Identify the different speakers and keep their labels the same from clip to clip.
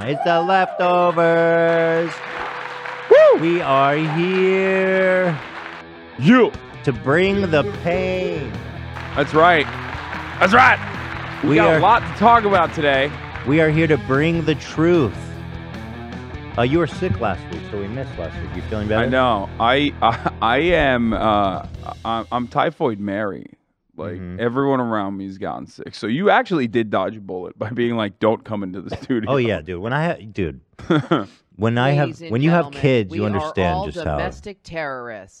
Speaker 1: It's the leftovers. Woo! We are here
Speaker 2: You.
Speaker 1: to bring the pain.
Speaker 2: That's right. That's right. We, got
Speaker 1: are
Speaker 2: a lot to talk about today.
Speaker 1: we are here to bring the truth. Uh, you were sick last week, so we missed last week. You feeling better?
Speaker 2: I know. I I, I am. Uh, I'm, I'm typhoid Mary. Like
Speaker 1: Mhm.
Speaker 2: everyone around me's gotten sick. So you actually did dodge a bullet by being like, "Don't come into the studio."
Speaker 1: Oh yeah, dude. When I ha- dude, when I have
Speaker 3: Ladies and
Speaker 1: when you have
Speaker 3: gentlemen,
Speaker 1: kids,
Speaker 3: we
Speaker 1: you
Speaker 3: are all
Speaker 1: understand just how
Speaker 3: domestic terrorists.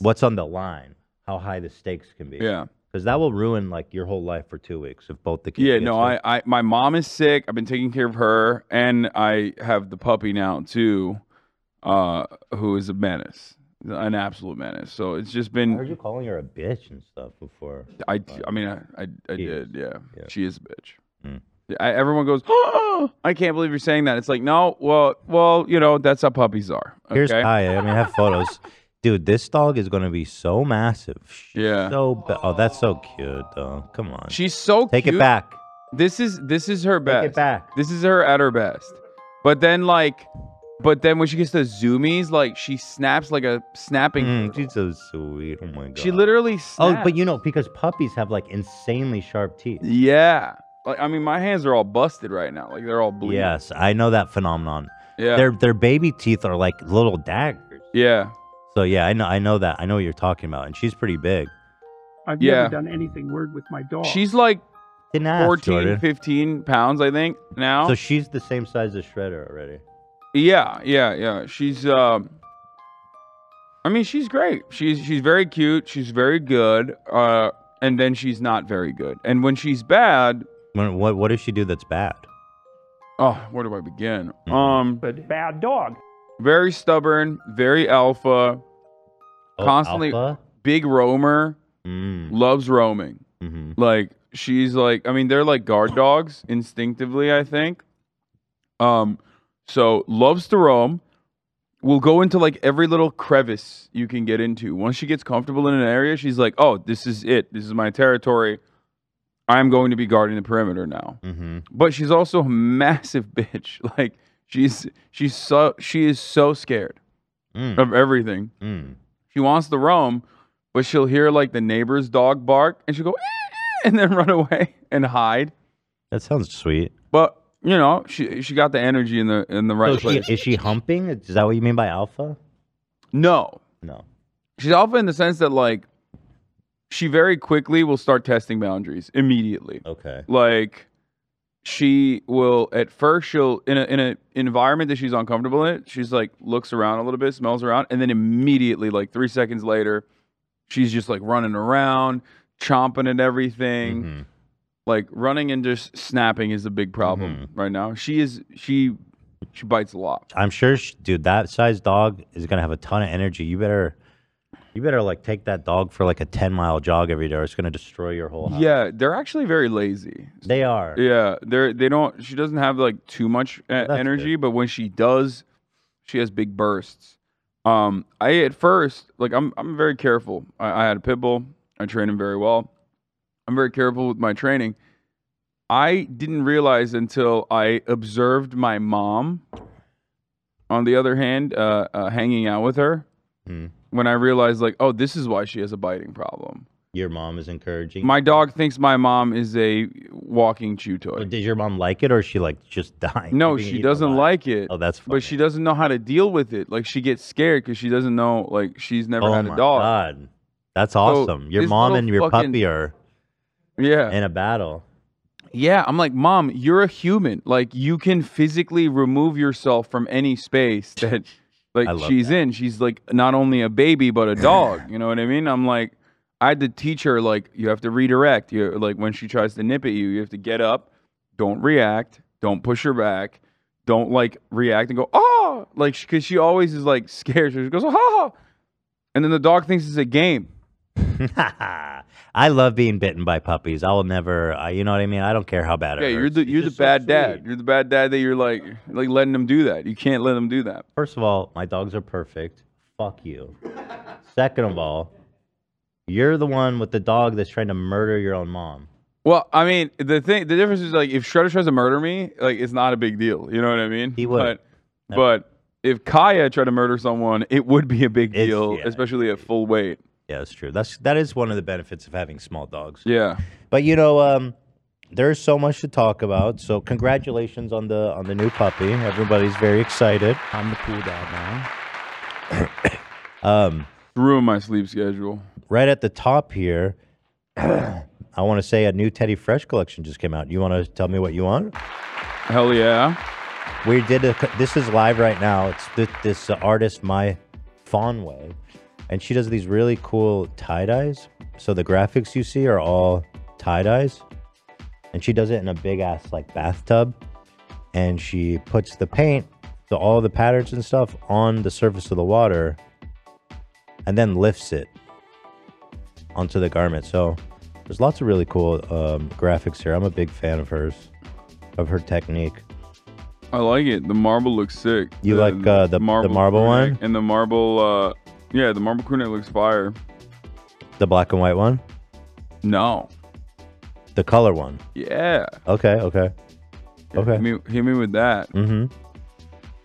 Speaker 1: what's on the line, how high the stakes can be.
Speaker 2: yeah.
Speaker 1: because that will ruin like your whole life for two weeks if both the kids.
Speaker 2: Yeah,
Speaker 1: get
Speaker 2: no,
Speaker 1: sick.
Speaker 2: I, I, my mom is sick. I've been taking care of her, and I have the puppy now too, uh, who is a menace, an absolute menace. So it's just
Speaker 1: I heard
Speaker 2: been,
Speaker 1: you calling her a bitch and stuff before.
Speaker 2: I, I mean, I, I, I
Speaker 1: She
Speaker 2: did, yeah.
Speaker 1: yeah.
Speaker 2: She is a bitch.
Speaker 1: Mm.
Speaker 2: Yeah, I, everyone goes, oh, I can't believe you're saying that. It's like, no, well, well, you know, that's how puppies are. Okay?
Speaker 1: Here's I. I mean, I have photos. Dude, this dog is gonna be so massive. She's
Speaker 2: Yeah.
Speaker 1: So ba- oh, that's so cute though. Come on.
Speaker 2: She's so
Speaker 1: Take
Speaker 2: cute.
Speaker 1: it back.
Speaker 2: This is this is her best.
Speaker 1: Take it back.
Speaker 2: This is her at her best. But then like, but then when she gets the zoomies, like she snaps like a snapping.
Speaker 1: Mm, she's so sweet. Oh my god.
Speaker 2: She literally.
Speaker 1: Oh,
Speaker 2: Snapped.
Speaker 1: but you know, because puppies have like insanely sharp teeth.
Speaker 2: Yeah. Like I mean, my hands are all busted right now. Like they're all bleeding.
Speaker 1: Yes, I know that phenomenon.
Speaker 2: Yeah.
Speaker 1: Their their baby teeth are like little daggers.
Speaker 2: yeah.
Speaker 1: So yeah, I know I know that. I know what you're talking about. And she's pretty big.
Speaker 4: I've
Speaker 2: Yeah.
Speaker 4: never done anything weird with my
Speaker 1: Oh.
Speaker 4: dog.
Speaker 2: She's like
Speaker 1: Didn't ask,
Speaker 2: 14,
Speaker 1: Jordan.
Speaker 2: 15 pounds, I think now.
Speaker 1: Ah, So she's the same size as Shredder already.
Speaker 2: yeah. Yeah. Yeah. She's. Um, I mean, she's great. She's she's very cute. She's very good. Uh, and then she's not very good. And when she's bad,
Speaker 1: When, what what does she do that's bad?
Speaker 2: oh, where do I begin?
Speaker 1: Mhm.
Speaker 2: Um,
Speaker 4: a bad dog.
Speaker 2: very stubborn, very alpha, Constantly- big roamer,
Speaker 1: Oh, Mm,
Speaker 2: loves roaming.
Speaker 1: hmm
Speaker 2: like she's like i mean they're like guard dogs instinctively i think um so loves to roam will go into like every little crevice you can get into once she gets comfortable in an area she's like oh this is it this is my territory i'm going to be guarding the perimeter now
Speaker 1: hmm
Speaker 2: but she's also a massive bitch like she's she's so she is so scared
Speaker 1: Mm,
Speaker 2: of everything
Speaker 1: mm.
Speaker 2: she wants to roam, but she'll hear like the neighbor's dog bark and she'll go "Eh, eh," and then run away and hide.
Speaker 1: That sounds sweet.
Speaker 2: But you know, she she got the energy in the in the right
Speaker 1: so she,
Speaker 2: place.
Speaker 1: is she humping? Is that what you mean by alpha?
Speaker 2: no.
Speaker 1: No.
Speaker 2: She's alpha in the sense that like she very quickly will start testing boundaries immediately.
Speaker 1: Okay.
Speaker 2: Like she will at first she'll in a in a environment that she's uncomfortable in, she's like looks around a little bit, smells around, and then immediately, like three seconds later, she's just like running around, chomping at everything.
Speaker 1: Mhm.
Speaker 2: like running and just snapping is a big problem right now. She is she she bites a lot.
Speaker 1: I'm sure, sh dude, that size dog is gonna have a ton of energy. You better, you better like take that dog for like a ten mile jog every day, or it's gonna destroy your whole house.
Speaker 2: Yeah, they're actually very lazy.
Speaker 1: They are.
Speaker 2: Yeah, they're they don't. She doesn't have like too much uh,
Speaker 1: that's
Speaker 2: energy, but when she does, she has big bursts. Um, I at first like I'm I'm very careful. I, I had a pit bull. I train him very well. I'm very careful with my training. I didn't realize until I observed my mom. On the other hand, uh, uh, hanging out with her,
Speaker 1: Hmm.
Speaker 2: when I realized like, oh, this is why she has a biting problem.
Speaker 1: Your mom is encouraging.
Speaker 2: My dog thinks my mom is a walking chew toy.
Speaker 1: Or Did your mom like it, or is she like just dying?
Speaker 2: No,
Speaker 1: Being
Speaker 2: she
Speaker 1: eaten
Speaker 2: doesn't
Speaker 1: alive?
Speaker 2: like it,
Speaker 1: Oh, that's funny.
Speaker 2: but she doesn't know how to deal with it. Like she gets scared because she doesn't know. Like she's never
Speaker 1: oh
Speaker 2: had a
Speaker 1: my
Speaker 2: dog.
Speaker 1: god, that's awesome. your
Speaker 2: this
Speaker 1: mom
Speaker 2: little
Speaker 1: and your
Speaker 2: fucking-
Speaker 1: puppy are
Speaker 2: Yeah,
Speaker 1: in a battle.
Speaker 2: yeah. I'm like, mom, you're a human. Like you can physically remove yourself from any space that, like
Speaker 1: I love
Speaker 2: she's in. She's like not only a baby but a dog. you know what I mean? I'm like, I had to teach her like you have to redirect. You like when she tries to nip at you, you have to get up, don't react, don't push her back. don't like react and go oh like because she always is like scared she goes oh and then the dog thinks it's a game
Speaker 1: I love being bitten by puppies. I will never, I, you know what I mean. I don't care how bad it
Speaker 2: yeah you're
Speaker 1: hurts.
Speaker 2: the
Speaker 1: It's
Speaker 2: you're the
Speaker 1: just so
Speaker 2: bad dad
Speaker 1: sweet.
Speaker 2: you're the bad dad that you're like like letting them do that you can't let them do that
Speaker 1: First of all, my dogs are perfect. Fuck you. Second of all, you're the one with the dog that's trying to murder your own mom.
Speaker 2: Well, I mean, the thing, the difference is like if Shredder tries to murder me, like it's not a big deal. You know what I mean?
Speaker 1: He wouldn't.
Speaker 2: But, but if Kaya tried to murder someone, it would be a big
Speaker 1: It's-
Speaker 2: deal,
Speaker 1: yeah.
Speaker 2: especially at full weight.
Speaker 1: Yeah, that's true. That's that is one of the benefits of having small dogs.
Speaker 2: Yeah.
Speaker 1: But you know, um, there's so much to talk about. So congratulations on the on the new puppy. Everybody's very excited.
Speaker 3: I'm the cool dad now.
Speaker 1: Um,
Speaker 2: Ruin my sleep schedule.
Speaker 1: right at the top here, I want to say a new Teddy Fresh collection just came out. You want to tell me what you want?
Speaker 2: Hell yeah.
Speaker 1: We did a. co- This is live right now. It's th- this uh, artist, My Fonway, and she does these really cool tie dyes. So the graphics you see are all tie dyes, and she does it in a big ass like bathtub, and she puts the paint, the, all the patterns and stuff on the surface of the water, and then lifts it onto the garment. So there's lots of really cool um, graphics here. I'm a big fan of hers, of her technique.
Speaker 2: I like it. The marble looks sick.
Speaker 1: You like, uh, the- the marble
Speaker 2: crew
Speaker 1: one?
Speaker 2: neck And the marble, uh, yeah, the marble crew neck looks fire.
Speaker 1: The black and white one.
Speaker 2: No.
Speaker 1: The color one.
Speaker 2: Yeah.
Speaker 1: Okay, okay. Okay.
Speaker 2: Hit me, hit me with that.
Speaker 1: Mm-hmm.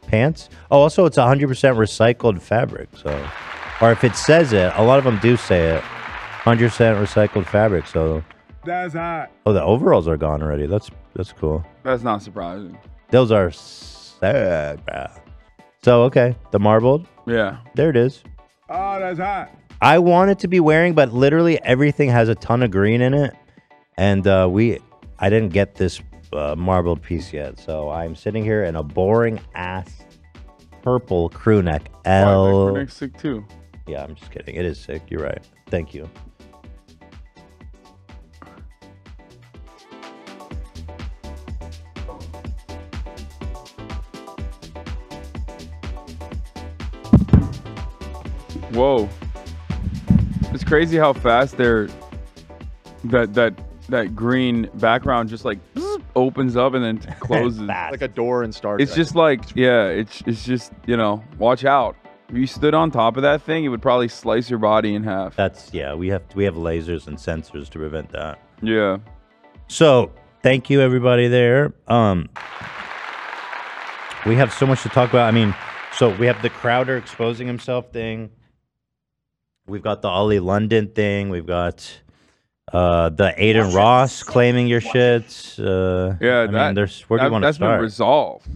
Speaker 1: Pants. Oh, also, it's 100% recycled fabric. So, or if it says it, a lot of them do say it. 100% recycled fabric. So,
Speaker 4: That's hot.
Speaker 1: oh, the overalls are gone already. That's that's cool.
Speaker 2: That's not surprising.
Speaker 1: Those are sad, bruh. So, okay, the marbled.
Speaker 2: Yeah.
Speaker 1: There it is.
Speaker 4: Oh, that's hot.
Speaker 1: I wanted to be wearing, but literally everything has a ton of green in it, and uh, we, I didn't get this uh, marbled piece yet, so I'm sitting here in a boring ass purple crew neck.
Speaker 2: Marble
Speaker 1: L.
Speaker 2: crew neck sick too.
Speaker 1: Yeah, I'm just kidding. It is sick. You're right. Thank you.
Speaker 2: Whoa. It's crazy how fast they're that that that green background just like opens up and then t- closes.
Speaker 1: Fast.
Speaker 5: like a door and starter.
Speaker 2: it's just like yeah, it's it's just, you know, watch out. If you stood on top of that thing, it would probably slice your body in half.
Speaker 1: That's yeah. We have we have lasers and sensors to prevent that.
Speaker 2: Yeah.
Speaker 1: So thank you everybody there. Um, we have so much to talk about. I mean, so we have the Crowder exposing himself thing. We've got the Ollie London thing. We've got uh, the Aiden Ross claiming your shits. Uh,
Speaker 2: Yeah,
Speaker 1: I mean,
Speaker 2: that-
Speaker 1: there's where do
Speaker 2: that,
Speaker 1: you want to
Speaker 2: has been
Speaker 1: start?
Speaker 2: resolved.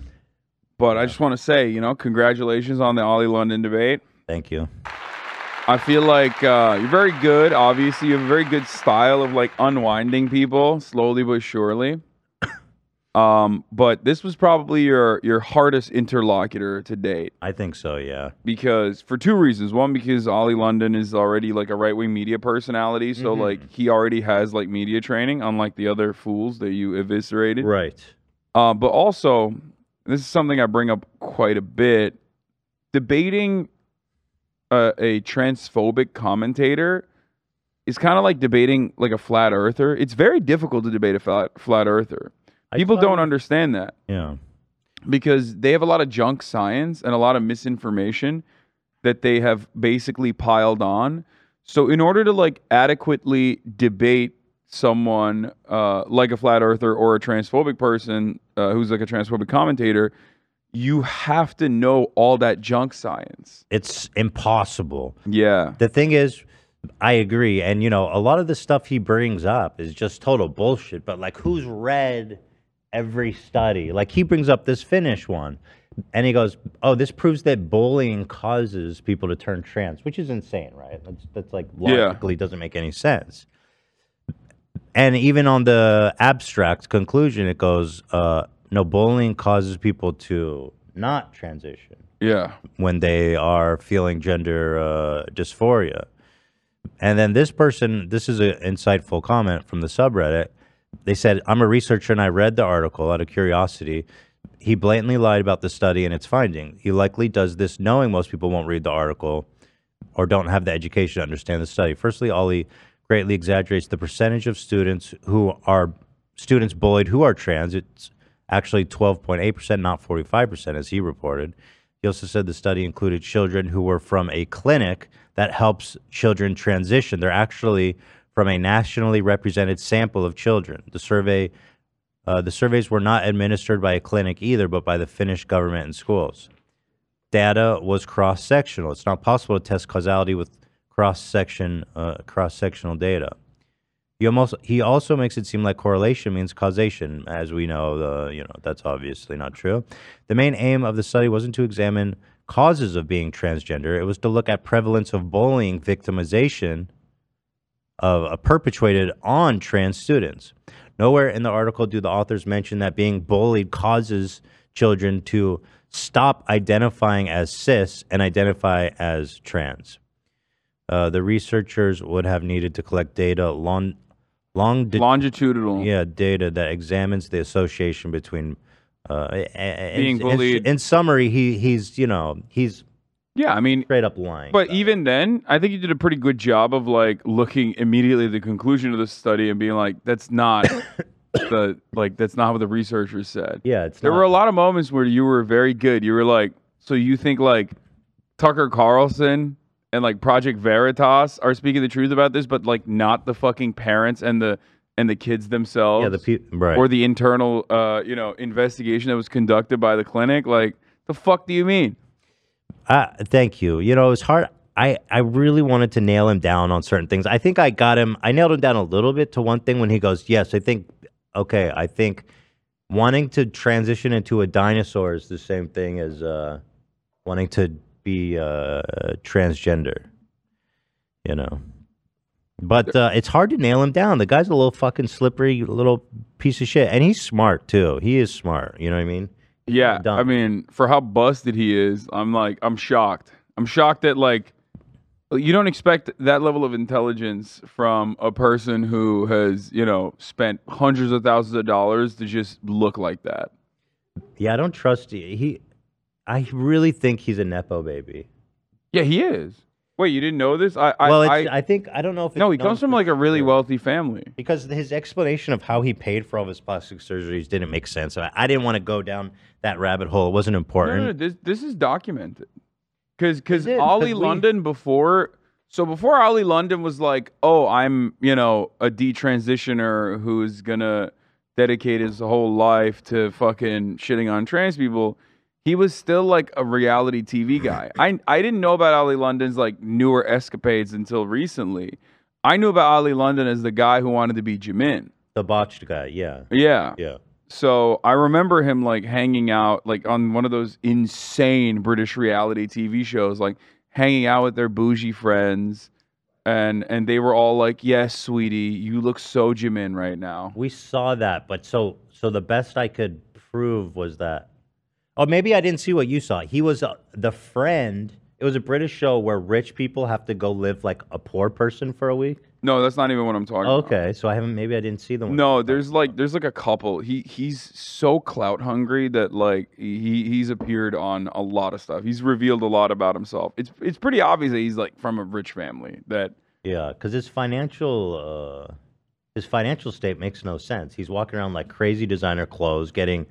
Speaker 2: But I just want to say, you know, congratulations on the Ollie London debate.
Speaker 1: Thank you.
Speaker 2: I feel like uh, you're very good. Obviously, you have a very good style of like unwinding people slowly but surely. um, but this was probably your your hardest interlocutor to date
Speaker 1: I think so. Yeah.
Speaker 2: because for two reasons. One, because Ollie London is already like a right wing media personality, so
Speaker 1: Mhm.
Speaker 2: like he already has like media training, unlike the other fools that you eviscerated.
Speaker 1: Right.
Speaker 2: Uh, but also, this is something I bring up quite a bit. Debating a, a transphobic commentator is kind of like debating like a flat earther. It's very difficult to debate a flat, flat earther.
Speaker 1: I
Speaker 2: People
Speaker 1: saw-
Speaker 2: don't understand that
Speaker 1: Yeah.
Speaker 2: because they have a lot of junk science and a lot of misinformation that they have basically piled on. So in order to like adequately debate someone uh, like a flat earther or a transphobic person uh, who's like a transphobic commentator, you have to know all that junk science.
Speaker 1: It's impossible.
Speaker 2: Yeah.
Speaker 1: the thing is i agree and you know a lot of the stuff he brings up is just total bullshit but like who's read every study like he brings up this finnish one and he goes oh this proves that bullying causes people to turn trans which is insane right that's, that's like
Speaker 2: Yeah.
Speaker 1: logically doesn't make any sense and even on the abstract conclusion it goes uh, no bullying causes people to not transition
Speaker 2: Yeah.
Speaker 1: when they are feeling gender uh, dysphoria. And then this person, this is an insightful comment from the subreddit. They said, I'm a researcher and I read the article out of curiosity. He blatantly lied about the study and its finding. He likely does this knowing most people won't read the article or don't have the education to understand the study. Firstly, Ollie greatly exaggerates the percentage of students who are students bullied who are trans. It's actually 12.8%, not 45%, as he reported. He also said the study included children who were from a clinic that helps children transition. They're actually from a nationally represented sample of children. The survey, uh, the surveys were not administered by a clinic either, but by the Finnish government and schools. Data was cross-sectional. It's not possible to test causality with cross-section, uh, cross-sectional data. He almost he also makes it seem like correlation means causation, as we know. The you know that's obviously not true. The main aim of the study wasn't to examine causes of being transgender; it was to look at prevalence of bullying victimization of uh, perpetuated on trans students. Nowhere in the article do the authors mention that being bullied causes children to stop identifying as cis and identify as trans. Uh, the researchers would have needed to collect data long, long,
Speaker 2: Longitudinal.
Speaker 1: yeah, data that examines the association between uh, a- a- a-
Speaker 2: Being
Speaker 1: in- in-
Speaker 2: bullied.
Speaker 1: In, summary, he he's you know he's
Speaker 2: Yeah, I mean,
Speaker 1: straight up lying.
Speaker 2: but
Speaker 1: about it.
Speaker 2: even then, I think you did a pretty good job of like looking immediately at the conclusion of this study and being like, that's not the like that's not what the researchers said.
Speaker 1: yeah, it's
Speaker 2: There
Speaker 1: not-
Speaker 2: were a lot of moments where you were very good. You were like, so you think like Tucker Carlson and like Project Veritas are speaking the truth about this, but like not the fucking parents and the and the kids themselves.
Speaker 1: yeah the people right.
Speaker 2: or the internal uh, you know investigation that was conducted by the clinic like the fuck do you mean
Speaker 1: Uh, thank you. You know, it was hard. I, I really wanted to nail him down on certain things. I think I got him. I nailed him down a little bit to one thing when he goes, "Yes, I think." Okay, I think wanting to transition into a dinosaur is the same thing as uh, wanting to be uh, transgender. You know, but uh, it's hard to nail him down. The guy's a little fucking slippery, little piece of shit, and he's smart too. He is smart. You know what I mean?
Speaker 2: yeah
Speaker 1: Dumb.
Speaker 2: i mean for how busted he is i'm like i'm shocked i'm shocked that like you don't expect that level of intelligence from a person who has you know spent hundreds of thousands of dollars to just look like that
Speaker 1: Yeah, I don't trust he. he I really think he's a nepo baby.
Speaker 2: yeah he is wait you didn't know this i i,
Speaker 1: well, it's,
Speaker 2: I,
Speaker 1: I, think I don't know if it's
Speaker 2: no he
Speaker 1: known
Speaker 2: comes from
Speaker 1: for
Speaker 2: like a really
Speaker 1: sure.
Speaker 2: wealthy family
Speaker 1: because his explanation of how he paid for all of his plastic surgeries didn't make sense. I, I didn't want to go down that rabbit hole. It wasn't
Speaker 2: No,
Speaker 1: important.
Speaker 2: no, no, this this is documented. Cause
Speaker 1: Is
Speaker 2: cause
Speaker 1: it?
Speaker 2: Ollie
Speaker 1: 'Cause we-
Speaker 2: London before so before Ollie London was like, oh, I'm, you know, a detransitioner who's gonna dedicate his whole life to fucking shitting on trans people, he was still like a reality TV guy. I I didn't know about Ollie London's like newer escapades until recently. I knew about Ollie London as the guy who wanted to be Jimin.
Speaker 1: The botched guy. Yeah,
Speaker 2: Yeah.
Speaker 1: yeah.
Speaker 2: So I remember him like hanging out like on one of those insane British reality TV shows, like hanging out with their bougie friends, and and they were all like, "Yes, sweetie, you look so Jimin right now."
Speaker 1: We saw that, but so so the best I could prove was that. Oh, maybe I didn't see what you saw. He was uh, the friend. It was a British show where rich people have to go live like a poor person for a week.
Speaker 2: No, that's not even what I'm talking about.
Speaker 1: Okay, so I haven't. Maybe I didn't see the one.
Speaker 2: No, there's like there's like a couple. He he's so clout hungry that like he he's appeared on a lot of stuff. He's revealed a lot about himself. It's it's pretty obvious that he's like from a rich family that
Speaker 1: Yeah, because his financial uh, his financial state makes no sense. He's walking around like crazy designer clothes, getting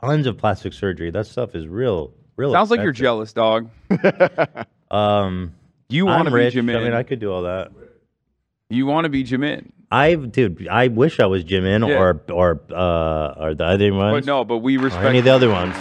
Speaker 1: tons of plastic surgery. That stuff is real, real.
Speaker 2: sounds like you're
Speaker 1: expensive.
Speaker 2: jealous, dog.
Speaker 1: Um,
Speaker 2: You
Speaker 1: I'm
Speaker 2: want to be
Speaker 1: rich.
Speaker 2: Jimin.
Speaker 1: I mean, I could do all that.
Speaker 2: You want to be Jimin.
Speaker 1: I dude, I wish I was Jim in
Speaker 2: Yeah.
Speaker 1: or or uh, or the other ones,
Speaker 2: But no, but we
Speaker 1: or
Speaker 2: respect
Speaker 1: any of the other ones.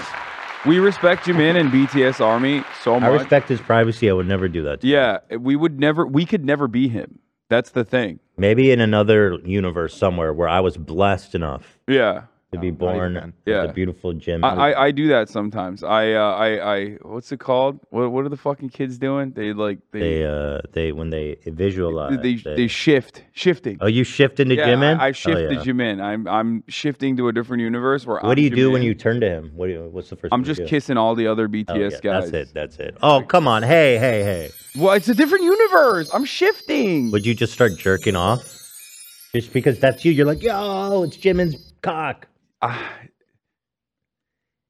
Speaker 2: we respect Jimin and BTS Army so
Speaker 1: I
Speaker 2: much.
Speaker 1: respect his privacy. I would never do that. to him.
Speaker 2: yeah, we would never we could never be him. That's the thing.
Speaker 1: Maybe in another universe somewhere where I was blessed enough
Speaker 2: Yeah.
Speaker 1: to be
Speaker 3: not even
Speaker 1: born
Speaker 3: then.
Speaker 1: with
Speaker 2: Yeah.
Speaker 1: a beautiful Jim.
Speaker 2: I, I, I do that sometimes. I uh, I I what's it called? What what are the fucking kids doing? They like
Speaker 1: they
Speaker 2: they
Speaker 1: uh they when they visualize
Speaker 2: they they, they shift shifting.
Speaker 1: oh you shift into
Speaker 2: yeah,
Speaker 1: Jimin.
Speaker 2: I, I
Speaker 1: Oh,
Speaker 2: shift to
Speaker 1: yeah.
Speaker 2: Jimin. I'm I'm shifting to a different universe where
Speaker 1: What
Speaker 2: I'm
Speaker 1: do you do when
Speaker 2: Jimin.
Speaker 1: you turn to him? What do you, what's the first?
Speaker 2: I'm
Speaker 1: thing you
Speaker 2: just
Speaker 1: do?
Speaker 2: kissing all the other BTS
Speaker 1: Oh, yeah,
Speaker 2: guys.
Speaker 1: That's it. That's it. Oh come on! Hey hey hey!
Speaker 2: Well, it's a different universe. I'm shifting.
Speaker 1: Would you just start jerking off? Just because that's you, you're like yo, it's Jimin's cock,
Speaker 2: Ah,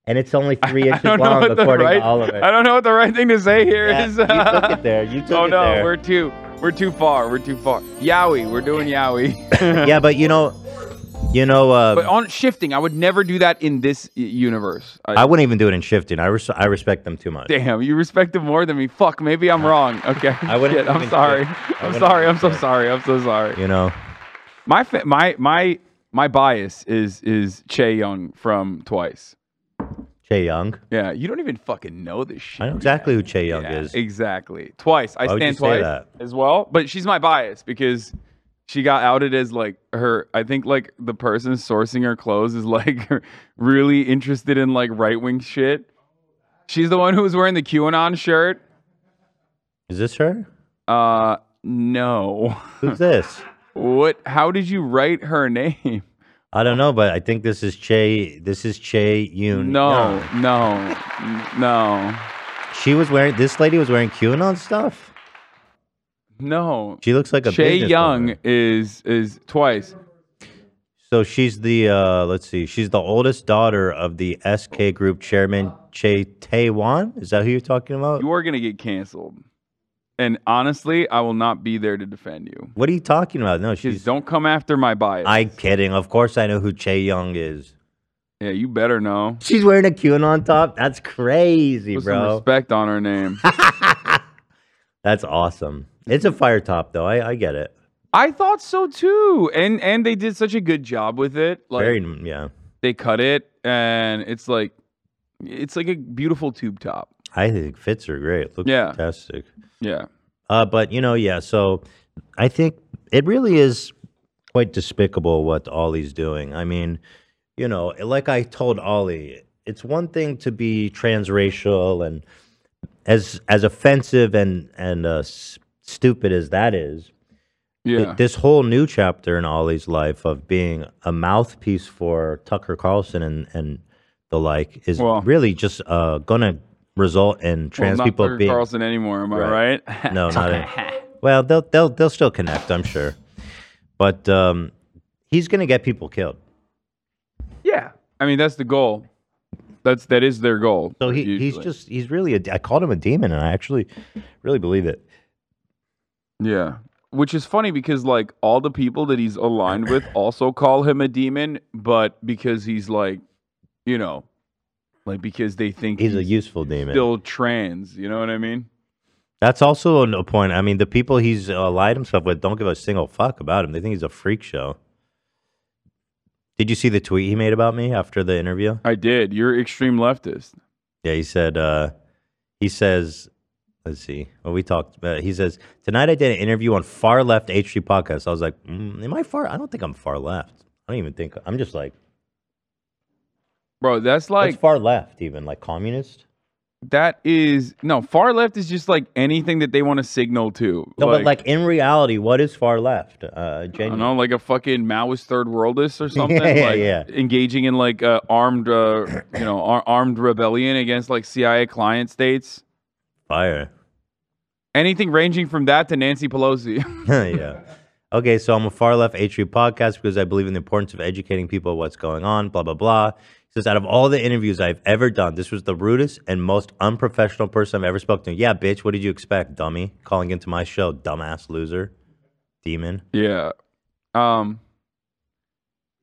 Speaker 1: and it's only three
Speaker 2: I
Speaker 1: inches
Speaker 2: don't know
Speaker 1: long
Speaker 2: what the
Speaker 1: according
Speaker 2: right.
Speaker 1: to all of it.
Speaker 2: I don't know what the right thing to say here
Speaker 1: Yeah,
Speaker 2: is.
Speaker 1: you took it there. You took
Speaker 2: oh
Speaker 1: it
Speaker 2: no,
Speaker 1: there.
Speaker 2: we're too we're too far. We're too far. Yowie, we're doing Yowie.
Speaker 1: yeah, but you know, You know, uh,
Speaker 2: But oh, on shifting, I would never do that in this y- universe. I,
Speaker 1: I wouldn't even do it in shifting. I res- I respect them too much.
Speaker 2: damn, you respect him more than me. Fuck, maybe I'm wrong. Okay,
Speaker 1: I wouldn't
Speaker 2: Shit, I'm
Speaker 1: even
Speaker 2: sorry.
Speaker 1: shift. I
Speaker 2: I'm
Speaker 1: wouldn't
Speaker 2: sorry.
Speaker 1: even
Speaker 2: I'm so
Speaker 1: shift.
Speaker 2: sorry. I'm so sorry.
Speaker 1: You know,
Speaker 2: My fa- my my my bias is is Che Young from Twice.
Speaker 1: Che Young.
Speaker 2: Yeah, you don't even fucking know this shit.
Speaker 1: I know
Speaker 2: man.
Speaker 1: exactly who Che Young
Speaker 2: Yeah,
Speaker 1: is.
Speaker 2: Exactly. Twice. I
Speaker 1: Why would you
Speaker 2: stand
Speaker 1: say
Speaker 2: twice
Speaker 1: that?
Speaker 2: as well. But she's my bias because she got outed as like her I think like the person sourcing her clothes is like really interested in like right wing shit. She's the one who was wearing the QAnon shirt.
Speaker 1: Is this her?
Speaker 2: Uh no.
Speaker 1: Who's this?
Speaker 2: What how did you write her name?
Speaker 1: I don't know, but I think this is Che. This is Che Yoon.
Speaker 2: No,
Speaker 1: Young.
Speaker 2: no, no,
Speaker 1: she was wearing. This lady was wearing QAnon stuff.
Speaker 2: no.
Speaker 1: She looks like a
Speaker 2: Che
Speaker 1: businesswoman.
Speaker 2: Young is is twice.
Speaker 1: So she's the uh, let's see, she's the oldest daughter of the SK Group chairman Che Tae-wan. Is that who you're talking about?
Speaker 2: you are going to get canceled. And honestly, I will not be there to defend you.
Speaker 1: What are you talking about? No,
Speaker 2: Just
Speaker 1: she's.
Speaker 2: don't come after my bias.
Speaker 1: I'm kidding. Of course, I know who Che Young is.
Speaker 2: yeah, you better know.
Speaker 1: She's wearing a QAnon top. That's crazy,
Speaker 2: Put some
Speaker 1: bro.
Speaker 2: respect on her name.
Speaker 1: That's awesome. It's a fire top, though. I, I get it.
Speaker 2: I thought so too. And and they did such a good job with it. Like
Speaker 1: Very, yeah.
Speaker 2: they cut it and it's like it's like a beautiful tube top.
Speaker 1: I think fits are great. Look
Speaker 2: Yeah.
Speaker 1: fantastic.
Speaker 2: Yeah.
Speaker 1: Uh, but you know, yeah. So I think it really is quite despicable what Ollie's doing. I mean, you know, like I told Ollie, it's one thing to be transracial and as as offensive and and uh, s- stupid as that is. th-
Speaker 2: Yeah.
Speaker 1: this whole new chapter in Ollie's life of being a mouthpiece for Tucker Carlson and and the like is
Speaker 2: Well-
Speaker 1: really just uh, gonna result in trans
Speaker 2: well, not
Speaker 1: people
Speaker 2: Tucker
Speaker 1: being
Speaker 2: Carlson anymore, am
Speaker 1: Right.
Speaker 2: I right?
Speaker 1: no, not any- Well, they'll they'll they'll still connect, I'm sure. But um, he's going to get people killed.
Speaker 2: yeah. I mean, that's the goal. That's that is their goal.
Speaker 1: So he, he's
Speaker 2: usually.
Speaker 1: just he's really a de- I called him a demon, and I actually really believe it.
Speaker 2: Yeah. Which is funny because like all the people that he's aligned with also call him a demon, but because he's like, you know, like because they think
Speaker 1: He's
Speaker 2: he's,
Speaker 1: a useful demon.
Speaker 2: still trans, you know what I mean?
Speaker 1: That's also a point. I mean, the people he's allied himself with don't give a single fuck about him. They think he's a freak show. Did you see the tweet he made about me after the interview?
Speaker 2: I did. You're extreme leftist.
Speaker 1: Yeah, he said. Uh, he says, "Let's see." Well, we talked. About, he says tonight I did an interview on far left H3 podcast. I was like, mm, "Am I far? I don't think I'm far left. I don't even think I'm just like
Speaker 2: Bro, that's
Speaker 1: what's
Speaker 2: like
Speaker 1: far left even like communist."
Speaker 2: that is no, far left is just like anything that they want to signal to.
Speaker 1: No, but like in reality, what is far left? Uh,
Speaker 2: I don't
Speaker 1: genuine.
Speaker 2: know, like a fucking Maoist third worldist or something,
Speaker 1: yeah,
Speaker 2: like
Speaker 1: yeah.
Speaker 2: engaging in like uh, armed, uh, you know, ar- armed rebellion against like CIA client states.
Speaker 1: Fire.
Speaker 2: Anything ranging from that to Nancy Pelosi.
Speaker 1: yeah. Okay, so I'm a far left Atria podcast because I believe in the importance of educating people what's going on, blah, blah, blah. He says, out of all the interviews I've ever done, this was the rudest and most unprofessional person I've ever spoken to. Yeah, bitch, what did you expect, dummy? Calling into my show, dumbass loser, demon.
Speaker 2: yeah. Um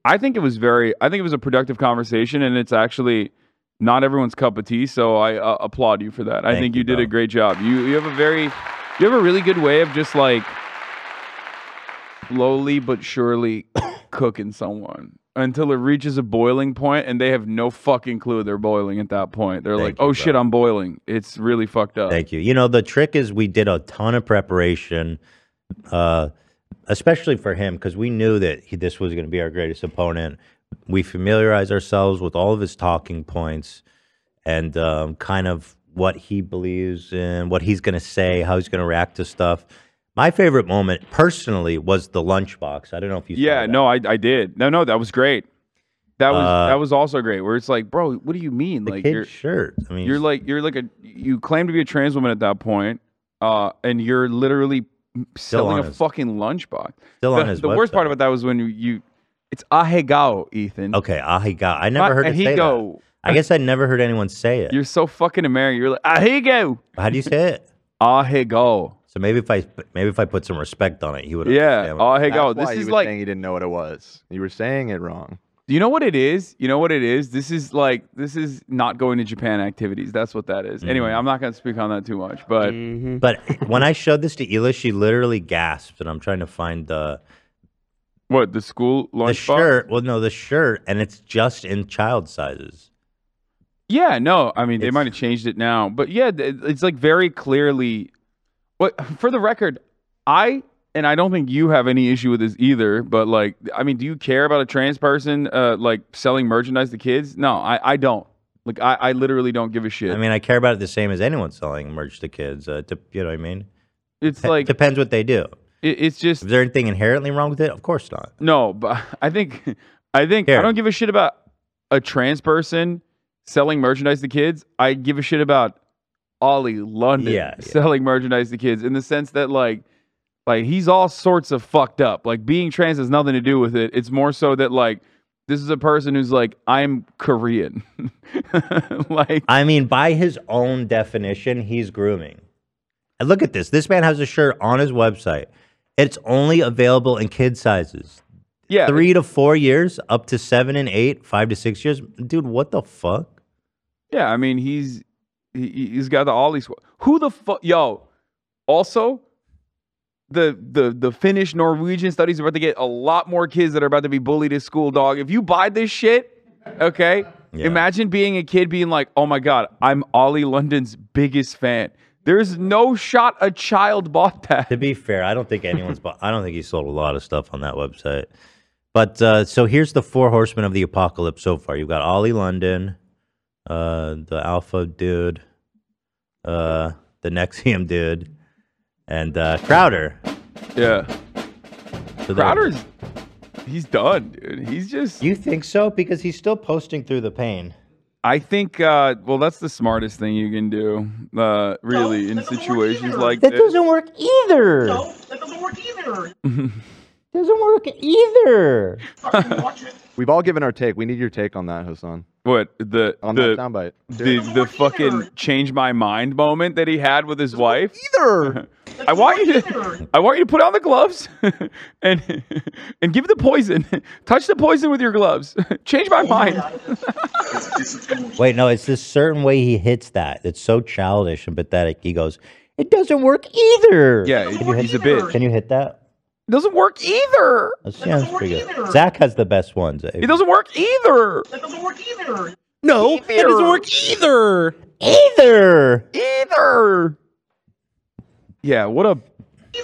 Speaker 2: I think it was very I think it was a productive conversation and it's actually not everyone's cup of tea, so I uh, applaud you for that. I
Speaker 1: Thank
Speaker 2: think
Speaker 1: you,
Speaker 2: you did a
Speaker 1: bro.
Speaker 2: great job. You you have a very you have a really good way of just like slowly but surely cooking someone until it reaches a boiling point and they have no fucking clue they're boiling at that point. They're
Speaker 1: Thank
Speaker 2: like,
Speaker 1: you,
Speaker 2: "Oh
Speaker 1: bro.
Speaker 2: shit, I'm boiling." It's really fucked up.
Speaker 1: Thank you. You know, the trick is we did a ton of preparation, uh, especially for him, because we knew that he, this was going to be our greatest opponent. We familiarized ourselves with all of his talking points and um, kind of what he believes in, what he's going to say, how he's going to react to stuff. My favorite moment, personally, was the lunchbox. I don't know if you. saw
Speaker 2: Yeah,
Speaker 1: that.
Speaker 2: no, I I did. No, no, that was great. That was
Speaker 1: Uh,
Speaker 2: that was also great. Where it's like, bro, what do you mean?
Speaker 1: The
Speaker 2: Like
Speaker 1: kid's
Speaker 2: you're
Speaker 1: shirt. I mean,
Speaker 2: you're like you're like a you claim to be a trans woman at that point, uh, and you're literally selling
Speaker 1: on
Speaker 2: a
Speaker 1: his-
Speaker 2: fucking lunchbox.
Speaker 1: still
Speaker 2: the
Speaker 1: on his.
Speaker 2: the worst part
Speaker 1: website.
Speaker 2: about that was when you, you it's ahegao, Ethan.
Speaker 1: Okay, ahiga. I never
Speaker 2: Not
Speaker 1: heard it say that.
Speaker 2: ahigo.
Speaker 1: I guess I never heard anyone say it.
Speaker 2: You're so fucking American. You're like ahigo,
Speaker 1: How do you say it?
Speaker 2: ahego.
Speaker 1: It's So maybe if I maybe if I put some respect on it, he would.
Speaker 2: yeah.
Speaker 1: understand what-
Speaker 2: Oh, hey, go.
Speaker 3: That's
Speaker 2: This
Speaker 3: why you
Speaker 2: is
Speaker 3: were
Speaker 2: like
Speaker 3: saying you didn't know what it was. You were saying it wrong.
Speaker 2: Do you know what it is? You know what it is? This is like this is not going to Japan activities. That's what that is. Anyway,
Speaker 1: Mm.
Speaker 2: I'm not going to speak on that too much, but
Speaker 1: But when I showed this to Hila, she literally gasped, and I'm trying to find the
Speaker 2: what the school lunch
Speaker 1: the shirt. Well, no, the shirt, and it's just in child sizes.
Speaker 2: Yeah, no. I mean, they
Speaker 1: It's-
Speaker 2: might have changed it now, but yeah, th- it's like very clearly What for the record, I and I don't think you have any issue with this either, but like I mean, do you care about a trans person uh like selling merchandise to kids? No, I I don't. Like I I literally don't give a shit.
Speaker 1: I mean, I care about it the same as anyone selling merch to kids. Uh, dep- you know what I mean?
Speaker 2: it's
Speaker 1: It
Speaker 2: like it,
Speaker 1: depends what they do.
Speaker 2: it's just
Speaker 1: Is there anything inherently wrong with it? Of course not.
Speaker 2: No, but I think I think I
Speaker 1: Here.
Speaker 2: don't give a shit about a trans person selling merchandise to kids. I give a shit about Ollie London
Speaker 1: Yeah, yeah.
Speaker 2: selling merchandise to kids in the sense that like like he's all sorts of fucked up. Like being trans has nothing to do with it. It's more so that like this is a person who's like I'm Korean. like
Speaker 1: I mean, by his own definition, he's grooming. And look at this. This man has a shirt on his website. It's only available in kid sizes.
Speaker 2: yeah,
Speaker 1: Three to four years, up to seven and eight, five to six years. Dude, what the fuck?
Speaker 2: Yeah, I mean he's he, he's got the Ollie squad. Who the fuck, yo? Also, the the the Finnish Norwegian studies are about to get a lot more kids that are about to be bullied at school, dog. If you buy this shit, okay.
Speaker 1: Yeah.
Speaker 2: Imagine being a kid being like, "Oh my god, I'm Ollie London's biggest fan." There's no shot a child bought that.
Speaker 1: To be fair, I don't think anyone's bought, I don't think he sold a lot of stuff on that website. But uh, so here's the four horsemen of the apocalypse so far. You've got Ollie London, uh, the Alpha dude, uh, the Nexium dude, and uh, Crowder.
Speaker 2: Yeah,
Speaker 1: So there-
Speaker 2: Crowder's he's done, dude. He's just.
Speaker 1: You think so? Because he's still posting through the pain.
Speaker 2: I think. Uh, well, that's the smartest thing you can do, uh, really, in situations like
Speaker 1: That
Speaker 2: this.
Speaker 1: doesn't work either.
Speaker 5: No, that doesn't work either.
Speaker 1: Doesn't work either.
Speaker 5: Fucking watch it.
Speaker 3: We've all given our take. We need your take on that, Hassan.
Speaker 2: What the
Speaker 3: On
Speaker 2: the
Speaker 3: that soundbite.
Speaker 2: the, the fucking change my mind moment that he had with his wife?
Speaker 3: Either.
Speaker 2: I want you to I want you to put on the gloves and and give the poison. Touch the poison with your gloves. Change my mind.
Speaker 1: Wait, no, it's this certain way he hits that. It's so childish and pathetic. He goes, It doesn't work either.
Speaker 2: Yeah,
Speaker 1: Can you hit,
Speaker 2: he's a bitch.
Speaker 1: Can you hit that?
Speaker 2: doesn't work either.
Speaker 1: That's,
Speaker 5: doesn't
Speaker 1: that's pretty
Speaker 5: work
Speaker 1: good.
Speaker 5: either.
Speaker 1: Zach has the best ones. eh?
Speaker 2: It doesn't work either.
Speaker 5: That doesn't work either.
Speaker 6: No, it doesn't work either.
Speaker 1: either.
Speaker 2: Either. Yeah, what a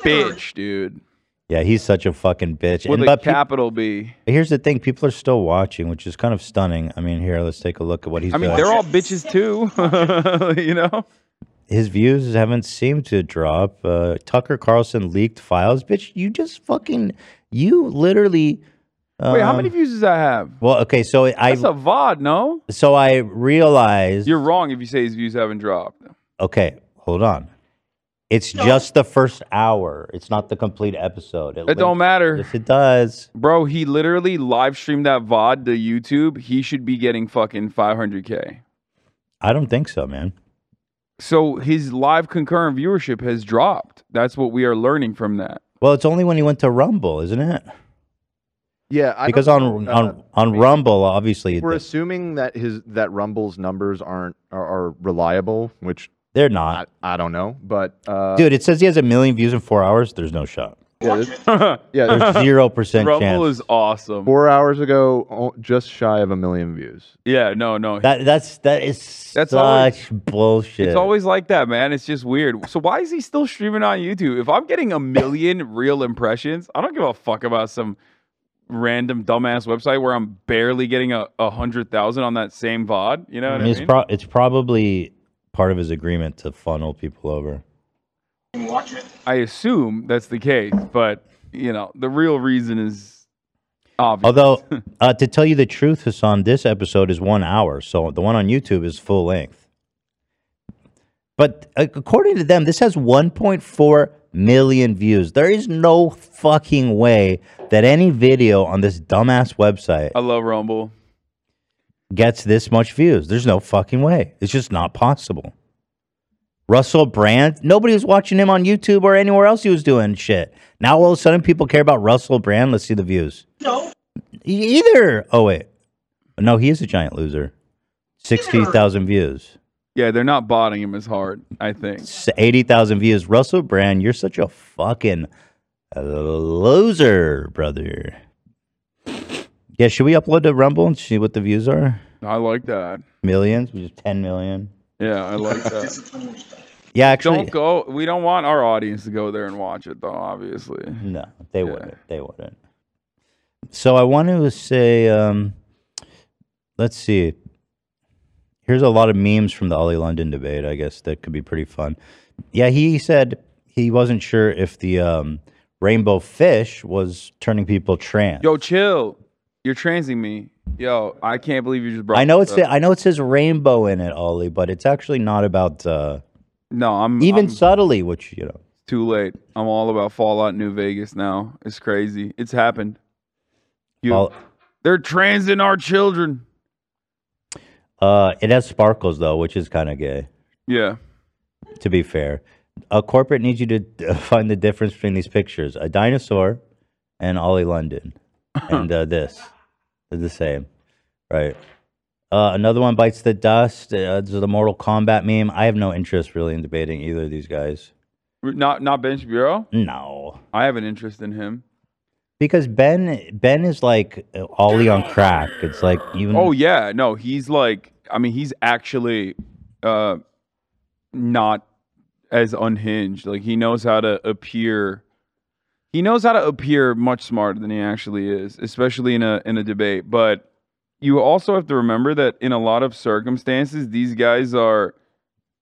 Speaker 2: bitch, dude.
Speaker 1: Yeah, he's such a fucking bitch.
Speaker 2: With
Speaker 1: And-
Speaker 2: a
Speaker 1: but pe-
Speaker 2: capital B.
Speaker 1: here's the thing people are still watching, which is kind of stunning. I mean, here, let's take a look at what he's
Speaker 2: I mean,
Speaker 1: doing.
Speaker 2: they're all bitches too. you know?
Speaker 1: his views haven't seemed to drop. Uh, Tucker Carlson leaked files, bitch. You just fucking, you literally. Um,
Speaker 2: Wait, how many views does that have?
Speaker 1: Well, okay, so I
Speaker 2: That's a VOD, no?
Speaker 1: so I realized.
Speaker 2: You're wrong if you say his views haven't dropped.
Speaker 1: okay, hold on. It's just the first hour. It's not the complete episode.
Speaker 2: It don't matter.
Speaker 1: Yes, it does.
Speaker 2: Bro, he literally live streamed that VOD to YouTube. He should be getting fucking 500K.
Speaker 1: I don't think so, man.
Speaker 2: So his live concurrent viewership has dropped. That's what we are learning from that.
Speaker 1: Well, it's only when he went to Rumble, isn't it?
Speaker 3: Yeah. I
Speaker 1: Because
Speaker 3: don't
Speaker 1: on
Speaker 3: know, uh,
Speaker 1: on on Rumble, obviously
Speaker 3: we're
Speaker 1: th-
Speaker 3: assuming that his that Rumble's numbers aren't are, are reliable, which
Speaker 1: they're
Speaker 3: I,
Speaker 1: not.
Speaker 3: I don't know, but uh,
Speaker 1: Dude, it says he has a million views in four hours. There's no shot.
Speaker 3: yeah, there's
Speaker 1: There's zero percent
Speaker 2: Rumble
Speaker 1: chance.
Speaker 2: is awesome.
Speaker 3: four hours ago, oh, just shy of a million views.
Speaker 2: Yeah, no, no.
Speaker 1: That that's that is such
Speaker 2: That's always-
Speaker 1: bullshit.
Speaker 2: it's always like that, man. It's just weird. So why is he still streaming on YouTube? If I'm getting a million real impressions, I don't give a fuck about some random dumbass website where I'm barely getting a, a hundred thousand on that same VOD. You know what I
Speaker 1: it's
Speaker 2: mean?
Speaker 1: pro- it's probably part of his agreement to funnel people over.
Speaker 5: Watch it.
Speaker 2: I assume that's the case, but you know, the real reason is obvious.
Speaker 1: Although, uh, to tell you the truth, Hassan, this episode is one hour, so the one on YouTube is full length. But uh, according to them, this has 1.4 million views. There is no fucking way that any video on this dumbass website
Speaker 2: I love Rumble.
Speaker 1: gets this much views. There's no fucking way. It's just not possible. Russell Brand. Nobody was watching him on YouTube or anywhere else he was doing shit. Now all of a sudden people care about Russell Brand. Let's see the views.
Speaker 5: No.
Speaker 1: E- Either. Oh wait, no, he is a giant loser. Sixty thousand views,
Speaker 2: Yeah, they're not botting him as hard. I think.
Speaker 1: S- eighty thousand views. Russell Brand, you're such a fucking loser, brother. Yeah, should we upload to Rumble and see what the views are?
Speaker 2: I like that.
Speaker 1: Millions, we just ten million.
Speaker 2: Yeah, I like that.
Speaker 1: Yeah, actually,
Speaker 2: don't go. We don't want our audience to go there and watch it, though. Obviously.
Speaker 1: No, they
Speaker 2: Yeah.
Speaker 1: wouldn't. They wouldn't. So I want to say, um, let's see. Here's a lot of memes from the Ollie London debate. I guess that could be pretty fun. Yeah, he said he wasn't sure if the um, rainbow fish was turning people trans.
Speaker 2: Yo, chill. You're transing me. Yo, I can't believe you just brought.
Speaker 1: I know it's
Speaker 2: this up.
Speaker 1: I know it says rainbow in it, Ollie, but it's actually not about uh,
Speaker 2: no. I'm
Speaker 1: even
Speaker 2: I'm
Speaker 1: subtly, which you know.
Speaker 2: too late. I'm all about Fallout New Vegas now. It's crazy. It's happened. You,
Speaker 1: Fall-
Speaker 2: they're transing our children.
Speaker 1: uh, it has sparkles though, which is kind of gay.
Speaker 2: Yeah.
Speaker 1: to be fair. A corporate needs you to uh, find the difference between these pictures a dinosaur and Ollie London. and uh, this. They're the same. Right. Uh, another one bites the dust. Uh, this is the Mortal Kombat meme. I have no interest really in debating either of these guys.
Speaker 2: Not not Ben Shapiro.
Speaker 1: No.
Speaker 2: I have an interest in him.
Speaker 1: Because Ben Ben is like uh, Ollie on crack. It's like even
Speaker 2: Oh yeah, no, he's like I mean he's actually uh not as unhinged. Like he knows how to appear he knows how to appear much smarter than he actually is, especially in a in a debate. But you also have to remember that in a lot of circumstances these guys are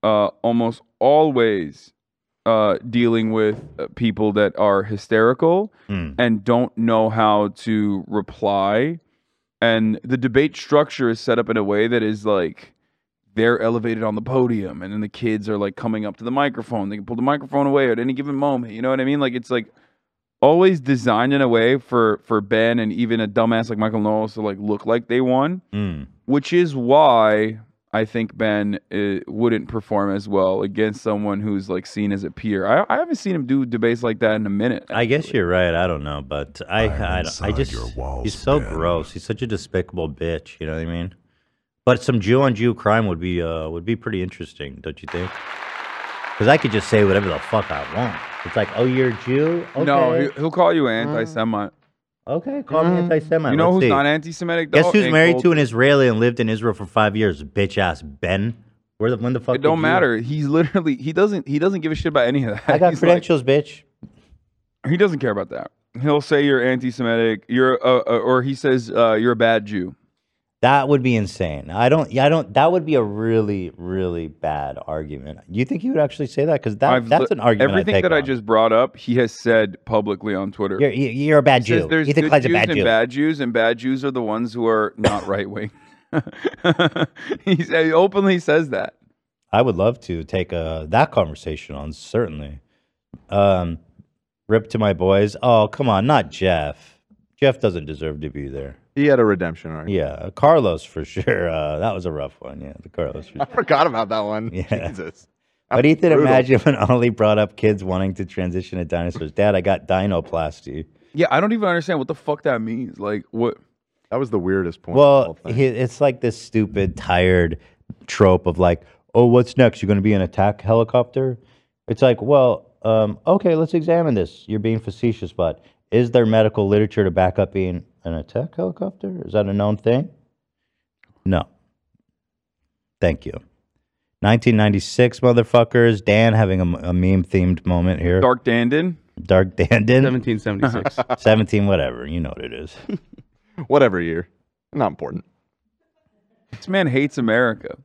Speaker 2: uh almost always uh dealing with uh, people that are hysterical
Speaker 1: Mm.
Speaker 2: and don't know how to reply. And the debate structure is set up in a way that is like they're elevated on the podium, and then the kids are like coming up to the microphone. They can pull the microphone away at any given moment. You know what I mean? Like it's like always designed in a way for for Ben and even a dumbass like Michael Knowles to like look like they won
Speaker 1: Mm.
Speaker 2: which is why I think Ben uh, wouldn't perform as well against someone who's like seen as a peer. I, I haven't seen him do debates like that in a minute.
Speaker 1: I guess you're right. I don't know, but I I, don't- I
Speaker 7: inside
Speaker 1: just
Speaker 7: your walls,
Speaker 1: he's so
Speaker 7: Ben.
Speaker 1: gross. He's such a despicable bitch. You know what I mean? But some Jew on Jew crime would be uh would be pretty interesting, don't you think? Because I could just say whatever the fuck I want. It's like, oh, you're a Jew. Okay.
Speaker 2: No, he, he'll call you anti-Semite.
Speaker 1: okay, call me anti-Semite.
Speaker 2: you know
Speaker 1: Mm. Let's
Speaker 2: who's
Speaker 1: see.
Speaker 2: not anti-Semitic? Though?
Speaker 1: Guess who's
Speaker 2: Ain't
Speaker 1: married to
Speaker 2: Gold-
Speaker 1: an Israeli and lived in Israel for five years? Bitch ass Ben. Where the when the fuck?
Speaker 2: It
Speaker 1: did
Speaker 2: don't
Speaker 1: you-
Speaker 2: matter. He's literally he doesn't he doesn't give a shit about any of that.
Speaker 1: I got
Speaker 2: He's like-
Speaker 1: credentials, bitch.
Speaker 2: he doesn't care about that. He'll say you're anti-Semitic. You're uh, uh, or he says uh, you're a bad Jew.
Speaker 1: That would be insane. I don't. Yeah, I don't. That would be a really, really bad argument. You think you would actually say that? Because that
Speaker 2: I've
Speaker 1: that's
Speaker 2: li-
Speaker 1: an argument.
Speaker 2: Everything
Speaker 1: I take
Speaker 2: that I
Speaker 1: on.
Speaker 2: just brought up, he has said publicly on Twitter.
Speaker 1: You're, you- you're a bad
Speaker 2: It says
Speaker 1: Jew.
Speaker 2: there's
Speaker 1: Ethan
Speaker 2: good
Speaker 1: Klein's a
Speaker 2: Jews
Speaker 1: bad
Speaker 2: and
Speaker 1: Jew.
Speaker 2: bad Jews, and bad Jews are the ones who are not right wing. he sa- he openly says that.
Speaker 1: I would love to take uh, that conversation on certainly. Um, rip to my boys. Oh come on, not Jeff. Jeff doesn't deserve to be there.
Speaker 3: He had a redemption arc.
Speaker 1: Yeah, Carlos for sure. Uh, that was a rough one. Yeah, the Carlos. For
Speaker 3: I forgot about that one.
Speaker 1: Yeah.
Speaker 3: Jesus.
Speaker 1: But
Speaker 3: That's
Speaker 1: Ethan,
Speaker 3: brutal.
Speaker 1: imagine when Ollie brought up kids wanting to transition to dinosaurs. Dad, I got dinoplasty.
Speaker 2: Yeah, I don't even understand what the fuck that means. Like, what?
Speaker 3: That was the weirdest point. of the whole
Speaker 1: Well,
Speaker 3: thing.
Speaker 1: he, it's like this stupid, tired trope of like, oh, what's next? You're going to be an attack helicopter? It's like, well, um, okay, let's examine this. You're being facetious, but is there medical literature to back up being an attack helicopter? Is that a known thing? No. Thank you. 1996, motherfuckers. Dan having a, meme themed moment here. Dark,
Speaker 2: Dark Dandin?
Speaker 1: Dandin,
Speaker 6: 1776.
Speaker 1: 17, whatever. You know what it is.
Speaker 3: Whatever year. Not important.
Speaker 2: This man hates America.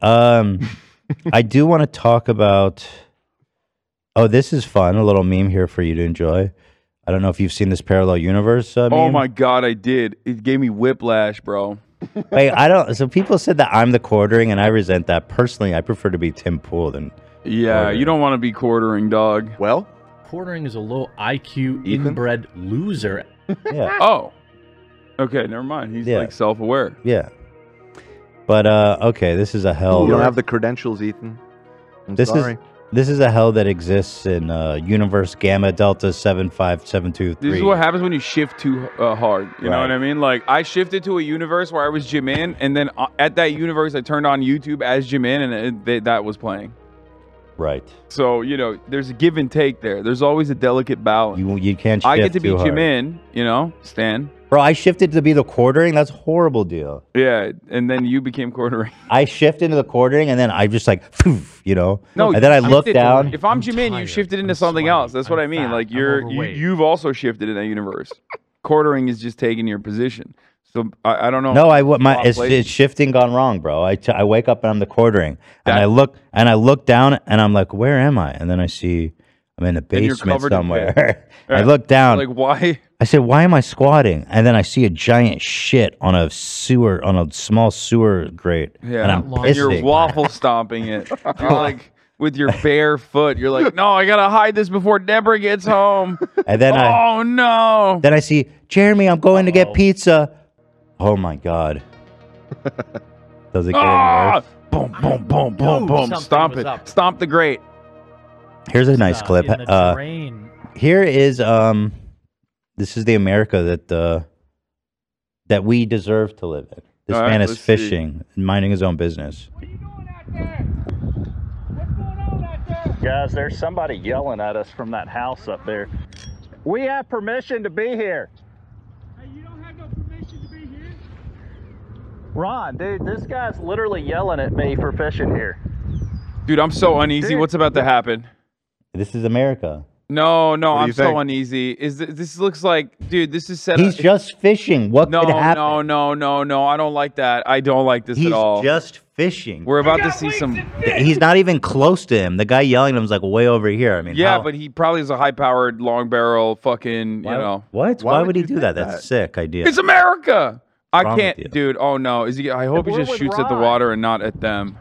Speaker 1: Um, I do want to talk about. Oh, this is fun. A little meme here for you to enjoy. I don't know if you've seen this parallel universe. Uh,
Speaker 2: Oh
Speaker 1: meme.
Speaker 2: my god, I did. It gave me whiplash, bro.
Speaker 1: Wait, I don't. So people said that I'm the quartering, and I resent that personally. I prefer to be Tim Pool than
Speaker 2: Yeah,
Speaker 1: Quartering.
Speaker 2: you don't want to be quartering, dog.
Speaker 3: Well,
Speaker 8: Quartering is a low IQ,
Speaker 3: Ethan?
Speaker 8: inbred loser.
Speaker 1: yeah,
Speaker 2: Oh. Okay, never mind. He's
Speaker 1: Yeah.
Speaker 2: like self aware.
Speaker 1: yeah. But uh, okay, this is a hell.
Speaker 3: Oh, you don't have the credentials, Ethan. I'm
Speaker 1: This is-
Speaker 3: sorry.
Speaker 1: This is a hell that exists in uh, universe gamma delta seven five seven two
Speaker 2: This
Speaker 1: three.
Speaker 2: is what happens when you shift too uh, hard. You know
Speaker 1: Right.
Speaker 2: what I mean? Like I shifted to a universe where I was Jimin, and then uh, at that universe, I turned on YouTube as Jimin, and it, they, that was playing.
Speaker 1: right.
Speaker 2: So you know, there's a give and take there. There's always a delicate balance.
Speaker 1: You you can't. Shift
Speaker 2: I get to be
Speaker 1: too hard.
Speaker 2: Jimin, you know, Stan.
Speaker 1: bro. I shifted to be the quartering. That's a horrible deal.
Speaker 2: Yeah, and then you became quartering.
Speaker 1: I shift into the quartering, and then I just like, poof, you know.
Speaker 2: No,
Speaker 1: and then I
Speaker 2: you
Speaker 1: look
Speaker 2: shifted to-
Speaker 1: down.
Speaker 2: If I'm,
Speaker 8: I'm
Speaker 2: Jimin, you
Speaker 8: tired.
Speaker 2: shifted into
Speaker 8: I'm
Speaker 2: something
Speaker 8: sweaty.
Speaker 2: else. That's what
Speaker 8: I'm
Speaker 2: I mean.
Speaker 8: fat.
Speaker 2: Like
Speaker 8: I'm
Speaker 2: you're you,
Speaker 8: overweight.
Speaker 2: you've also shifted in that universe. quartering is just taking your position. So I, I don't know.
Speaker 1: No, I what my
Speaker 2: Wrong
Speaker 1: it's,
Speaker 2: place.
Speaker 1: it's shifting gone wrong, bro. I, t- I wake up and I'm the quartering, and
Speaker 2: That-
Speaker 1: I look and I look down and I'm like, where am I? And then I see I'm in a
Speaker 2: you're
Speaker 1: basement
Speaker 2: covered in
Speaker 1: somewhere. I
Speaker 2: Yeah.
Speaker 1: look down.
Speaker 2: like why?
Speaker 1: I said, why am I squatting? And then I see a giant shit on a sewer on a small sewer grate, and
Speaker 2: Yeah,
Speaker 1: I'm
Speaker 8: Long-
Speaker 2: and you're
Speaker 1: pissing.
Speaker 2: waffle stomping it. You're like with your bare foot. You're like, no, I gotta hide this before Deborah gets home.
Speaker 1: and then I
Speaker 2: oh no!
Speaker 1: then I see Jeremy. I'm going to get
Speaker 8: Uh-oh.
Speaker 1: pizza. Oh my god! Does it get any
Speaker 2: Ah!
Speaker 1: worse?
Speaker 2: Boom! Boom! Boom!
Speaker 6: knew
Speaker 2: Boom! Boom!
Speaker 6: something
Speaker 2: Stomp
Speaker 6: was
Speaker 2: it!
Speaker 6: up.
Speaker 2: Stomp the grate.
Speaker 1: Here's a nice clip.
Speaker 6: In the
Speaker 1: Uh,
Speaker 6: terrain.
Speaker 1: here is um this is the america that uh that we deserve to live in this
Speaker 2: All right,
Speaker 1: man is
Speaker 2: let's see.
Speaker 1: fishing and minding his own business
Speaker 7: Guys, there's somebody yelling at us from that house up there. We have permission to be here. Ron, dude, this guy's literally yelling at me for fishing here.
Speaker 2: Dude, I'm so uneasy.
Speaker 7: Dude.
Speaker 2: What's about to happen?
Speaker 1: this is america
Speaker 2: No, no,
Speaker 3: What do
Speaker 2: I'm
Speaker 3: you
Speaker 2: so
Speaker 3: think?
Speaker 2: uneasy. Is this, this looks like, dude? This is set
Speaker 1: he's
Speaker 2: up.
Speaker 1: just fishing what
Speaker 2: no,
Speaker 1: could happen
Speaker 2: no, no, no, no. I don't like that. I don't like this
Speaker 1: he's
Speaker 2: at all.
Speaker 1: just fishing
Speaker 2: We're about to see some.
Speaker 1: he's not even close to him the guy yelling at him is like way over here i mean
Speaker 2: yeah,
Speaker 1: how-
Speaker 2: but he probably is a high-powered long barrel. Fucking,
Speaker 1: why,
Speaker 2: you know,
Speaker 1: what
Speaker 3: Why
Speaker 1: why,
Speaker 3: would
Speaker 1: would he
Speaker 3: you
Speaker 1: do
Speaker 3: think
Speaker 1: that that's
Speaker 3: that?
Speaker 1: sick idea
Speaker 2: it's America. I
Speaker 1: wrong with you?
Speaker 2: can't, dude. Oh no, is he? I hope he
Speaker 7: We're
Speaker 2: just
Speaker 7: with
Speaker 2: shoots at the
Speaker 7: Ron.
Speaker 2: water and not at them.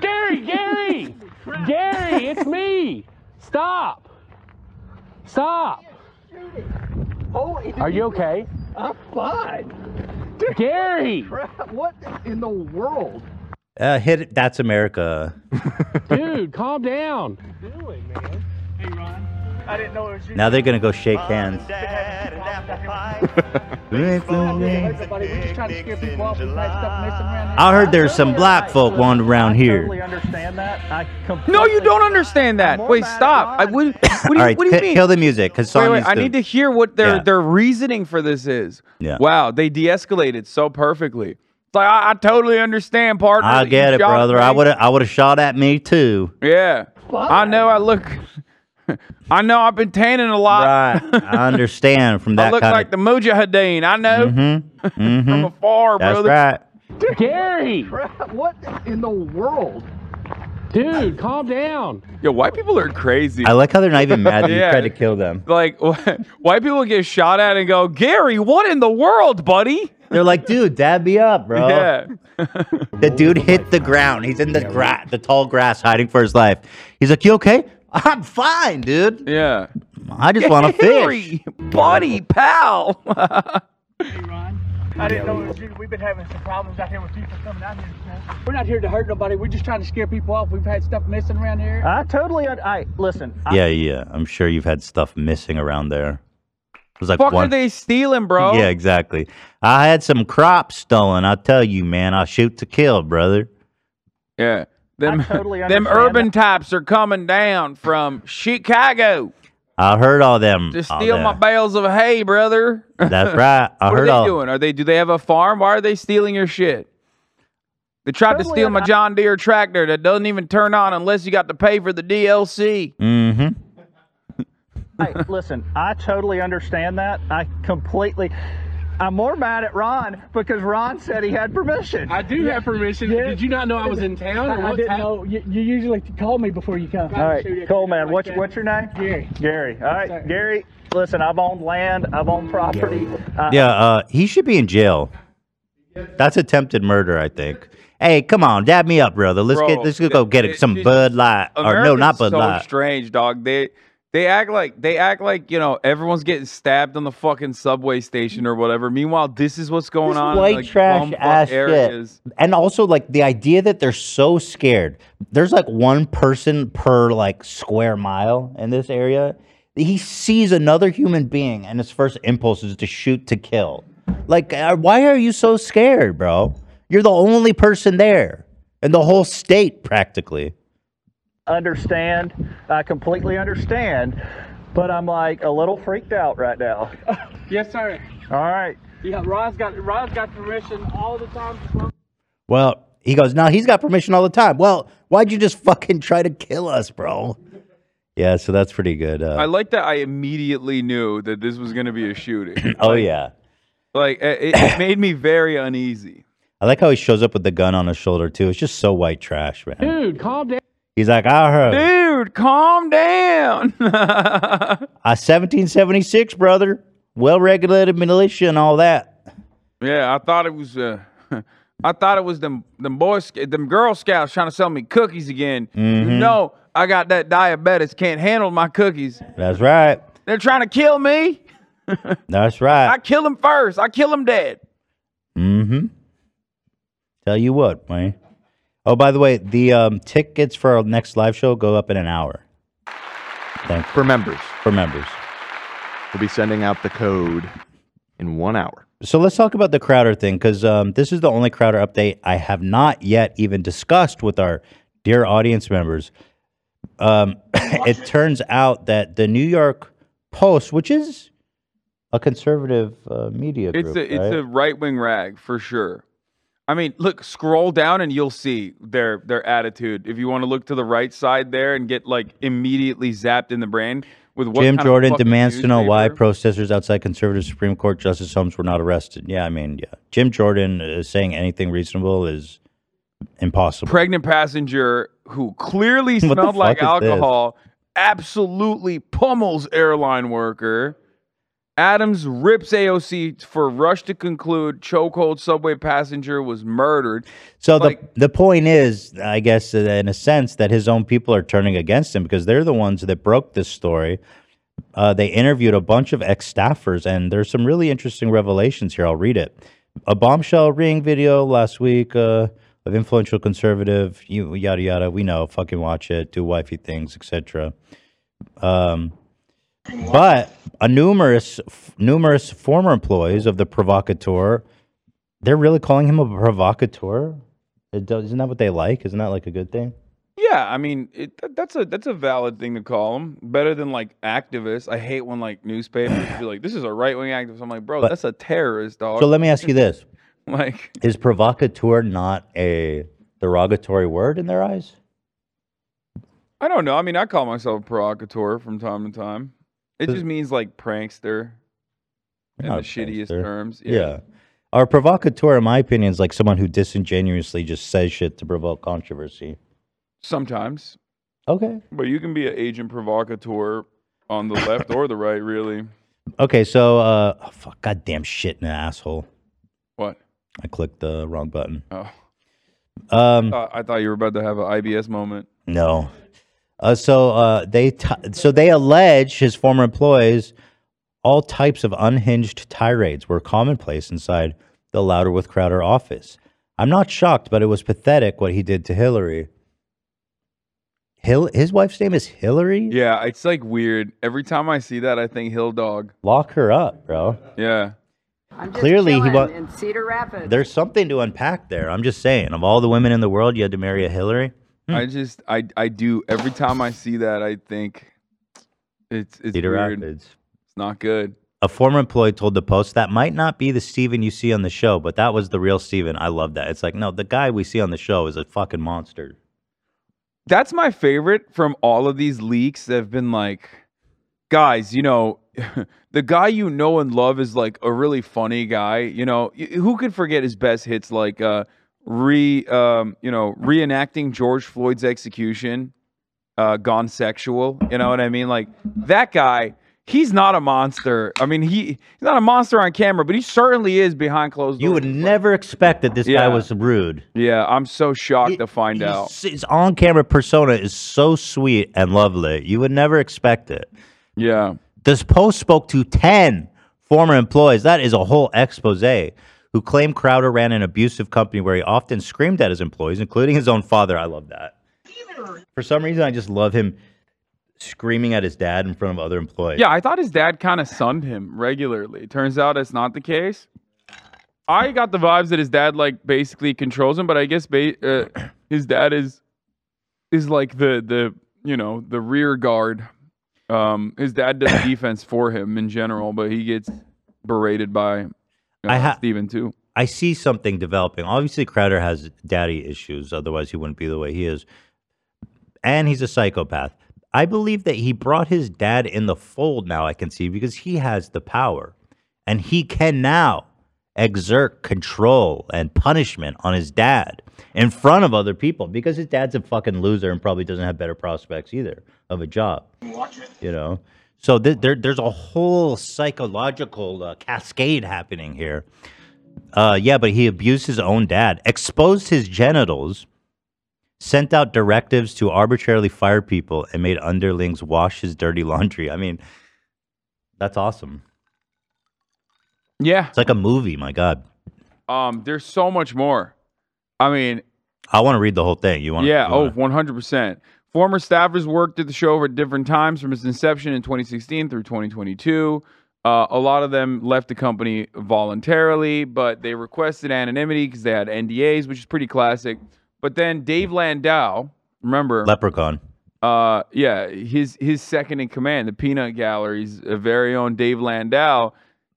Speaker 9: Gary, Gary, Gary, it's me. Stop. Stop. Are you okay?
Speaker 7: Oh, I'm fine.
Speaker 9: Gary,
Speaker 7: What in the world?
Speaker 1: uh, hit it. that's america
Speaker 9: dude, calm down.
Speaker 1: now they're gonna go shake hands i heard there's some black folk wandering around here
Speaker 7: Totally understand that. I completely
Speaker 2: No, you don't understand that.
Speaker 7: more
Speaker 2: Wait,
Speaker 7: mad at
Speaker 2: stop. I
Speaker 7: Ron.
Speaker 2: would. What do you,
Speaker 1: All right,
Speaker 2: what do you
Speaker 1: ki-
Speaker 2: mean?
Speaker 1: kill the music because
Speaker 2: Wait,
Speaker 1: Sean
Speaker 2: wait,
Speaker 1: needs
Speaker 2: I
Speaker 1: to-
Speaker 2: need to hear what their
Speaker 1: Yeah.
Speaker 2: their reasoning for this is.
Speaker 1: Yeah.
Speaker 2: Wow, they de-escalated so perfectly. It's like I, I totally understand, partner.
Speaker 1: I
Speaker 2: that you
Speaker 1: get it,
Speaker 2: shot at
Speaker 1: brother. I
Speaker 2: me.
Speaker 1: would have I would have shot at me too.
Speaker 2: Yeah. I know I look. I know I've been tanning a lot.
Speaker 1: Right. I understand from
Speaker 2: Uh, I
Speaker 1: that
Speaker 2: look
Speaker 1: kind
Speaker 2: like the
Speaker 1: of.
Speaker 2: Mujahideen. I know
Speaker 1: mm-hmm.
Speaker 2: from
Speaker 1: Mm-hmm.
Speaker 2: afar,
Speaker 1: That's
Speaker 2: brother.
Speaker 1: right.
Speaker 9: Gary,
Speaker 7: What in the world?
Speaker 9: dude, calm down.
Speaker 2: Yo, white people are crazy.
Speaker 1: I like how they're not even mad that
Speaker 2: Yeah.
Speaker 1: you tried to kill them.
Speaker 2: like white people get shot at and go, Gary, what in the world, buddy?
Speaker 1: They're like, dude, dab me up, bro.
Speaker 2: Yeah.
Speaker 1: The dude hit the ground. He's in the gra- the tall grass, hiding for his life. He's like, you okay? I'm fine, dude.
Speaker 2: Yeah.
Speaker 1: I just want to fish.
Speaker 2: Gary, buddy, pal.
Speaker 9: I didn't know it was you. We've been having some problems out here with people coming out here. We're not here to hurt nobody. We're just trying to scare people off. We've had stuff missing around here.
Speaker 7: I totally. Un- I listen. I-
Speaker 1: Yeah, yeah. I'm sure you've had stuff missing around there. It was like
Speaker 2: Fuck are
Speaker 1: one.
Speaker 2: they stealing, bro?
Speaker 1: Yeah, exactly. I had some crops stolen. I tell you, man. I shoot to kill, brother.
Speaker 2: Yeah. Them,
Speaker 7: I totally
Speaker 2: them
Speaker 7: understand
Speaker 2: urban types are coming down from Chicago
Speaker 1: I heard all them.
Speaker 2: to
Speaker 1: all
Speaker 2: steal my
Speaker 1: that.
Speaker 2: bales of hay, brother.
Speaker 1: That's right. I
Speaker 2: what
Speaker 1: heard
Speaker 2: are they
Speaker 1: all.
Speaker 2: doing? Are they do they have a farm? Why are they stealing your shit? They tried to
Speaker 7: Totally
Speaker 2: steal my
Speaker 7: un-
Speaker 2: John Deere tractor that doesn't even turn on unless you got to pay for the DLC.
Speaker 1: Mm-hmm.
Speaker 7: hey, listen, I totally understand that. I completely. I'm more mad at Ron because Ron said he had permission.
Speaker 9: I do have permission. Did you not know I was in town? I, didn't know. You, you usually call me before you come.
Speaker 7: All right, cool, man. What's, what's your name?
Speaker 9: Gary.
Speaker 7: Gary. All right, Gary. Listen, I've owned land. I've owned property. Uh,
Speaker 1: Yeah, uh, he should be in jail. That's attempted murder, I think. Hey, come on, dab me up, brother. Let's
Speaker 2: Bro,
Speaker 1: get let's go
Speaker 2: it-
Speaker 1: get
Speaker 2: it-
Speaker 1: some
Speaker 2: it-
Speaker 1: Bud Light or no,
Speaker 2: America's
Speaker 1: not Bud
Speaker 2: so
Speaker 1: Light.
Speaker 2: strange, dog. They They act like they act like you know everyone's getting stabbed on the fucking subway station or whatever. Meanwhile, this is what's going
Speaker 10: This
Speaker 2: on.
Speaker 10: white
Speaker 2: in, like,
Speaker 10: trash
Speaker 2: bumfuck
Speaker 10: ass shit.
Speaker 2: areas.
Speaker 1: and also like the idea that they're so scared. There's like one person per like square mile in this area. He sees another human being, and his first impulse is to shoot to kill. Like, uh, why are you so scared, bro? You're the only person there in the whole state, practically.
Speaker 7: understand. I completely understand. But I'm like a little freaked out right now.
Speaker 9: Yes, sir.
Speaker 7: All right.
Speaker 9: Yeah, Ron's got Ron's got permission all the time. to smoke.
Speaker 1: Well, he goes, now he's got permission all the time. Well, why'd you just fucking try to kill us, bro? Yeah, so that's pretty good.
Speaker 2: I
Speaker 1: Uh,
Speaker 2: like that. I immediately knew that this was going to be a shooting.
Speaker 1: oh yeah,
Speaker 2: like it, it made me very uneasy.
Speaker 1: I like how he shows up with the gun on his shoulder too. It's just so white trash, man.
Speaker 9: Dude, calm down.
Speaker 1: He's like, I heard.
Speaker 2: Dude, calm down.
Speaker 1: Uh, 1776, brother. Well regulated militia and all that.
Speaker 2: yeah, I thought it was. Uh, I thought it was them them boys, them Girl Scouts trying to sell me cookies again. You know, I got that diabetes, can't handle my cookies.
Speaker 1: That's right.
Speaker 2: They're trying to kill me.
Speaker 1: That's
Speaker 2: I
Speaker 1: right.
Speaker 2: kill him first. I kill him dead.
Speaker 1: Mm-hmm. Tell you what, man. Oh, by the way, the um, tickets for our next live show go up in an hour. Thanks
Speaker 3: For members,
Speaker 1: for members.
Speaker 3: we'll be sending out the code in one hour.
Speaker 1: So let's talk about the Crowder thing because um, this is the only Crowder update I have not yet even discussed with our dear audience members. Um, it turns out that the New York Post, which is a conservative uh, media group,
Speaker 2: It's a
Speaker 1: right?
Speaker 2: it's a right wing rag for sure. I mean, look, scroll down and you'll see their their attitude. If you want to look to the right side there and get like immediately zapped in the brain with what
Speaker 1: Jim
Speaker 2: kind of
Speaker 1: Jordan
Speaker 2: fucking
Speaker 1: demands to know why
Speaker 2: newspaper-
Speaker 1: protesters outside conservative Supreme Court Justice Holmes were not arrested. Yeah, I mean, yeah. Jim Jordan uh, saying anything reasonable is impossible.
Speaker 2: pregnant passenger who clearly
Speaker 1: What the
Speaker 2: smelled like
Speaker 1: fuck is this?
Speaker 2: alcohol absolutely pummels airline worker. Adams rips AOC for rush to conclude chokehold subway passenger was murdered.
Speaker 1: So
Speaker 2: Like-
Speaker 1: the the point is, I guess, that in a sense, that his own people are turning against him because they're the ones that broke this story. Uh, they interviewed a bunch of ex staffers, and there's some really interesting revelations here. I'll read it. A bombshell ring video last week uh, of influential conservative, you, yada yada. We know, fucking watch it, do wifey things, etc. Um, but a numerous, f- numerous former employees of the provocateur, they're really calling him a provocateur. It does- Isn't that what they like? Isn't that like a good thing?
Speaker 2: Yeah, I mean it, that- that's a that's a valid thing to call them. Better than like activists. I hate when like newspapers be like, "This is a right wing activist." I'm like, bro,
Speaker 1: But-
Speaker 2: that's a terrorist, dog.
Speaker 1: So let me ask you this:
Speaker 2: like,
Speaker 1: Is provocateur not a derogatory word in their eyes?
Speaker 2: I don't know. I mean, I call myself a provocateur from time to time. It just means like prankster in the
Speaker 1: Not a
Speaker 2: shittiest
Speaker 1: prankster.
Speaker 2: terms.
Speaker 1: Or provocateur, in my opinion, is like someone who disingenuously just says shit to provoke controversy.
Speaker 2: sometimes.
Speaker 1: Okay.
Speaker 2: But you can be an agent provocateur on the left or the right, really.
Speaker 1: Okay. So, uh, oh, fuck, goddamn shit, in an asshole.
Speaker 2: What?
Speaker 1: I clicked the wrong button.
Speaker 2: Oh,
Speaker 1: Um,
Speaker 2: Uh, I thought you were about to have an IBS moment.
Speaker 1: No. Uh, so uh, they t- so they allege his former employees all types of unhinged tirades were commonplace inside the Louder with Crowder office. I'm not shocked, but it was pathetic what he did to Hillary. Hill, his wife's name is Hillary.
Speaker 2: Yeah, it's like weird. Every time I see that, I think Hill Dog.
Speaker 1: Lock her up, bro.
Speaker 2: Yeah.
Speaker 11: I'm just
Speaker 1: Clearly, he
Speaker 11: chilling
Speaker 1: wa-
Speaker 11: in Cedar Rapids.
Speaker 1: There's something to unpack there. I'm just saying. Of all the women in the world, you had to marry a Hillary.
Speaker 2: I just I I do every time I see that I think it's it's
Speaker 1: Cedar
Speaker 2: weird.
Speaker 1: Rapids.
Speaker 2: It's not good.
Speaker 1: A former employee told the Post that might not be the Steven you see on the show, but that was the real Steven. I love that. It's like, no, the guy we see on the show is a fucking monster.
Speaker 2: That's my favorite from all of these leaks that have been like guys, you know, the guy you know and love is like a really funny guy, you know, Y- who could forget his best hits like uh re um, you know, reenacting George Floyd's execution, uh gone sexual, you know what I mean? Like that guy he's not a monster. I mean, he, he's not a monster on camera, but he certainly is behind closed doors.
Speaker 1: You would never expect that this
Speaker 2: Yeah.
Speaker 1: guy was rude.
Speaker 2: Yeah, I'm so shocked to find
Speaker 1: His-
Speaker 2: out.
Speaker 1: His on camera persona is so sweet and lovely. You would never expect it.
Speaker 2: Yeah.
Speaker 1: This post spoke to 10 former employees. That is a whole expose. Who claim Crowder ran an abusive company where he often screamed at his employees, including his own father. I love that. For some reason, I just love him screaming at his dad in front of other employees.
Speaker 2: Yeah, I thought his dad kind of sunned him regularly. Turns out it's not the case. I got the vibes that his dad like basically controls him, but I guess ba- uh, his dad is is like the the you know the rear guard. Um, his dad does defense for him in general, but he gets berated by uh,
Speaker 1: I ha-
Speaker 2: Steven too.
Speaker 1: I see something developing. Obviously, Crowder has daddy issues, otherwise, he wouldn't be the way he is. And he's a psychopath. I believe that he brought his dad in the fold now, I can see, because he has the power. And he can now exert control and punishment on his dad in front of other people because his dad's a fucking loser and probably doesn't have better prospects either of a job
Speaker 5: Watch it.
Speaker 1: you know so th- there, there's a whole psychological uh, cascade happening here uh, yeah but he abused his own dad exposed his genitals sent out directives to arbitrarily fire people and made underlings wash his dirty laundry i mean that's awesome
Speaker 2: Yeah.
Speaker 1: it's like a movie my god
Speaker 2: Um, there's so much more. I mean,
Speaker 1: i want to read the whole thing you want
Speaker 2: Yeah, oh, 100%. Former staffers worked at the show over different times from its inception in 2016 through 2022. Uh, a lot of them left the company voluntarily, but they requested anonymity because they had NDAs, which is pretty classic. But then Dave Landau, remember,
Speaker 1: leprechaun
Speaker 2: uh, yeah, his his second in command, the Peanut Gallery's uh, very own Dave Landau,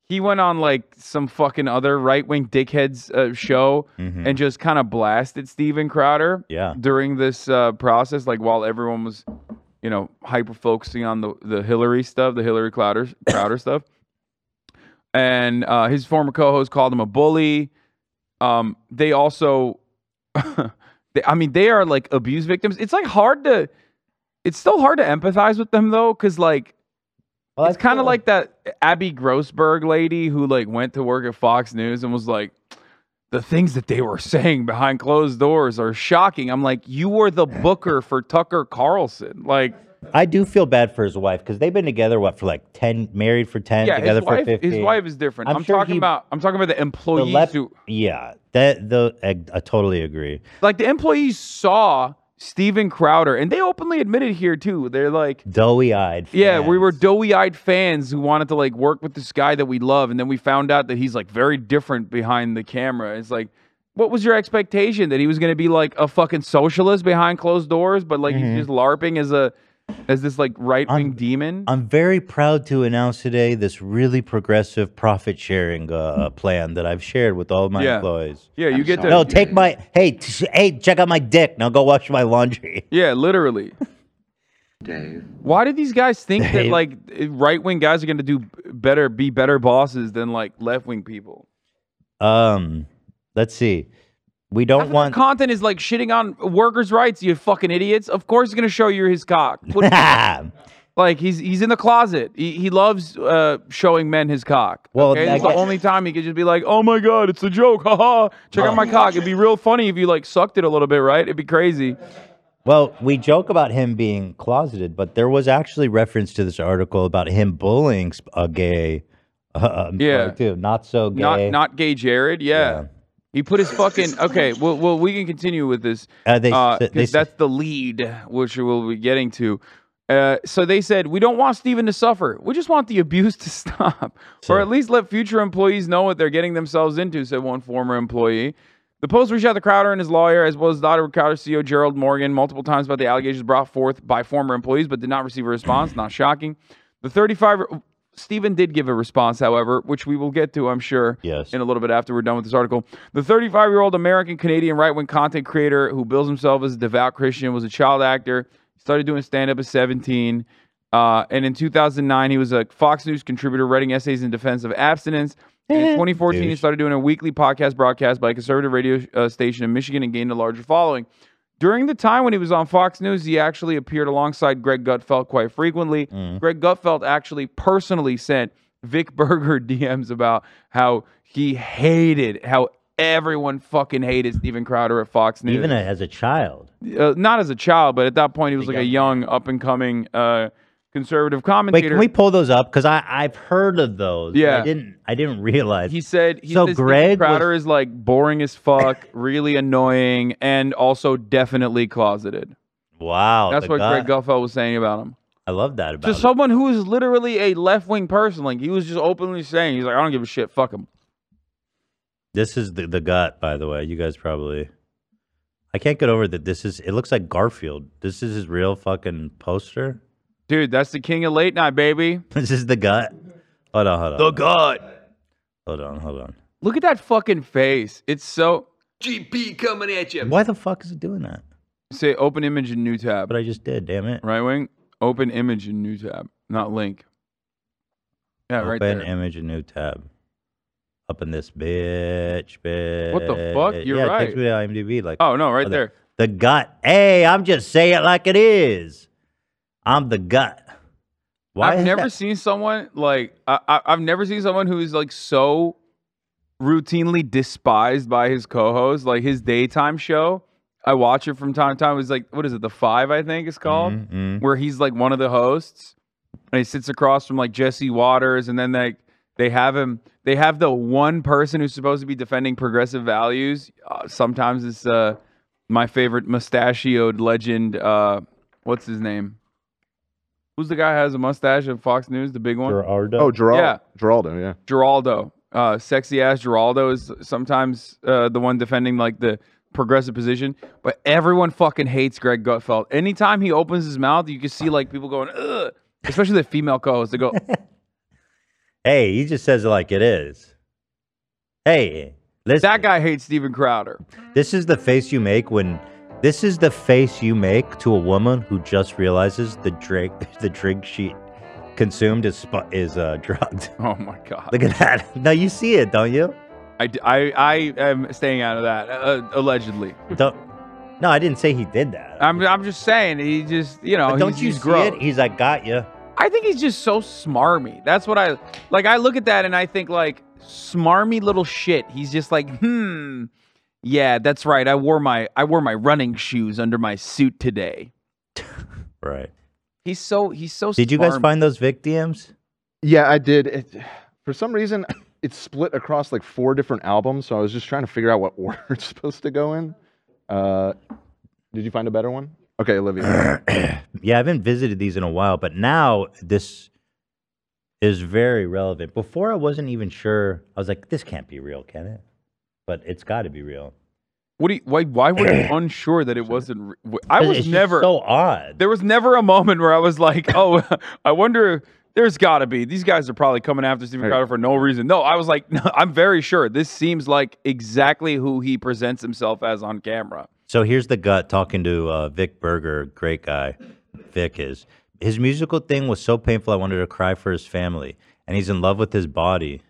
Speaker 2: he went on like some fucking other right wing dickheads uh, show
Speaker 1: Mhm.
Speaker 2: and just kind of blasted Steven Crowder
Speaker 1: yeah
Speaker 2: during this uh, process, like while everyone was, you know, hyper focusing on the the Hillary stuff, the Hillary Crowder Crowder stuff, and uh, his former co-host called him a bully. Um, they also, they, I mean, they are like abuse victims. It's like hard to, it's still hard to empathize with them though, because like it's kind of like that Abby Grossberg lady who like went to work at Fox News and was like, the things that they were saying behind closed doors are shocking. I'm like, you were the booker for Tucker Carlson. Like,
Speaker 1: i do feel bad for his wife because they've been together what for like 10 married for 10
Speaker 2: yeah,
Speaker 1: together
Speaker 2: his wife,
Speaker 1: for 15
Speaker 2: his wife is different. I'm,
Speaker 1: I'm sure
Speaker 2: talking
Speaker 1: he-
Speaker 2: about, I'm talking about the
Speaker 1: the
Speaker 2: employees
Speaker 1: lep-
Speaker 2: who,
Speaker 1: yeah that the I, I totally agree
Speaker 2: like, the employees saw Steven Crowder, and they openly admitted here too. They're like,
Speaker 1: doughy eyed.
Speaker 2: Yeah, we were doughy-eyed fans who wanted to like work with this guy that we love, and then we found out that he's like very different behind the camera. It's like, what was your expectation that he was going to be like a fucking socialist behind closed doors, but like he's just larping as a as this like right-wing
Speaker 1: Mm-hmm. I'm-
Speaker 2: demon?
Speaker 1: I'm very proud to announce today this really progressive profit sharing uh, plan that I've shared with all my
Speaker 2: Hmm. Yeah.
Speaker 1: employees.
Speaker 2: yeah, you get to
Speaker 1: No, take my hey t- hey, check out my dick. Now go wash my laundry.
Speaker 2: yeah, literally. Dave, why do these guys think that
Speaker 1: Dave.
Speaker 2: like right-wing guys are going to do better, be better bosses than like left-wing people?
Speaker 1: Um, let's see. We don't
Speaker 2: Half of
Speaker 1: want.
Speaker 2: their content is like shitting on workers' rights. You fucking idiots! Of course, he's gonna show you his cock. What- like he's he's in the closet. He, he loves uh, showing men his cock.
Speaker 1: Well,
Speaker 2: okay?
Speaker 1: that
Speaker 2: that's the
Speaker 1: guy-
Speaker 2: only time he could just be like, "Oh my god, it's a joke! Haha! Check
Speaker 1: Oh.
Speaker 2: out my cock. It'd be real funny if you like sucked it a little bit, right? It'd be crazy."
Speaker 1: well, we joke about him being closeted, but there was actually reference to this article about him bullying sp- a gay. Uh,
Speaker 2: Yeah.
Speaker 1: too not so gay.
Speaker 2: Not not gay Jared. Yeah.
Speaker 1: Yeah.
Speaker 2: He put his fucking okay. Well, well, we can continue with this.
Speaker 1: Uh, they
Speaker 2: uh,
Speaker 1: s- they
Speaker 2: 'cause
Speaker 1: s-
Speaker 2: that's the lead, which we'll be getting to. Uh, so they said we don't want Steven to suffer. We just want the abuse to stop, or
Speaker 1: Sure.
Speaker 2: at least let future employees know what they're getting themselves into," said one former employee. The Post reached out to Crowder and his lawyer, as well as daughter of Crowder CEO Gerald Morgan, multiple times about the allegations brought forth by former employees, but did not receive a response. Not shocking. The 35 Stephen did give a response, however, which we will get to, I'm sure,
Speaker 1: Yes.
Speaker 2: in a little bit after we're done with this article. The 35 year old American Canadian right wing content creator who bills himself as a devout Christian was a child actor. He started doing stand up at 17. Uh, and in 2009, he was a Fox News contributor writing essays in defense of abstinence. And in 2014, he
Speaker 1: Douche.
Speaker 2: started doing a weekly podcast broadcast by a conservative radio uh, station in Michigan and gained a larger following. During the time when he was on Fox News, he actually appeared alongside Greg Gutfeld quite frequently.
Speaker 1: Mm.
Speaker 2: Greg Gutfeld actually personally sent Vic Berger DMs about how he hated, how everyone fucking hated Steven Crowder at Fox News
Speaker 1: Even a- as a child.
Speaker 2: uh, not as a child, but at that point he was like a young, up and coming uh, conservative
Speaker 1: Wait,
Speaker 2: commentator.
Speaker 1: can we pull those up? Because I I've heard of those. but
Speaker 2: Yeah.
Speaker 1: I didn't I didn't realize.
Speaker 2: he said he
Speaker 1: So
Speaker 2: said Steven
Speaker 1: Greg was-
Speaker 2: Crowder is like boring as fuck, really annoying, and also definitely closeted.
Speaker 1: wow,
Speaker 2: That's
Speaker 1: Oh, the
Speaker 2: what
Speaker 1: guy-
Speaker 2: Greg Gutfeld was saying about him.
Speaker 1: I love that about
Speaker 2: Just
Speaker 1: it.
Speaker 2: someone who is literally a left wing person. Like he was just openly saying, he's like, I don't give a shit. Fuck him.
Speaker 1: This is the the gut, by the way. You guys probably. I can't get over that. This is. It looks like Garfield. This is his real fucking poster.
Speaker 2: Dude, that's the king of late night, baby.
Speaker 1: This is the gut. Hold on, hold on. The gut. Hold on, hold on.
Speaker 2: Look at that fucking face. It's so
Speaker 1: Why the fuck is it doing that?
Speaker 2: say open image in new tab.
Speaker 1: But I just did. Damn it.
Speaker 2: Right wing, open image in new tab, not link. Yeah,
Speaker 1: Open
Speaker 2: right there.
Speaker 1: image, a new tab. Up in this bitch, bitch.
Speaker 2: the fuck? You're
Speaker 1: yeah,
Speaker 2: right.
Speaker 1: It takes me to IMDb. Like
Speaker 2: oh no, right
Speaker 1: Oh,
Speaker 2: there.
Speaker 1: there. the gut. Hey, I'm just saying it like it is. I'm the gut. Why?
Speaker 2: I've
Speaker 1: is
Speaker 2: never
Speaker 1: that-
Speaker 2: seen someone like I, I, I've never seen someone who's like so routinely despised by his co-host. Like his daytime show, I watch it from time to time. It's like what is it? The Five, I think it's called,
Speaker 1: Mhm, mhm.
Speaker 2: where he's like one of the hosts, and he sits across from like Jesse Waters, and then like they have him. They have the one person who's supposed to be defending progressive values. Uh, sometimes it's uh, my favorite mustachioed legend. Uh, what's his name? Who's the guy who has a mustache at Fox News? The big one,
Speaker 3: Oh, Gerald.
Speaker 2: Yeah.
Speaker 3: Geraldo, yeah.
Speaker 2: Geraldo. Uh, sexy ass Geraldo is sometimes uh, the one defending like the progressive position. But everyone fucking hates Greg Gutfeld. Anytime he opens his mouth, you can see like people going, Ugh! especially the female co-hosts. They go,
Speaker 1: Hey, he just says it like it is. Hey, listen.
Speaker 2: that guy hates Steven Crowder.
Speaker 1: This is the face you make when. This is the face you make to a woman who just realizes the drink the drink she consumed is spo- is uh, drugged.
Speaker 2: Oh my god.
Speaker 1: Look at that. Now you see it, don't you?
Speaker 2: I, d- I- I am staying out of that uh, allegedly.
Speaker 1: Don't. No, I didn't say he did that.
Speaker 2: I'm I'm just saying he just you know
Speaker 1: But don't
Speaker 2: he's,
Speaker 1: you
Speaker 2: he's
Speaker 1: see
Speaker 2: gross.
Speaker 1: it? He's like, got you.
Speaker 2: I think he's just so smarmy. That's what I like. I look at that and I think like smarmy little shit. He's just like hmm. Yeah, that's right. I wore my I wore my running shoes under my suit today.
Speaker 1: Right.
Speaker 2: He's so he's so.
Speaker 1: Did you guys
Speaker 2: smarmy.
Speaker 1: find those Vic DMs?
Speaker 3: Yeah, I did. It, for some reason, it's split across like four different albums, so I was just trying to figure out what order it's supposed to go in. Uh, did you find a better one? Okay, Olivia.
Speaker 1: Yeah, I haven't visited these in a while, but now this is very relevant. Before I wasn't even sure. I was like, this can't be real, can it? But it's got to be real.
Speaker 2: What do you, why why were you unsure that it wasn't? re- I
Speaker 1: 'Cause
Speaker 2: was
Speaker 1: it's just
Speaker 2: never
Speaker 1: so odd.
Speaker 2: There was never a moment where I was like, oh, I wonder. There's got to be. These guys are probably coming after Steven
Speaker 3: Right.
Speaker 2: Crowder for no reason. No, I was like, no, I'm very sure. This seems like exactly who he presents himself as on camera.
Speaker 1: So here's the gut talking to uh, Vic Berger, great guy. Vic is. His musical thing was so painful, I wanted to cry for his family. And he's in love with his body.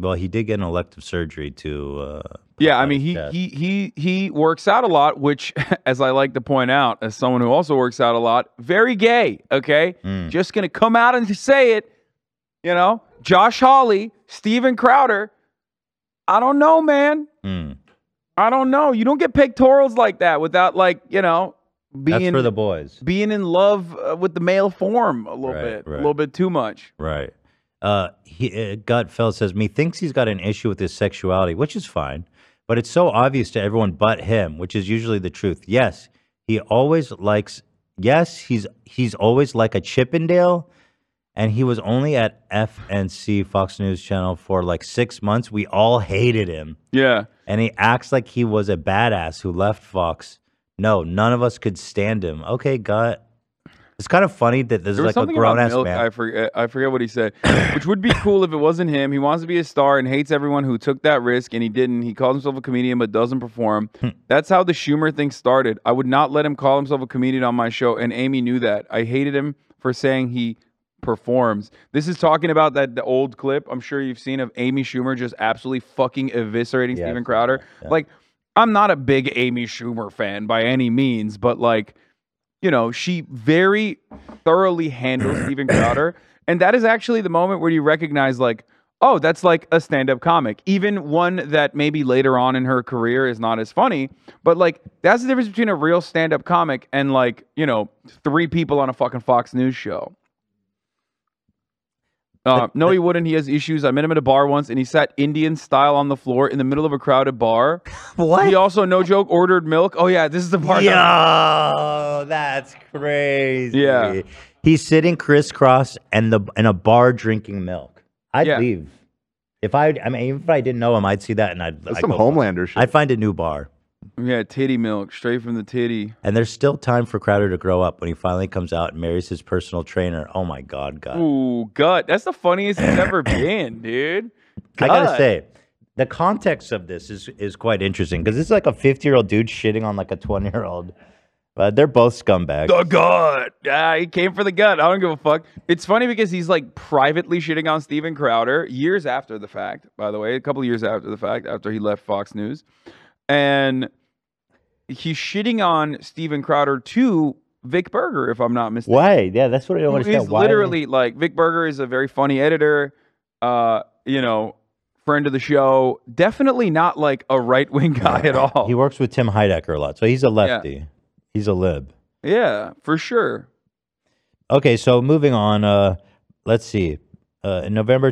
Speaker 1: Well, he did get an elective surgery to. Uh,
Speaker 2: Yeah, I mean, he,
Speaker 1: Yeah.
Speaker 2: he he he works out a lot, which, as I like to point out, as someone who also works out a lot, very gay. Okay,
Speaker 1: Mm.
Speaker 2: just gonna come out and say it. You know, Josh Hawley, Steven Crowder. I don't know, man.
Speaker 1: mm,
Speaker 2: I don't know. You don't get pectorals like that without like you know
Speaker 1: that's
Speaker 2: being
Speaker 1: for the boys.
Speaker 2: being in love uh, with the male form a little
Speaker 1: Right,
Speaker 2: bit, a
Speaker 1: right.
Speaker 2: little bit too much.
Speaker 1: Right. Uh, he, uh, Gutfeld says, methinks he's got an issue with his sexuality, which is fine, but it's so obvious to everyone but him, which is usually the truth. Yes, he always likes. Yes, he's he's always like a Chippendale, and he was only at FNC Fox News Channel for like six months. We all hated him,
Speaker 2: Yeah,
Speaker 1: and he acts like he was a badass who left Fox. No, none of us could stand him. Okay, Gut. It's kind of funny that this
Speaker 2: there
Speaker 1: is like
Speaker 2: was
Speaker 1: a
Speaker 2: something about
Speaker 1: grown ass
Speaker 2: milk.
Speaker 1: man.
Speaker 2: I forget, I forget what he said, which would be cool if it wasn't him. He wants to be a star and hates everyone who took that risk, and he didn't. He calls himself a comedian but doesn't perform.
Speaker 1: Hmm.
Speaker 2: That's how the Schumer thing started. I would not let him call himself a comedian on my show, and Amy knew that. I hated him for saying he performs. This is talking about that the old clip I'm sure you've seen of Amy Schumer just absolutely fucking eviscerating
Speaker 1: Yeah, I've
Speaker 2: Steven
Speaker 1: seen
Speaker 2: Crowder. Like I'm not a big Amy Schumer fan by any means, but like, you know, she very thoroughly handles Steven Crowder. And that is actually the moment where you recognize, like, oh, that's like a stand up comic. Even one that maybe later on in her career is not as funny, but like, that's the difference between a real stand up comic and like, you know, three people on a fucking Fox News show. Uh, no, he wouldn't. He has issues. I met him at a bar once, and he sat Indian style on the floor in the middle of a crowded bar. He
Speaker 1: What?
Speaker 2: also, no joke, ordered milk. Oh yeah, this is the part. that-
Speaker 1: Yo, that's crazy.
Speaker 2: Yeah.
Speaker 1: He's sitting crisscross and the in a bar drinking milk. I'd
Speaker 2: Yeah.
Speaker 1: leave. If I I mean even if I didn't know him, I'd see that and I'd,
Speaker 3: That's
Speaker 1: I'd
Speaker 3: some
Speaker 1: go fuck.
Speaker 3: Homelander shit.
Speaker 1: I'd find a new bar.
Speaker 2: yeah, titty milk, straight from the titty.
Speaker 1: And there's still time for Crowder to grow up when he finally comes out and marries his personal trainer. Oh my god, God.
Speaker 2: Ooh, gut. That's the funniest he's ever been, dude.
Speaker 1: I gotta
Speaker 2: God.
Speaker 1: say, the context of this is is quite interesting because it's like a 50 year old dude shitting on like a 20 year old. But they're both scumbags.
Speaker 2: The gut. Yeah, Ah, he came for the gut. I don't give a fuck. It's funny because he's like privately shitting on Steven Crowder years after the fact, by the way, a couple years after the fact, after he left Fox News. And he's shitting on Steven Crowder to Vic Berger, if I'm not mistaken.
Speaker 1: Why? Yeah, that's what I don't
Speaker 2: Who
Speaker 1: understand.
Speaker 2: is
Speaker 1: Why?
Speaker 2: literally like Vic Berger is a very funny editor, uh, you know, friend of the show. Definitely not like a right wing guy at all.
Speaker 1: He works with Tim Heidecker a lot, so he's a lefty. He's a lib.
Speaker 2: yeah, for sure.
Speaker 1: Okay, so moving on. Uh, let's see. Uh, in November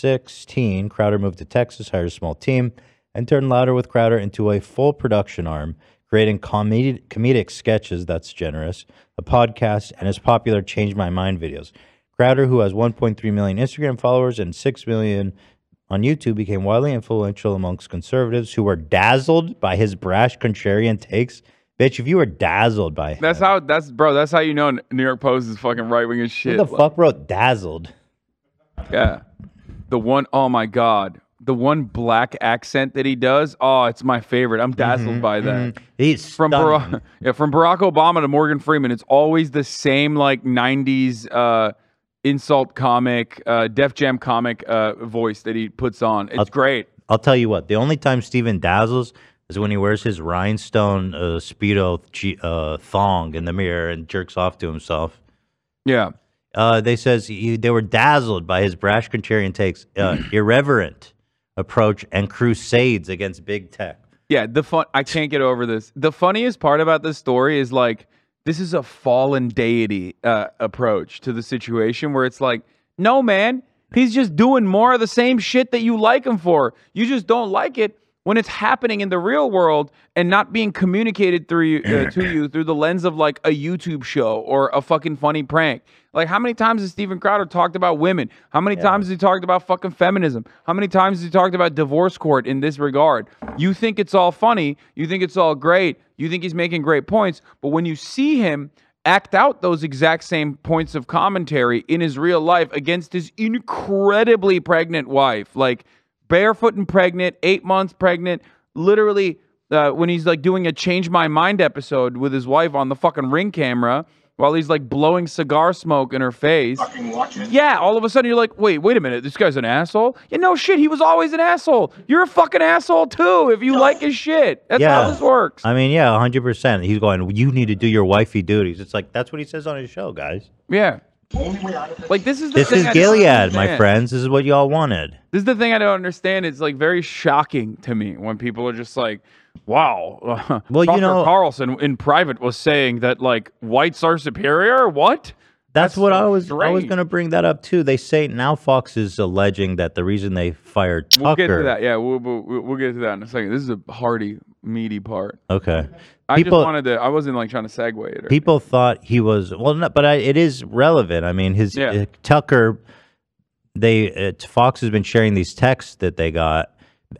Speaker 1: 2016, Crowder moved to Texas, hired a small team, and turned Louder with Crowder into a full production arm, creating comedic, comedic sketches. That's generous. A podcast and his popular "Change My Mind" videos. Crowder, who has 1.3 million Instagram followers and 6 million on YouTube, became widely influential amongst conservatives who were dazzled by his brash contrarian takes. Bitch, if you were dazzled by him,
Speaker 2: That's how. That's bro. That's how you know New York Post is fucking right wing as
Speaker 1: who
Speaker 2: shit.
Speaker 1: the fuck wrote "dazzled"?
Speaker 2: Like, yeah. The one oh my god. The one black accent that he does. Oh, it's my favorite. I'm dazzled
Speaker 1: Mm-hmm,
Speaker 2: by that.
Speaker 1: He's
Speaker 2: From
Speaker 1: stunning.
Speaker 2: Barack, yeah, from Barack Obama to Morgan Freeman, it's always the same like '90s uh, insult comic, uh, Def Jam comic uh, voice that he puts on. It's great.
Speaker 1: I'll tell you what. The only time Steven dazzles is when he wears his rhinestone uh, speedo g- uh, thong in the mirror and jerks off to himself.
Speaker 2: Yeah,
Speaker 1: Uh, they says he, they were dazzled by his brash contrarian takes, uh, irreverent approach, and crusades against big tech.
Speaker 2: yeah. The fun. I can't get over this. The funniest part about this story is like this is a fallen deity uh, approach to the situation where it's like, no man, he's just doing more of the same shit that you like him for. You just don't like it. when it's happening in the real world and not being communicated through you, uh, to you through the lens of like a YouTube show or a fucking funny prank. Like how many times has Steven Crowder talked about women? How many times has he talked about fucking feminism? How many times has he talked about divorce court in this regard? You think it's all funny, you think it's all great, you think he's making great points, but when you see him act out those exact same points of commentary in his real life against his incredibly pregnant wife, like barefoot and pregnant, eight months pregnant. Literally, uh, when he's like doing a change my mind episode with his wife on the fucking ring camera while he's like blowing cigar smoke in her face.
Speaker 5: Fucking watch it.
Speaker 2: Yeah, all of a sudden you're like, wait, wait a minute, this guy's an asshole. Yeah, no shit, he was always an asshole. You're a fucking asshole too if you like his shit. That's
Speaker 1: Yeah.
Speaker 2: how this works.
Speaker 1: I mean, yeah, hundred percent. He's going. You need to do your wifey duties. It's like that's what he says on his show, guys.
Speaker 2: yeah.
Speaker 5: Only way out of this.
Speaker 2: Like this is the
Speaker 1: This
Speaker 2: thing
Speaker 1: is
Speaker 2: I don't
Speaker 1: Gilead, my
Speaker 2: understand.
Speaker 1: friends. This is what y'all wanted.
Speaker 2: This is the thing I don't understand. It's like very shocking to me when people are just like, "Wow,
Speaker 1: Well, you
Speaker 2: Tucker
Speaker 1: know-
Speaker 2: Carlson in private was saying that like whites are superior." What?
Speaker 1: That's,
Speaker 2: That's
Speaker 1: what I
Speaker 2: so
Speaker 1: was. I was
Speaker 2: strange.
Speaker 1: going to bring that up too. They say now Fox is alleging that the reason they fired Tucker.
Speaker 2: We'll get to that. Yeah, we'll, we'll we'll get to that in a second. This is a hearty, meaty part.
Speaker 1: Okay.
Speaker 2: I
Speaker 1: People-
Speaker 2: just wanted to. I wasn't like trying to segue it. Or,
Speaker 1: People thought he was well, no, but I, it is relevant. I mean, his
Speaker 2: Yeah.
Speaker 1: uh, Tucker. They uh, Fox has been sharing these texts that they got,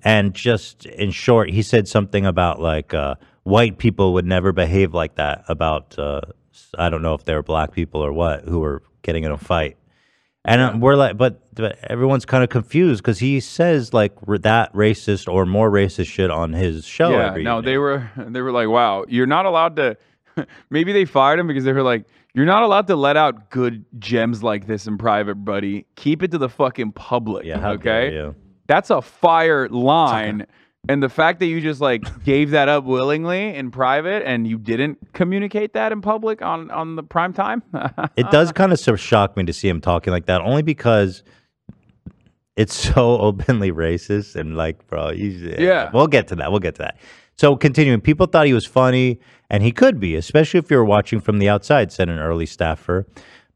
Speaker 1: and just in short, he said something about like uh, white people would never behave like that about uh, I don't know if they were black people or what who were getting in a fight. And uh, we're like, but, but everyone's kind of confused because he says like r- that racist or more racist shit on his show.
Speaker 2: yeah,
Speaker 1: every
Speaker 2: no,
Speaker 1: evening.
Speaker 2: they were they were like, "Wow, you're not allowed to." Maybe they fired him because they were like, "You're not allowed to let out good gems like this in private, buddy. Keep it to the fucking public."
Speaker 1: Yeah, how
Speaker 2: okay.
Speaker 1: dare you.
Speaker 2: That's a fire line And the fact that you just like gave that up willingly in private and you didn't communicate that in public on on the prime time.
Speaker 1: It does kind of sort of shock me to see him talking like that, only because it's so openly racist and like, bro, he's,
Speaker 2: Yeah.
Speaker 1: We'll get to that. We'll get to that. So continuing, people thought he was funny, and he could be, especially if you're watching from the outside, said an early staffer.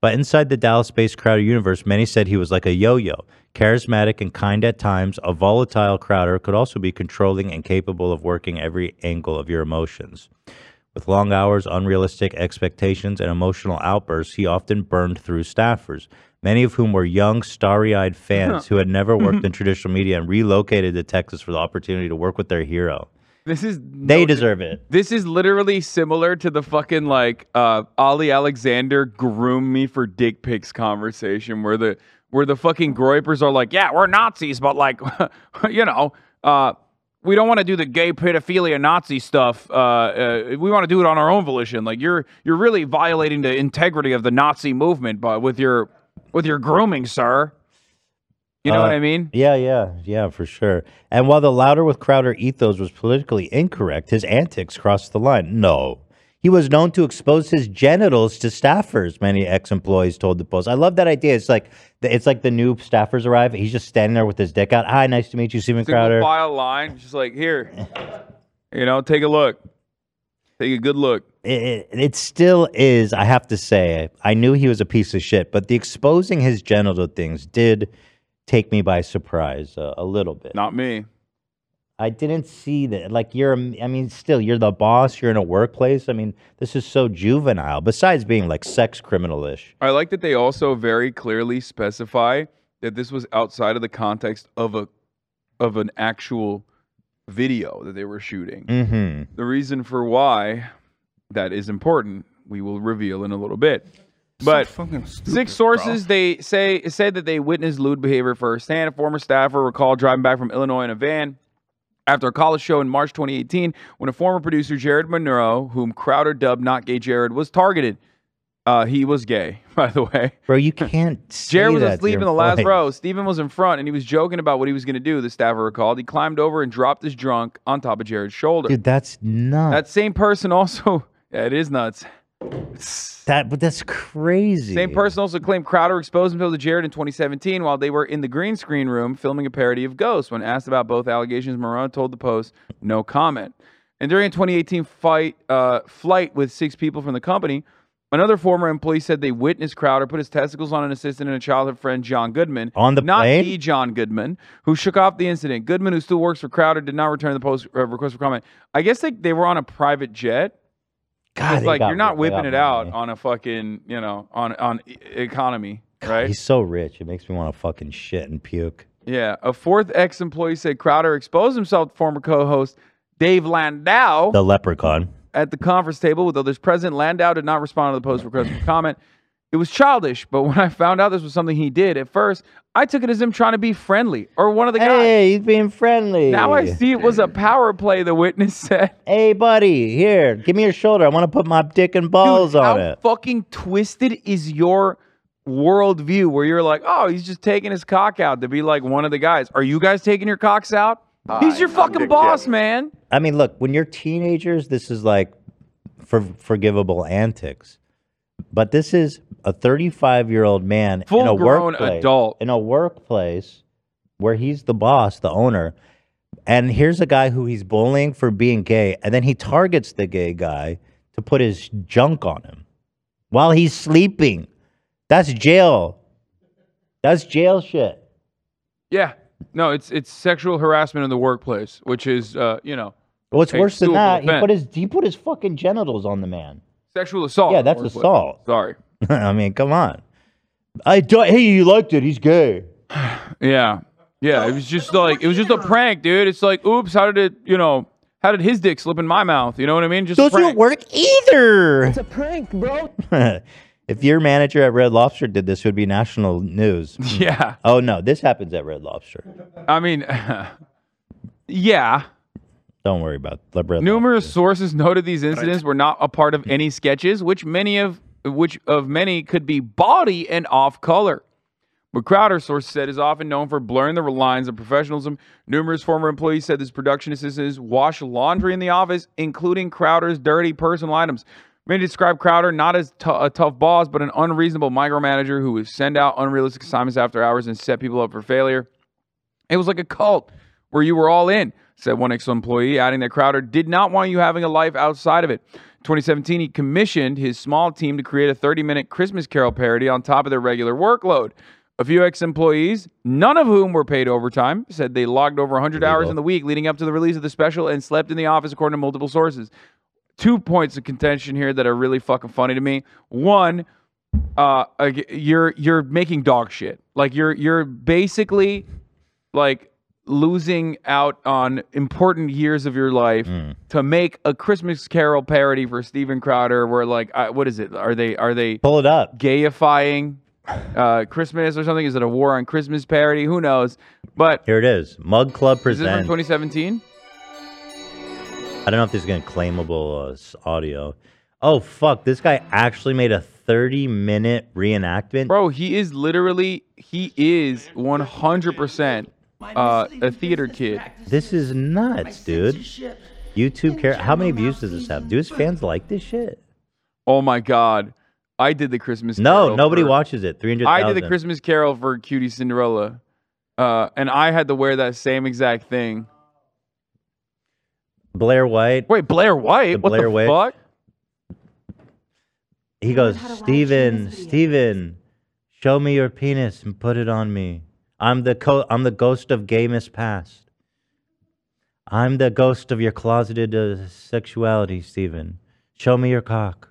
Speaker 1: But inside the Dallas-based Crowder universe, many said he was like a yo-yo, charismatic and kind at times. A volatile Crowder could also be controlling and capable of working every angle of your emotions. With long hours, unrealistic expectations, and emotional outbursts, he often burned through staffers, many of whom were young, starry eyed fans who had never worked in traditional media and relocated to Texas for the opportunity to work with their hero.
Speaker 2: this is
Speaker 1: They
Speaker 2: no-
Speaker 1: deserve it.
Speaker 2: This is literally similar to the fucking like uh Ollie Alexander groom me for dick pics conversation where the where the fucking groypers are like, yeah, we're Nazis, but like you know, uh we don't want to do the gay pedophilia Nazi stuff. Uh, uh, we want to do it on our own volition. Like you're you're really violating the integrity of the Nazi movement, but with your with your grooming, sir. You know
Speaker 1: Uh,
Speaker 2: what I mean?
Speaker 1: Yeah, yeah, yeah, for sure. And while the louder with Crowder ethos was politically incorrect, his antics crossed the line. No. He was known to expose his genitals to staffers, many ex-employees told the Post. I love that idea. It's like the, it's like the new staffers arrive. He's just standing there with his dick out. Hi, nice to meet you, Steven
Speaker 2: single
Speaker 1: Crowder.
Speaker 2: file line, just like here. you know, take a look, take a good look.
Speaker 1: it, it still is. I have to say, I knew he was a piece of shit, but the exposing his genital things did take me by surprise uh, a little bit.
Speaker 2: Not me.
Speaker 1: I didn't see that. Like you're, a- I mean, still you're the boss. You're in a workplace. I mean, this is so juvenile. Besides being like sex criminal-ish.
Speaker 2: I like that they also very clearly specify that this was outside of the context of a of an actual video that they were shooting.
Speaker 1: Mm-hmm.
Speaker 2: The reason for why that is important, we will reveal in a little bit. But Six sources they say said that they witnessed lewd behavior firsthand. A former staffer recalled driving back from Illinois in a van after a college show in March 2018 when a former producer Jared Monroe, whom Crowder dubbed "Not Gay Jared," was targeted. Uh, he was gay, by the way.
Speaker 1: Bro, you can't. say
Speaker 2: Jared was
Speaker 1: that to
Speaker 2: asleep
Speaker 1: your
Speaker 2: in the last
Speaker 1: employees.
Speaker 2: row. Steven was in front, and he was joking about what he was going to do. The staffer recalled. He climbed over and dropped his drunk on top of Jared's shoulder.
Speaker 1: Dude, that's nuts.
Speaker 2: That same person also. Yeah, it is nuts.
Speaker 1: that, but that's crazy.
Speaker 2: Same person also claimed Crowder exposed himself to Jared in 2017 while they were in the green screen room filming a parody of Ghost. When asked about both allegations, Moran told the Post, no comment. And during a 2018 fight, uh, flight with six people from the company, another former employee said they witnessed Crowder put his testicles on an assistant and a childhood friend, John Goodman.
Speaker 1: On the
Speaker 2: Not
Speaker 1: plane?
Speaker 2: the John Goodman, who shook off the incident. Goodman, who still works for Crowder, did not return the post uh, request for comment. I guess they, they were on a private jet.
Speaker 1: God,
Speaker 2: It's
Speaker 1: they
Speaker 2: like
Speaker 1: got-
Speaker 2: you're not
Speaker 1: they
Speaker 2: whipping
Speaker 1: got
Speaker 2: it out
Speaker 1: money.
Speaker 2: on a fucking, you know, on on e- economy, right?
Speaker 1: He's so rich. It makes me want to fucking shit and puke.
Speaker 2: yeah. A fourth ex-employee said Crowder exposed himself to former co-host Dave Landau
Speaker 1: The leprechaun.
Speaker 2: at the conference table with others present. Landau did not respond to the post request for comment. It was childish, but when I found out this was something he did at first, I took it as him trying to be friendly or one of the guys.
Speaker 1: Hey, he's being friendly.
Speaker 2: Now I see it was a power play, the witness said.
Speaker 1: Hey, buddy, here, give me your shoulder. I want to put my dick and balls
Speaker 2: Dude,
Speaker 1: on
Speaker 2: how
Speaker 1: it.
Speaker 2: fucking twisted is your worldview where you're like, oh, he's just taking his cock out to be like one of the guys. Are you guys taking your cocks out? he's your fucking boss, man.
Speaker 1: I mean, look, when you're teenagers, this is like for forgivable antics. But this is a 35 year old man in a
Speaker 2: Full-grown
Speaker 1: workplace,
Speaker 2: adult.
Speaker 1: in a workplace where he's the boss, the owner, and here's a guy who he's bullying for being gay, and then he targets the gay guy to put his junk on him while he's sleeping. That's jail. That's jail shit.
Speaker 2: Yeah. No, it's it's sexual harassment in the workplace, which is uh, you know,
Speaker 1: What's
Speaker 2: Hey,
Speaker 1: worse than
Speaker 2: suitable
Speaker 1: that, he
Speaker 2: offense.
Speaker 1: put his he put his fucking genitals on the man.
Speaker 2: sexual assault.
Speaker 1: Yeah,
Speaker 2: in the
Speaker 1: that's
Speaker 2: workplace.
Speaker 1: assault.
Speaker 2: Sorry.
Speaker 1: I mean, come on. I don't, hey, you liked it. He's gay.
Speaker 2: Yeah. Yeah. It was just like it was just a prank, dude. It's like, oops, how did it, you know, how did his dick slip in my mouth? You know what I mean? Just a
Speaker 1: Doesn't
Speaker 2: prank.
Speaker 1: work either.
Speaker 6: It's a prank, bro.
Speaker 1: if your manager at Red Lobster did this, it would be national news.
Speaker 2: Yeah.
Speaker 1: oh no, this happens at Red Lobster.
Speaker 2: I mean Yeah.
Speaker 1: Don't worry about the Red Lobster.
Speaker 2: Numerous sources noted these incidents were not a part of any sketches, which many of which of many could be bawdy and off color. But Crowder, source said, is often known for blurring the lines of professionalism. Numerous former employees said this production assistants wash laundry in the office, including Crowder's dirty personal items. Many describe Crowder not as t- a tough boss, but an unreasonable micromanager who would send out unrealistic assignments after hours and set people up for failure. It was like a cult where you were all in, said one ex employee, adding that Crowder did not want you having a life outside of it. 2017, he commissioned his small team to create a 30 minute Christmas Carol parody on top of their regular workload. A few ex employees, none of whom were paid overtime, said they logged over 100 hours in the week leading up to the release of the special and slept in the office, according to multiple sources. Two points of contention here that are really fucking funny to me. One, uh, ag- you're you're making dog shit. Like you're you're basically like losing out on important years of your life
Speaker 1: Mm.
Speaker 2: to make a Christmas Carol parody for Steven Crowder, where like, I, what is it? Are they are they
Speaker 1: Pull it up.
Speaker 2: gayifying uh, Christmas or something? Is it a war on Christmas parody? Who knows? But
Speaker 1: Here it is. Mug Club
Speaker 2: is this from
Speaker 1: presents.
Speaker 2: 2017?
Speaker 1: I don't know if this is going to claimable uh, s- audio. Oh fuck! This guy actually made a 30 minute reenactment.
Speaker 2: Bro, he is literally he is 100 percent uh, a theater kid.
Speaker 1: This is nuts, dude. YouTube care. How many views does this have? Do his fans like this shit?
Speaker 2: Oh my god, I did the Christmas.
Speaker 1: No,
Speaker 2: Carol
Speaker 1: nobody
Speaker 2: for-
Speaker 1: watches it. 300.
Speaker 2: I did the Christmas Carol for Cutie Cinderella, uh, and I had to wear that same exact thing.
Speaker 1: Blair White.
Speaker 2: Wait, Blair White?
Speaker 1: The
Speaker 2: what
Speaker 1: Blair
Speaker 2: the
Speaker 1: White-
Speaker 2: fuck?
Speaker 1: He goes, Steven, Steven, show me your penis and put it on me. I'm the co- I'm the ghost of gay miss past. I'm the ghost of your closeted uh, sexuality, Steven. Show me your cock.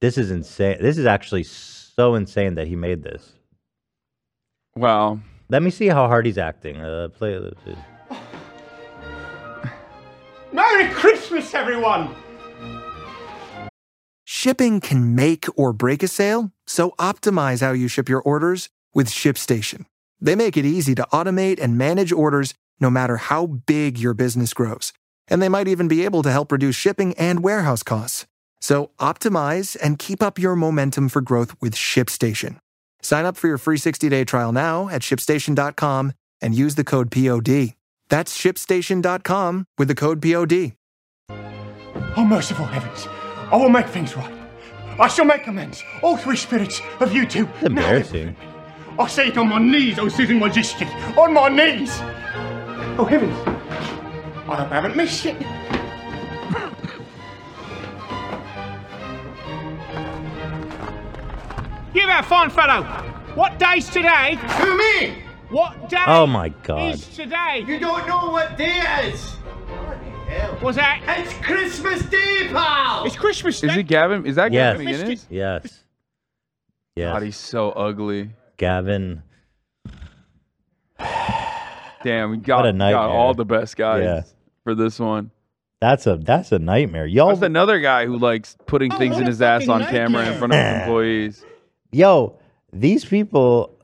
Speaker 1: This is insane. This is actually so insane that he made this.
Speaker 2: Wow.
Speaker 1: Let me see how hard he's acting. Uh, play. uh,
Speaker 10: Merry Christmas, everyone!
Speaker 11: Shipping can make or break a sale, so optimize how you ship your orders with ShipStation. They make it easy to automate and manage orders no matter how big your business grows. And they might even be able to help reduce shipping and warehouse costs. So optimize and keep up your momentum for growth with ShipStation. Sign up for your free 60-day trial now at shipstation.com and use the code POD. That's shipstation.com with the code POD.
Speaker 10: Oh, merciful heavens, I will make things right. I shall make amends, all three spirits of you two. Now,
Speaker 1: embarrassing.
Speaker 10: I say it on my knees, oh Susan Wojcicki, on my knees! Oh, heavens, I hope I haven't missed it.
Speaker 12: You there, fine fellow. What day's today?
Speaker 10: Who, me?
Speaker 12: What day
Speaker 1: Oh my god.
Speaker 12: is today? You don't know what day is. Was that? It's Christmas Day, pal. It's Christmas
Speaker 2: Is it Gavin? Is that
Speaker 1: Yes.
Speaker 2: Gavin McGinnis?
Speaker 1: Yes. Yes.
Speaker 2: God, he's so ugly.
Speaker 1: Gavin.
Speaker 2: Damn, we got,
Speaker 1: What a
Speaker 2: got all
Speaker 1: nightmare.
Speaker 2: the best guys
Speaker 1: Yeah.
Speaker 2: for this one.
Speaker 1: That's a that's a nightmare. Y'all
Speaker 2: That's another guy who likes putting things in his ass on camera in front of his employees.
Speaker 1: yo, these people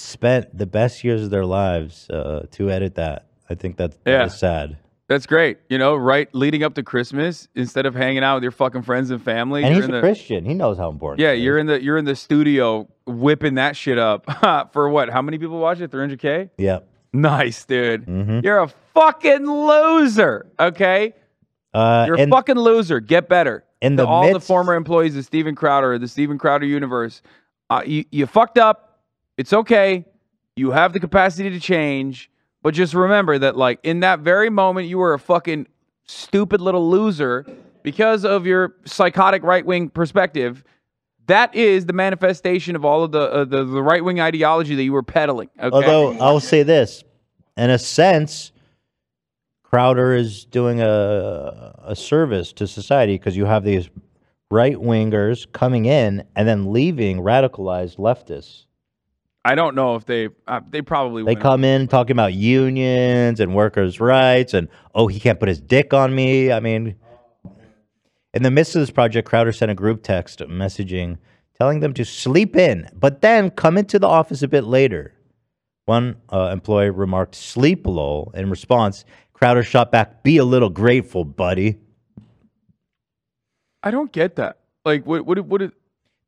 Speaker 1: spent the best years of their lives uh, to edit that. I think that, that
Speaker 2: Yeah.
Speaker 1: is sad.
Speaker 2: That's great. You know, right leading up to Christmas, instead of hanging out with your fucking friends and family,
Speaker 1: And
Speaker 2: you're
Speaker 1: he's
Speaker 2: in
Speaker 1: a
Speaker 2: the
Speaker 1: Christian. He knows how important.
Speaker 2: Yeah,
Speaker 1: it is.
Speaker 2: you're in the you're in the studio whipping that shit up. for what? How many people watch it? 300k?
Speaker 1: Yeah.
Speaker 2: Nice, dude. You're a fucking loser. Okay?
Speaker 1: Uh,
Speaker 2: You're a
Speaker 1: and
Speaker 2: fucking loser. Get better.
Speaker 1: In
Speaker 2: To
Speaker 1: the
Speaker 2: all the
Speaker 1: midst-
Speaker 2: former employees of Steven Crowder, the Steven Crowder universe, uh, you, you fucked up. It's okay. You have the capacity to change, but just remember that, like in that very moment, you were a fucking stupid little loser because of your psychotic right wing perspective. That is the manifestation of all of the uh, the, the right wing ideology that you were peddling. Okay?
Speaker 1: although I'll say this, in a sense, Crowder is doing a a service to society because you have these right wingers coming in and then leaving radicalized leftists.
Speaker 2: I don't know if they uh, they probably
Speaker 1: They
Speaker 2: went-
Speaker 1: come in talking about unions and workers' rights and oh he can't put his dick on me. I mean in the midst of this project, Crowder sent a group text messaging telling them to sleep in, but then come into the office a bit later. One uh, employee remarked, sleep lol. In response, Crowder shot back, be a little grateful, buddy,
Speaker 2: I don't get that. Like what what what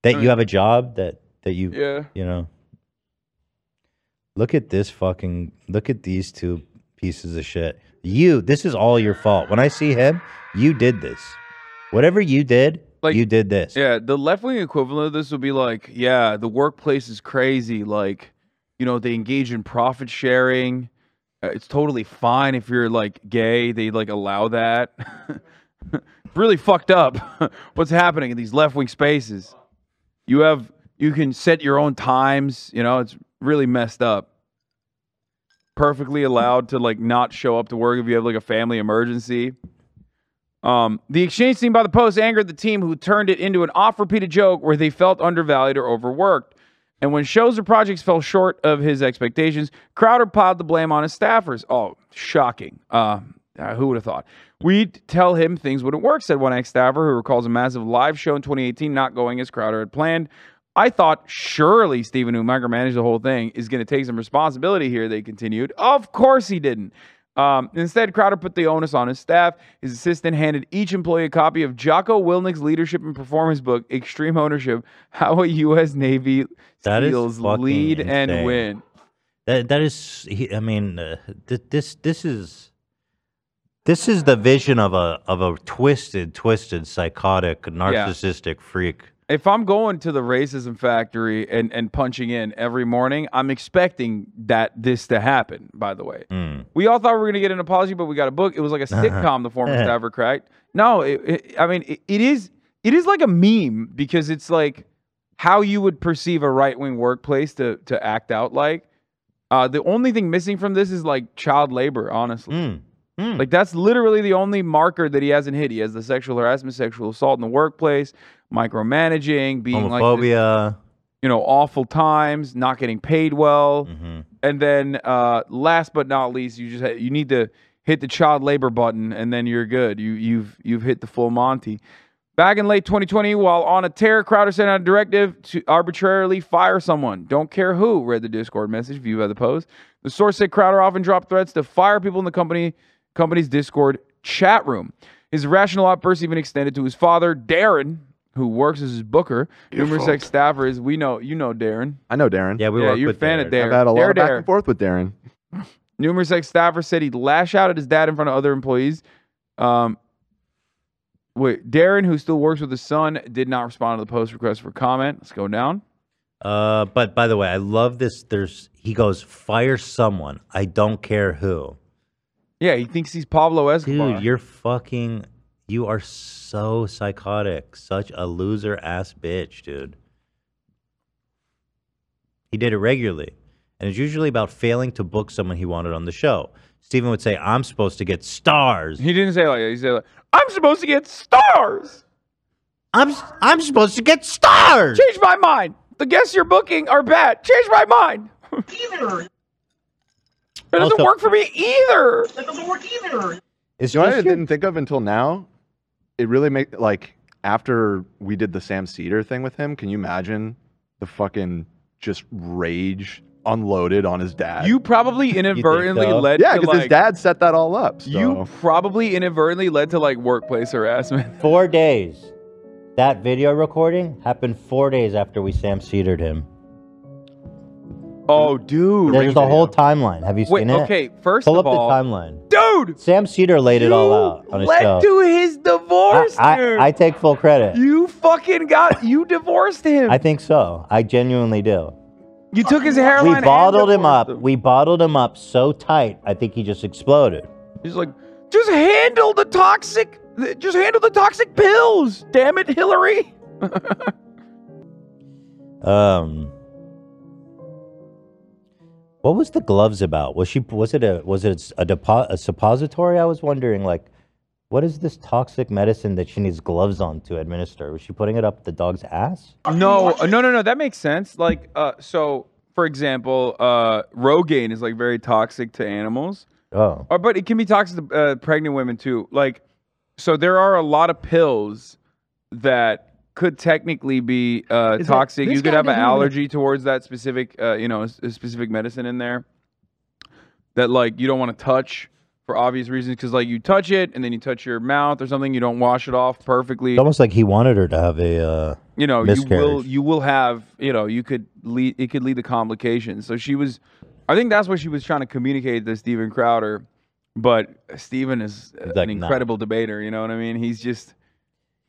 Speaker 1: that you have a job that that you
Speaker 2: Yeah.
Speaker 1: you know. Look at this fucking look at these two pieces of shit. You, this is all your fault. When I see him, you did this. Whatever you did, you did this.
Speaker 2: Yeah, the left wing equivalent of this would be like, yeah, the workplace is crazy. Like, you know, they engage in profit sharing. Uh, It's totally fine if you're like gay. They like allow that. It's really fucked up. What's happening in these left wing spaces? You have you can set your own times. You know, it's really messed up. Perfectly allowed to like not show up to work if you have like a family emergency. Um, the exchange seen by the Post angered the team who turned it into an off repeated joke where they felt undervalued or overworked. And when shows or projects fell short of his expectations, Crowder piled the blame on his staffers. Oh, shocking. Uh, uh, who would have thought? We'd tell him things wouldn't work, said one ex staffer who recalls a massive live show in 2018 not going as Crowder had planned. I thought surely Steven, who micromanaged the whole thing, is going to take some responsibility here, they continued. Of course he didn't. Um, instead, Crowder put the onus on his staff. His assistant handed each employee a copy of Jocko Wilnick's leadership and performance book, Extreme Ownership How a U.S. Navy
Speaker 1: That is
Speaker 2: Steals
Speaker 1: fucking
Speaker 2: Lead
Speaker 1: insane.
Speaker 2: and Win.
Speaker 1: That that is. he- I mean, uh, th- this this is this is the vision of a of a twisted, twisted, psychotic, narcissistic freak.
Speaker 2: If I'm going to the racism factory and, and punching in every morning, I'm expecting that this to happen, by the way.
Speaker 1: Mm.
Speaker 2: We all thought we were going to get an apology, but we got a book. It was like a sitcom the former staffer cracked. No, it, it, I mean it, it is it is like a meme because it's like how you would perceive a right wing workplace to to act out like. Uh, the only thing missing from this is like child labor, honestly. Like that's literally the only marker that he hasn't hit. He has the sexual harassment, sexual assault in the workplaphile, micromanaging, being like this-
Speaker 1: Homophobia.
Speaker 2: you know, awful times, not getting paid well, and then uh, last but not least, you just ha- you need to hit the child labor button, and then you're good. You you've you've hit the full Monty. Back in late 2020, while on a tear, Crowder sent out a directive to arbitrarily fire someone. Don't care who. Read the Discord message viewed by the post. The source said Crowder often dropped threats to fire people in the company company's Discord chat room. His irrational outbursts even extended to his father, Darren, who works as his booker. Numerous
Speaker 3: fault.
Speaker 2: ex staffers. We know you know Darren.
Speaker 3: I know Darren.
Speaker 1: Yeah,
Speaker 2: we Yeah, work you're a with fan of Darren. Darren.
Speaker 3: I've had a lot
Speaker 2: Dare
Speaker 3: of back
Speaker 2: Darren.
Speaker 3: and forth with Darren.
Speaker 2: Numerous ex staffers said he'd lash out at his dad in front of other employees. Um, wait, Darren, who still works with his son, did not respond to the post request for comment. Let's go down.
Speaker 1: Uh, but by the way, I love this. There's he goes fire someone. I don't care who.
Speaker 2: Yeah, he thinks he's Pablo Escobar.
Speaker 1: Dude, you're fucking. You are so psychotic. Such a loser ass bitch, dude. He did it regularly. And it's usually about failing to book someone he wanted on the show. Steven would say, I'm supposed to get stars.
Speaker 2: He didn't say like that. He said like, I'm supposed to get stars.
Speaker 1: I'm I'm supposed to get stars.
Speaker 2: Change my mind. The guests you're booking are bad. Change my mind.
Speaker 5: Either.
Speaker 2: It doesn't
Speaker 3: Also-
Speaker 2: work for me either.
Speaker 5: That doesn't work either.
Speaker 3: you know what I didn't think of until now? It really make like after we did the Sam Cedar thing with him. Can you imagine the fucking just rage unloaded on his dad?
Speaker 2: You probably inadvertently
Speaker 3: so?
Speaker 2: led
Speaker 3: Yeah,
Speaker 2: to
Speaker 3: 'cause his
Speaker 2: like
Speaker 3: dad set that all up.
Speaker 2: You probably inadvertently led to like workplace harassment.
Speaker 1: Four days. That video recording happened four days after we Sam Cedared him.
Speaker 2: Oh, dude.
Speaker 1: There's the whole timeline. Have you
Speaker 2: Wait,
Speaker 1: seen it?
Speaker 2: okay, first
Speaker 1: Pull
Speaker 2: of
Speaker 1: up
Speaker 2: all-
Speaker 1: the timeline.
Speaker 2: Dude!
Speaker 1: Sam Cedar laid it all out on his show.
Speaker 2: Led to his divorce,
Speaker 1: I,
Speaker 2: dude.
Speaker 1: I, I take full credit.
Speaker 2: you fucking got you divorced him.
Speaker 1: I think so. I genuinely do.
Speaker 2: you took his
Speaker 1: We
Speaker 2: hairline. and
Speaker 1: bottled him
Speaker 2: divorced
Speaker 1: up. We bottled him up so tight. I think he just exploded.
Speaker 2: He's like, just handle the toxic, just handle the toxic pills. Damn it, Hillary.
Speaker 1: Um, what was the gloves about? Was she? Was it a? Was it a, depo- a suppository? I was wondering. Like, what is this toxic medicine that she needs gloves on to administer? Was she putting it up the dog's ass?
Speaker 2: No, uh, no, no, no. That makes sense. Like, uh, so for example, uh, Rogaine is like very toxic to animals.
Speaker 1: Oh.
Speaker 2: Or, but it can be toxic to uh, pregnant women too. Like, so there are a lot of pills that could technically be uh,
Speaker 13: Is that-
Speaker 2: toxic.
Speaker 13: this
Speaker 2: you could have
Speaker 13: got to
Speaker 2: an
Speaker 13: do with-
Speaker 2: allergy towards that specific, uh, you know, s- specific medicine in there that like you don't want to touch. for obvious reasons because like you touch it and then you touch your mouth or something, you don't wash it off perfectly.
Speaker 1: It's almost like he wanted her to have a uh,
Speaker 2: you know you
Speaker 1: miscarriage.
Speaker 2: will you will have you know you could lead it could lead to complications so she was i think that's what she was trying to communicate to steven crowder but steven is
Speaker 1: He's like,
Speaker 2: an
Speaker 1: "Nah."
Speaker 2: incredible debater you know what i mean he's just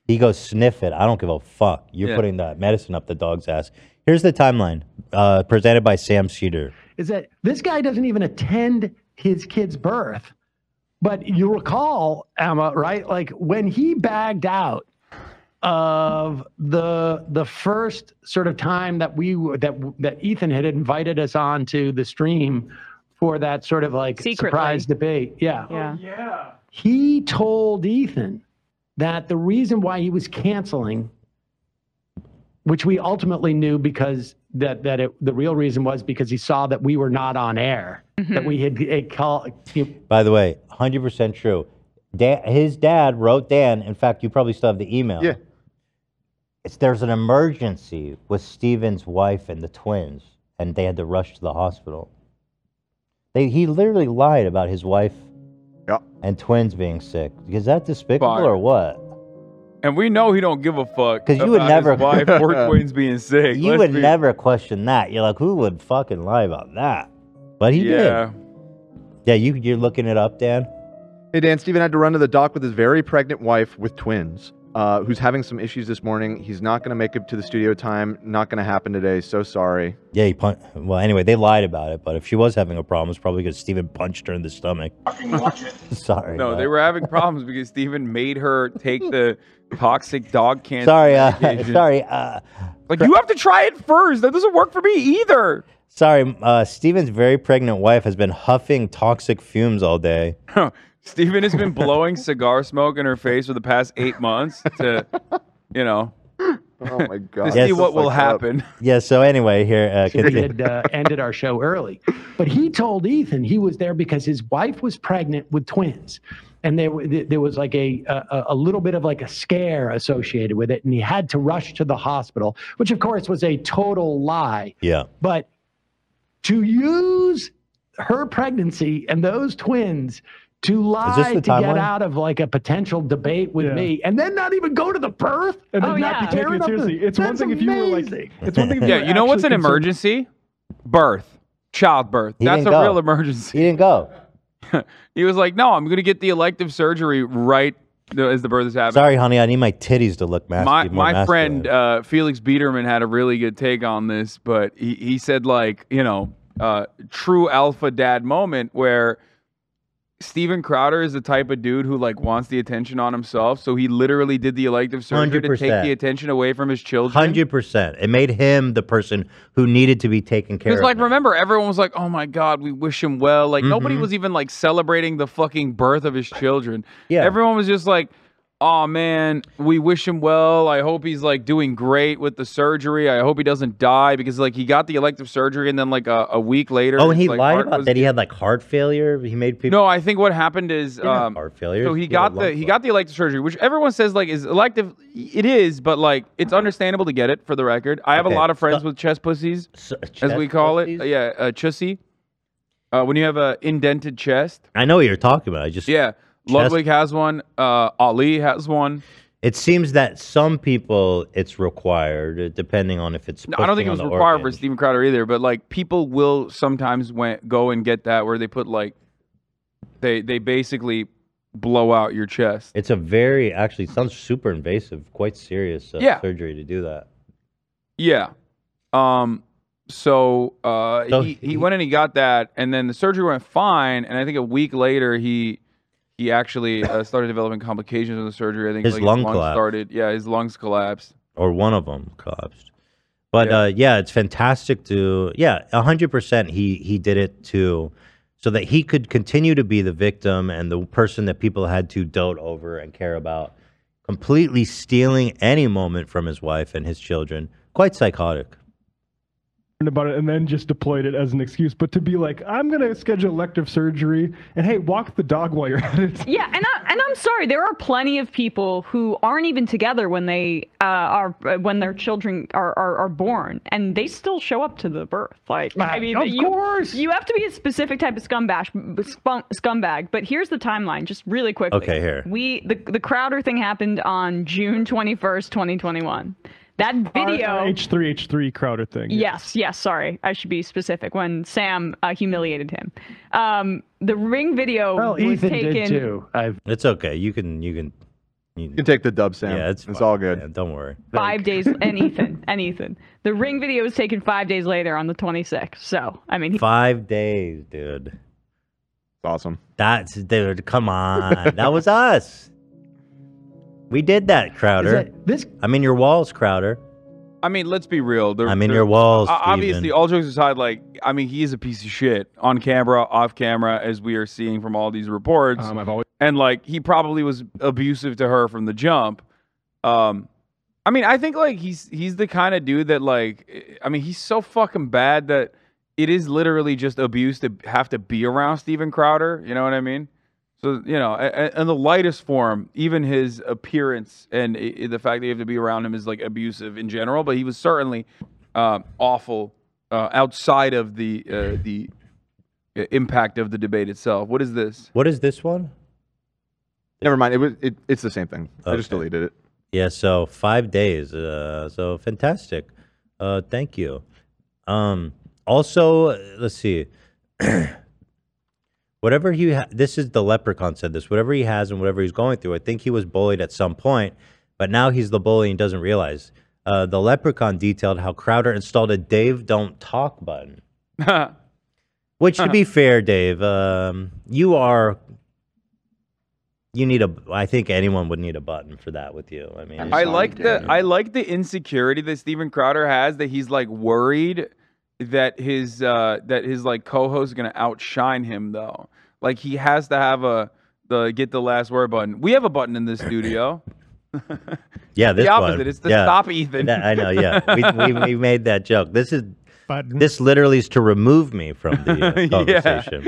Speaker 1: He goes, sniff it. I don't give a fuck. You're
Speaker 2: Yeah.
Speaker 1: putting that medicine up the dog's ass. Here's the timeline uh, presented by Sam Cedar.
Speaker 13: is that this guy doesn't even attend his kid's birth. But you recall, Emma, right? Like when he bagged out of the the first sort of time that we were- that that Ethan had invited us on to the stream for that sort of like
Speaker 14: Secretly.
Speaker 13: surprise debate. Yeah.
Speaker 14: Yeah.
Speaker 13: yeah. He told Ethan that the reason why he was canceling which we ultimately knew because that that it, the real reason was because he saw that we were not on air, that we had a call.
Speaker 1: By the way, 100% true. Da- his dad wrote Dan. In fact, you probably still have the email. Yeah. It's, there's an emergency with Steven's wife and the twins, and they had to rush to the hospital. They, he literally lied about his wife and twins being sick. Is that despicable
Speaker 2: Fire.
Speaker 1: or what?
Speaker 2: and we know he don't give a fuck
Speaker 1: 'Cause you would
Speaker 2: about his
Speaker 1: never-
Speaker 2: wife or twins being sick
Speaker 1: You
Speaker 2: Let's
Speaker 1: would
Speaker 2: be-
Speaker 1: never question that. You're like, who would fucking lie about that? But he
Speaker 2: Yeah.
Speaker 1: did. Yeah, you, you're looking it up, Dan?
Speaker 3: Hey, Dan, Steven had to run to the dock with his very pregnant wife with twins, uh, who's having some issues this morning. He's not going to make it to the studio time. Not going to happen today. So sorry.
Speaker 1: Yeah, he punched. Well, anyway, they lied about it, but if she was having a problem, it's probably because Steven punched her in the stomach. Sorry.
Speaker 2: no
Speaker 1: but-
Speaker 2: they were having problems because steven made her take the toxic dog cancer
Speaker 1: Sorry, uh,
Speaker 2: medication.
Speaker 1: sorry, uh,
Speaker 2: like you have to try it first that doesn't work for me either
Speaker 1: sorry. Uh, Steven's very pregnant wife has been huffing toxic fumes all day.
Speaker 2: Steven has been blowing cigar smoke in her face for the past eight months to, you know,
Speaker 3: oh my
Speaker 2: to see what will happen.
Speaker 1: Yeah. So anyway, here. Uh,
Speaker 13: we
Speaker 1: continue.
Speaker 13: had uh, ended our show early, but he told Ethan he was there because his wife was pregnant with twins, and there wa- th- there was like a, a a little bit of like a scare associated with it, and he had to rush to the hospital, which of course was a total lie.
Speaker 1: Yeah.
Speaker 13: But to use her pregnancy and those twins to
Speaker 1: this
Speaker 13: lie
Speaker 1: the
Speaker 13: to get
Speaker 1: timeline?
Speaker 13: out of like a potential debate with me and then not even go to the birth
Speaker 15: And then not
Speaker 13: Oh,
Speaker 15: be
Speaker 13: yeah.
Speaker 15: taken
Speaker 13: Tearing up the-
Speaker 15: seriously. It's one
Speaker 13: that's
Speaker 15: thing if you were like-
Speaker 13: amazing.
Speaker 15: It's one thing if you
Speaker 2: Yeah,
Speaker 15: were
Speaker 2: you know what's an
Speaker 15: actually concerned-
Speaker 2: emergency? Birth, childbirth.
Speaker 1: He
Speaker 2: That's a
Speaker 1: didn't go.
Speaker 2: real emergency.
Speaker 1: He didn't go.
Speaker 2: He was like, "No, I'm going to get the elective surgery right th- as the birth is happening."
Speaker 1: Sorry, honey. I need my titties to look mas-
Speaker 2: my
Speaker 1: be more masculine.
Speaker 2: my friend uh, Felix Biederman had a really good take on this, but he, he said like you know uh, true alpha dad moment where Steven Crowder is the type of dude who like wants the attention on himself, so he literally did the elective surgery to take
Speaker 1: 100%.
Speaker 2: the attention away from his children.
Speaker 1: Hundred percent. It made him the person who needed to be taken care
Speaker 2: Because
Speaker 1: of.
Speaker 2: like remember, everyone was like, "Oh my God, we wish him well." Like nobody
Speaker 1: Mhm.
Speaker 2: was even like celebrating the fucking birth of his children.
Speaker 1: Yeah.
Speaker 2: everyone was just like, "Oh man, we wish him well. I hope he's like doing great with the surgery. I hope he doesn't die because like he got the elective surgery and then like a, a week later,
Speaker 1: oh, and
Speaker 2: his,
Speaker 1: he
Speaker 2: like,
Speaker 1: lied
Speaker 2: heart
Speaker 1: about
Speaker 2: was-
Speaker 1: that he had like heart failure. He made people.
Speaker 2: No, I think what happened is um,
Speaker 1: heart failure.
Speaker 2: so he got the he got the elective surgery, which everyone says like is elective. It is, but like it's understandable to get it for the record. I have
Speaker 1: Okay,
Speaker 2: a lot of friends with chest pussies,
Speaker 1: uh,
Speaker 2: as we
Speaker 1: chest
Speaker 2: call it. Yeah, uh, chussy. Uh, when you have a indented chest.
Speaker 1: I know what you're talking about. I just
Speaker 2: Yeah, Ludwig has one. Uh, Ali has one.
Speaker 1: It seems that some people it's required, uh, depending on if it's.
Speaker 2: No, I don't
Speaker 1: pushing
Speaker 2: think
Speaker 1: on
Speaker 2: it was
Speaker 1: the
Speaker 2: required
Speaker 1: organ.
Speaker 2: for Steven Crowder either, but like people will sometimes went, go and get that where they put like they they basically blow out your chest.
Speaker 1: It's a very actually it sounds super invasive, quite serious uh,
Speaker 2: Yeah.
Speaker 1: surgery to do that.
Speaker 2: Yeah. Um. So, uh,
Speaker 1: So
Speaker 2: he, he went and he got that, and then the surgery went fine. And I think a week later, he he actually uh, started developing complications in the surgery. I think
Speaker 1: His
Speaker 2: like,
Speaker 1: lung
Speaker 2: his lungs
Speaker 1: collapsed.
Speaker 2: started. Yeah, his lungs collapsed.
Speaker 1: Or one of them collapsed. But yeah. uh yeah, it's fantastic to yeah, 100% he he did it to so that he could continue to be the victim and the person that people had to dote over and care about, completely stealing any moment from his wife and his children. Quite psychotic.
Speaker 15: about it and then just deployed it as an excuse. But to be like, I'm gonna schedule elective surgery and hey, walk the dog while you're at it.
Speaker 14: Yeah, and I, And I'm sorry, there are plenty of people who aren't even together when they uh, are when their children are, are are born, and they still show up to the birth. Like, I mean,
Speaker 13: of
Speaker 14: you, course, you have to be a specific type of scumbash, scum, scumbag. But here's the timeline, just really quickly.
Speaker 1: Okay, here.
Speaker 14: We the the Crowder thing happened on June 21st, 2021. That video.
Speaker 15: H three H three Crowder thing.
Speaker 14: Yes, yes, sorry. I should be specific when Sam uh, humiliated him. Um, the ring
Speaker 13: Oh,
Speaker 14: video was taken.
Speaker 1: It's okay. You can you can you
Speaker 3: can take the dub, Sam.
Speaker 1: Yeah, it's,
Speaker 3: It's all
Speaker 1: good. don't worry.
Speaker 14: Five days, and Ethan, and Ethan. The ring video was taken five days later on the 26th. So, I mean, he,
Speaker 1: Five days, dude.
Speaker 3: Awesome.
Speaker 1: That's dude. Come on, that was us. We did that, Crowder.
Speaker 13: this?
Speaker 1: I'm in your walls, Crowder.
Speaker 2: I mean, let's be real. They're,
Speaker 1: I'm in
Speaker 2: they're-
Speaker 1: your walls,
Speaker 2: o- Obviously,
Speaker 1: Steven.
Speaker 2: all jokes aside, like I mean, he is a piece of shit on camera, off camera, as we are seeing from all these reports.
Speaker 15: Um, I've always
Speaker 2: and like he probably was abusive to her from the jump. Um, I mean, I think like he's he's the kind of dude that like eh, I mean, he's so fucking bad that it is literally just abuse to have to be around Steven Crowder. You know what I mean? So you know, a- a- in the lightest form, even his appearance and i- i- the fact that you have to be around him is like abusive in general. But he was certainly uh, awful uh, outside of the uh, the uh, impact of the debate itself. What is this?
Speaker 1: What is this one?
Speaker 3: Never mind. It was. It, it's the same thing. I just
Speaker 1: Okay.
Speaker 3: deleted it.
Speaker 1: Yeah, so five days. Uh, so fantastic. Uh, thank you. Um, also, uh, let's see. whatever he, ha- this is the leprechaun said this. Whatever he has and whatever he's going through, I think he was bullied at some point, but now he's the bully and doesn't realize. Uh, the leprechaun detailed how Crowder installed a Dave Don't Talk button. Which, to
Speaker 2: Uh-huh.
Speaker 1: be fair, Dave, um, you are. You need a. I think anyone would need a button for that with you. I mean,
Speaker 2: I like the I like the insecurity that Steven Crowder has that he's like worried that his uh that his like co-host is gonna outshine him though. Like he has to have a the get the last word button. We have a button in this studio.
Speaker 1: Yeah, this
Speaker 2: the opposite.
Speaker 1: one.
Speaker 2: It's the
Speaker 1: Yeah.
Speaker 2: stop Ethan.
Speaker 1: That- I know. Yeah, we, we, we made that joke. This is
Speaker 2: Button.
Speaker 1: this literally is to remove me from the uh, conversation.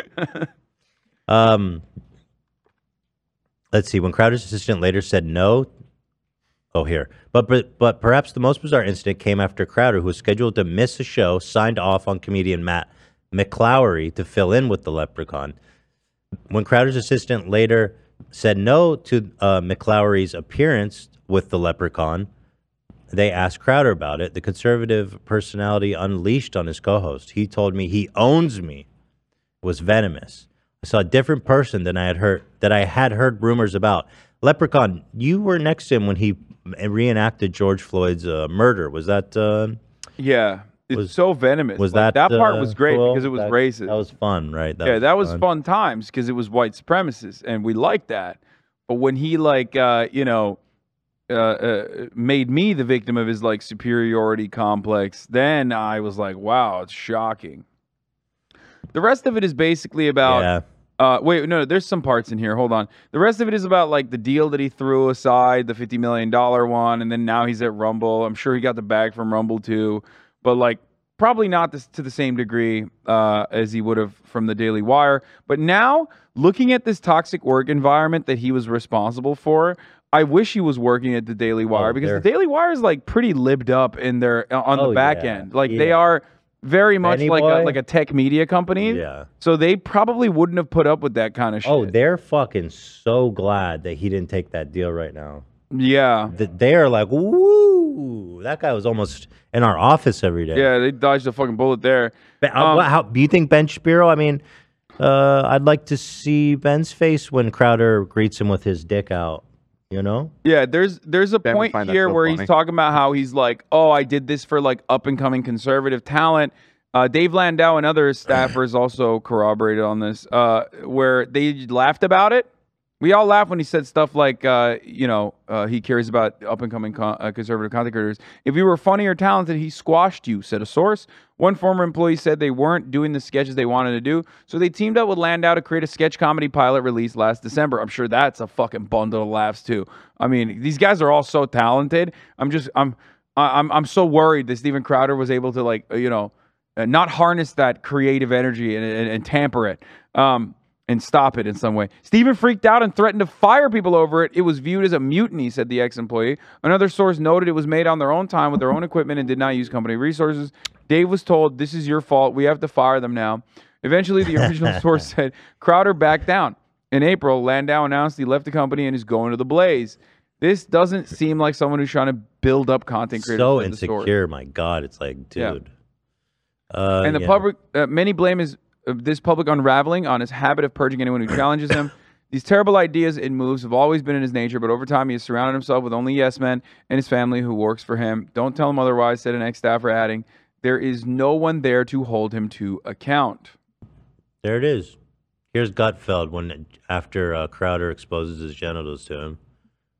Speaker 1: Um, let's see. When Crowder's assistant later said no, oh here, but, but but perhaps the most bizarre incident came after Crowder, who was scheduled to miss a show, signed off on comedian Matt McClowry to fill in with the Leprechaun. When Crowder's assistant later said no to uh, McClowry's appearance with the Leprechaun, they asked Crowder about it. The conservative personality unleashed on his co-host. He told me he owns me was venomous. I saw a different person than I had heard that I had heard rumors about. Leprechaun, you were next to him when he reenacted George Floyd's uh, murder. Was that uh,
Speaker 2: Yeah. It's so venomous.
Speaker 1: was
Speaker 2: Like,
Speaker 1: that,
Speaker 2: part
Speaker 1: uh,
Speaker 2: was great
Speaker 1: cool?
Speaker 2: because it was
Speaker 1: That-
Speaker 2: racist.
Speaker 1: That was fun, right?
Speaker 2: yeah, that was fun, times because it was white supremacists, and we liked that. But when he like, uh, you know, uh, uh, made me the victim of his like superiority complex, then I was like, wow, it's shocking. The rest of it is basically about. Uh, wait, no, there's some parts in here. Hold on. The rest of it is about like the deal that he threw aside, the fifty million dollar one, and then now he's at Rumble. I'm sure he got the bag from Rumble too, but like probably not this, to the same degree uh, as he would have from the Daily Wire. But now looking at this toxic work environment that he was responsible for. I wish he was working at the Daily Wire because the
Speaker 1: Oh, they're-
Speaker 2: Daily Wire is like pretty libbed up in their uh, on
Speaker 1: Oh,
Speaker 2: the back
Speaker 1: yeah.
Speaker 2: end. Like they
Speaker 1: Yeah.
Speaker 2: are very much
Speaker 1: Benny
Speaker 2: like a,
Speaker 1: boy?
Speaker 2: like a tech media company.
Speaker 1: Yeah.
Speaker 2: So they probably wouldn't have put up with that kind of shit.
Speaker 1: Oh, they're fucking so glad that he didn't take that deal right now.
Speaker 2: Yeah.
Speaker 1: That they are like, woo! That guy was almost in our office every day.
Speaker 2: Yeah, they dodged a fucking bullet there.
Speaker 1: But how-
Speaker 2: Um,
Speaker 1: uh, how, do you think Ben Shapiro? I mean, uh, I'd like to see Ben's face when Crowder greets him with his dick out. You know?
Speaker 2: Yeah, there's there's a point
Speaker 1: find that
Speaker 2: here
Speaker 1: so
Speaker 2: where
Speaker 1: funny.
Speaker 2: he's talking about how he's like, oh, I did this for like up and coming conservative talent. Uh, Dave Landau and other staffers also corroborated on this, uh, where they laughed about it. We all laughed when he said stuff like, uh, you know, uh, he cares about up and coming con- uh, conservative content creators. If you were funny or talented, he squashed you, said a source. One former employee said they weren't doing the sketches they wanted to do, so they teamed up with Landau to create a sketch comedy pilot released last December. I'm sure that's a fucking bundle of laughs too. I mean, these guys are all so talented. I'm just, I'm, I- I'm, I'm so worried that Steven Crowder was able to like, uh, you know, uh, not harness that creative energy and, and, and tamper it. Um, and stop it in some way. Stephen freaked out and threatened to fire people over it. It was viewed as a mutiny, said the ex employee. Another source noted it was made on their own time with their own equipment and did not use company resources. Dave was told, This is your fault. We have to fire them now. Eventually, the original source said Crowder backed down. In April, Landau announced he left the company and is going to the blaze. This doesn't seem like someone who's trying to build up content creators.
Speaker 1: so
Speaker 2: within the store.
Speaker 1: insecure. My God, it's like,
Speaker 2: Yeah.
Speaker 1: dude. Uh,
Speaker 2: and the
Speaker 1: yeah.
Speaker 2: public, uh, many blame his uh, this public unraveling on his habit of purging anyone who challenges him. These terrible ideas and moves have always been in his nature, but over time he has surrounded himself with only yes men and his family who works for him. Don't tell him otherwise," said an ex-staffer, adding, "There is no one there to hold him to account."
Speaker 1: There it is. Here's Gutfeld when after uh, Crowder exposes his genitals to him.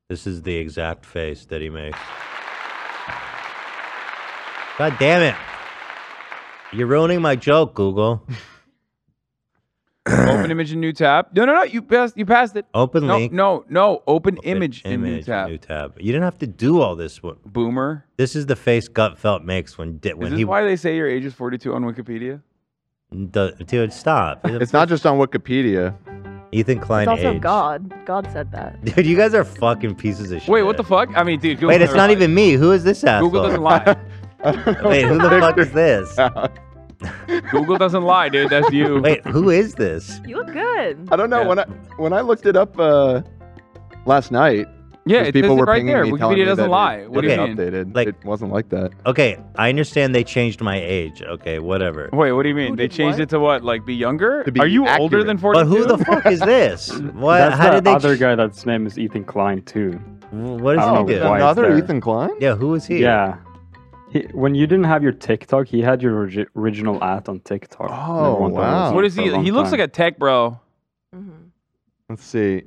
Speaker 1: This is the exact face that he makes. God damn it! You're ruining my joke, Google.
Speaker 2: open image in new tab. No, no, no. You passed. You passed it.
Speaker 1: Open
Speaker 2: no,
Speaker 1: Oh, link.
Speaker 2: No, no. Open, image, in new
Speaker 1: image,
Speaker 2: tab.
Speaker 1: New tab. You didn't have to do all this. One.
Speaker 2: Boomer.
Speaker 1: This is the face Gutfeld makes when di-
Speaker 2: Is
Speaker 1: when
Speaker 2: this
Speaker 1: he
Speaker 2: why they say your age is 42 on Wikipedia?
Speaker 1: does. Dude, stop. it's
Speaker 3: not just on Wikipedia.
Speaker 1: Ethan Klein
Speaker 16: It's also
Speaker 1: age.
Speaker 16: God. God said that.
Speaker 1: Dude, you guys are fucking pieces of shit.
Speaker 2: Wait, what the fuck? I mean, dude. Google
Speaker 1: Wait, it's
Speaker 2: never
Speaker 1: not
Speaker 2: lied.
Speaker 1: even me. Who is this asshole?
Speaker 2: Google doesn't lie.
Speaker 1: Wait, who the fuck is this?
Speaker 2: Google doesn't lie, dude. That's you.
Speaker 1: Wait, who is this?
Speaker 16: You look good.
Speaker 3: I don't know when I when I looked it up uh, last night.
Speaker 2: Yeah,
Speaker 3: these
Speaker 2: it
Speaker 3: people
Speaker 2: says it
Speaker 3: were
Speaker 2: right
Speaker 3: pinging
Speaker 2: there.
Speaker 3: me, telling
Speaker 2: Wikipedia
Speaker 3: me
Speaker 2: doesn't
Speaker 3: that it-
Speaker 2: lie. What do
Speaker 3: it
Speaker 2: you
Speaker 3: was
Speaker 2: mean?
Speaker 3: Updated.
Speaker 1: Like-
Speaker 3: it wasn't like that.
Speaker 1: Okay, I understand they changed my age. Okay, whatever.
Speaker 2: Wait, what do you mean? They changed it to what? Like be younger?
Speaker 1: To be
Speaker 2: Are you older
Speaker 1: accurate.
Speaker 2: than
Speaker 1: But
Speaker 2: 42?
Speaker 1: who the fuck is this? What?
Speaker 17: That's
Speaker 1: how
Speaker 17: the
Speaker 1: did they?
Speaker 17: other
Speaker 1: ch-
Speaker 17: guy that's name is Ethan Klein too.
Speaker 1: What
Speaker 17: I
Speaker 1: does
Speaker 17: don't
Speaker 1: he
Speaker 17: know
Speaker 1: do?
Speaker 17: why it's there.
Speaker 3: Klein?
Speaker 1: Yeah, who is he?
Speaker 17: Yeah. He, when you didn't have your TikTok, he had your origi- original ad on TikTok. Everyone thought it was him
Speaker 2: What is
Speaker 17: for
Speaker 2: he?
Speaker 17: Oh, a long
Speaker 2: He looks
Speaker 17: time.
Speaker 2: like a tech bro.
Speaker 3: Let's see.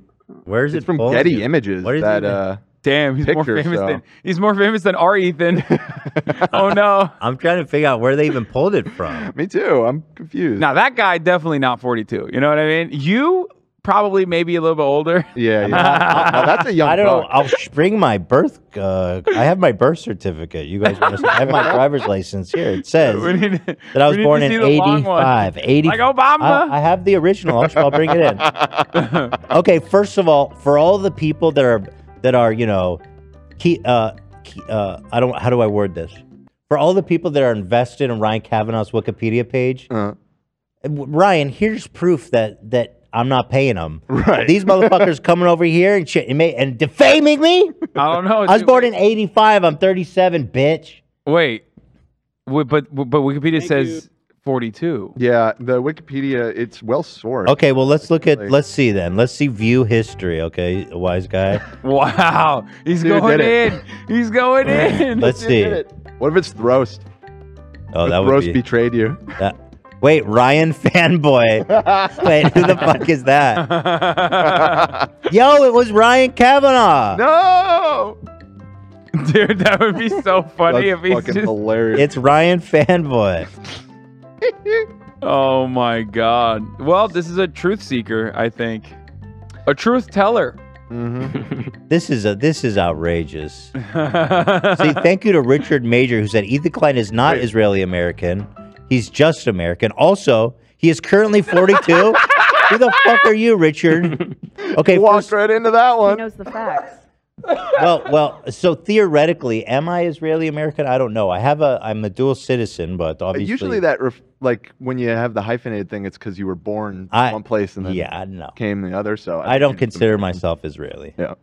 Speaker 1: Where is
Speaker 3: it's
Speaker 1: it
Speaker 3: from?
Speaker 1: pulled?
Speaker 3: Getty Images.
Speaker 1: Where is
Speaker 3: that
Speaker 1: it?
Speaker 3: uh,
Speaker 2: damn, he's more
Speaker 3: picture,
Speaker 2: famous
Speaker 3: so-
Speaker 2: than he's more famous than R. Ethan. oh no.
Speaker 1: I'm trying to figure out where they even pulled it from.
Speaker 3: Me too. I'm confused.
Speaker 2: Now that guy definitely not 42. You know what I mean? You probably maybe a little bit older.
Speaker 3: Yeah,
Speaker 2: that's a young
Speaker 1: I don't know.
Speaker 2: buck.
Speaker 1: I'll sh- bring my birth. Uh, I have my birth certificate. You guys, want to I have my driver's license here. It says
Speaker 2: We need-
Speaker 1: that I was
Speaker 2: we need
Speaker 1: born
Speaker 2: to
Speaker 1: in
Speaker 2: see the long one.
Speaker 1: 85. 80,
Speaker 2: Like Obama?
Speaker 1: I, I have the original. I'll, I'll bring it in. okay, first of all, for all the people that are that are you know, key, uh, key, uh, I don't. How do I word this? For all the people that are invested in Ryan Kavanaugh's Wikipedia page,
Speaker 2: Uh-huh.
Speaker 1: w- Ryan, here's proof that that I'm not paying them. Right. These motherfuckers coming over here and shit and, ma- and defaming me.
Speaker 2: I don't know.
Speaker 1: I was born in '85. I'm 37, bitch.
Speaker 2: Wait. Wait, but but Wikipedia says 42.
Speaker 3: Yeah, the Wikipedia. It's well sourced.
Speaker 1: Okay, well let's look at let's see then. Let's see view history. Okay, wise guy.
Speaker 2: Wow. He's
Speaker 3: Dude
Speaker 2: going
Speaker 3: did it.
Speaker 2: in. He's going in.
Speaker 1: Let's
Speaker 2: Dude did
Speaker 1: see.
Speaker 2: it.
Speaker 3: What if it's Throst?
Speaker 1: Oh,
Speaker 3: If
Speaker 1: that would
Speaker 3: Throst
Speaker 1: be-
Speaker 3: betrayed you.
Speaker 1: That- wait, Ryan fanboy. wait, who the fuck is that? Yo, it was Ryan Kavanaugh.
Speaker 3: No.
Speaker 2: Dude, that would be so funny if he's just.
Speaker 3: hilarious.
Speaker 1: It's Ryan fanboy.
Speaker 2: Oh my god. Well, this is a truth seeker, I think. A truth teller.
Speaker 1: This is a this is outrageous. See, thank you to Richard Major who said Ethan Klein is not Israeli American. He's just American. Also, he is currently 42. who the fuck are you, Richard? Okay,
Speaker 3: Walked right into that
Speaker 16: He
Speaker 3: one.
Speaker 16: knows the facts.
Speaker 1: well, well. So theoretically, am I Israeli American? I don't know. I have a. I'm a dual citizen, but obviously,
Speaker 3: Uh, Usually that ref- like when you have the hyphenated thing, it's because you were born
Speaker 1: I-
Speaker 3: one place and then
Speaker 1: yeah, I know.
Speaker 3: came the other. So
Speaker 1: I don't consider myself Israeli.
Speaker 3: Yeah.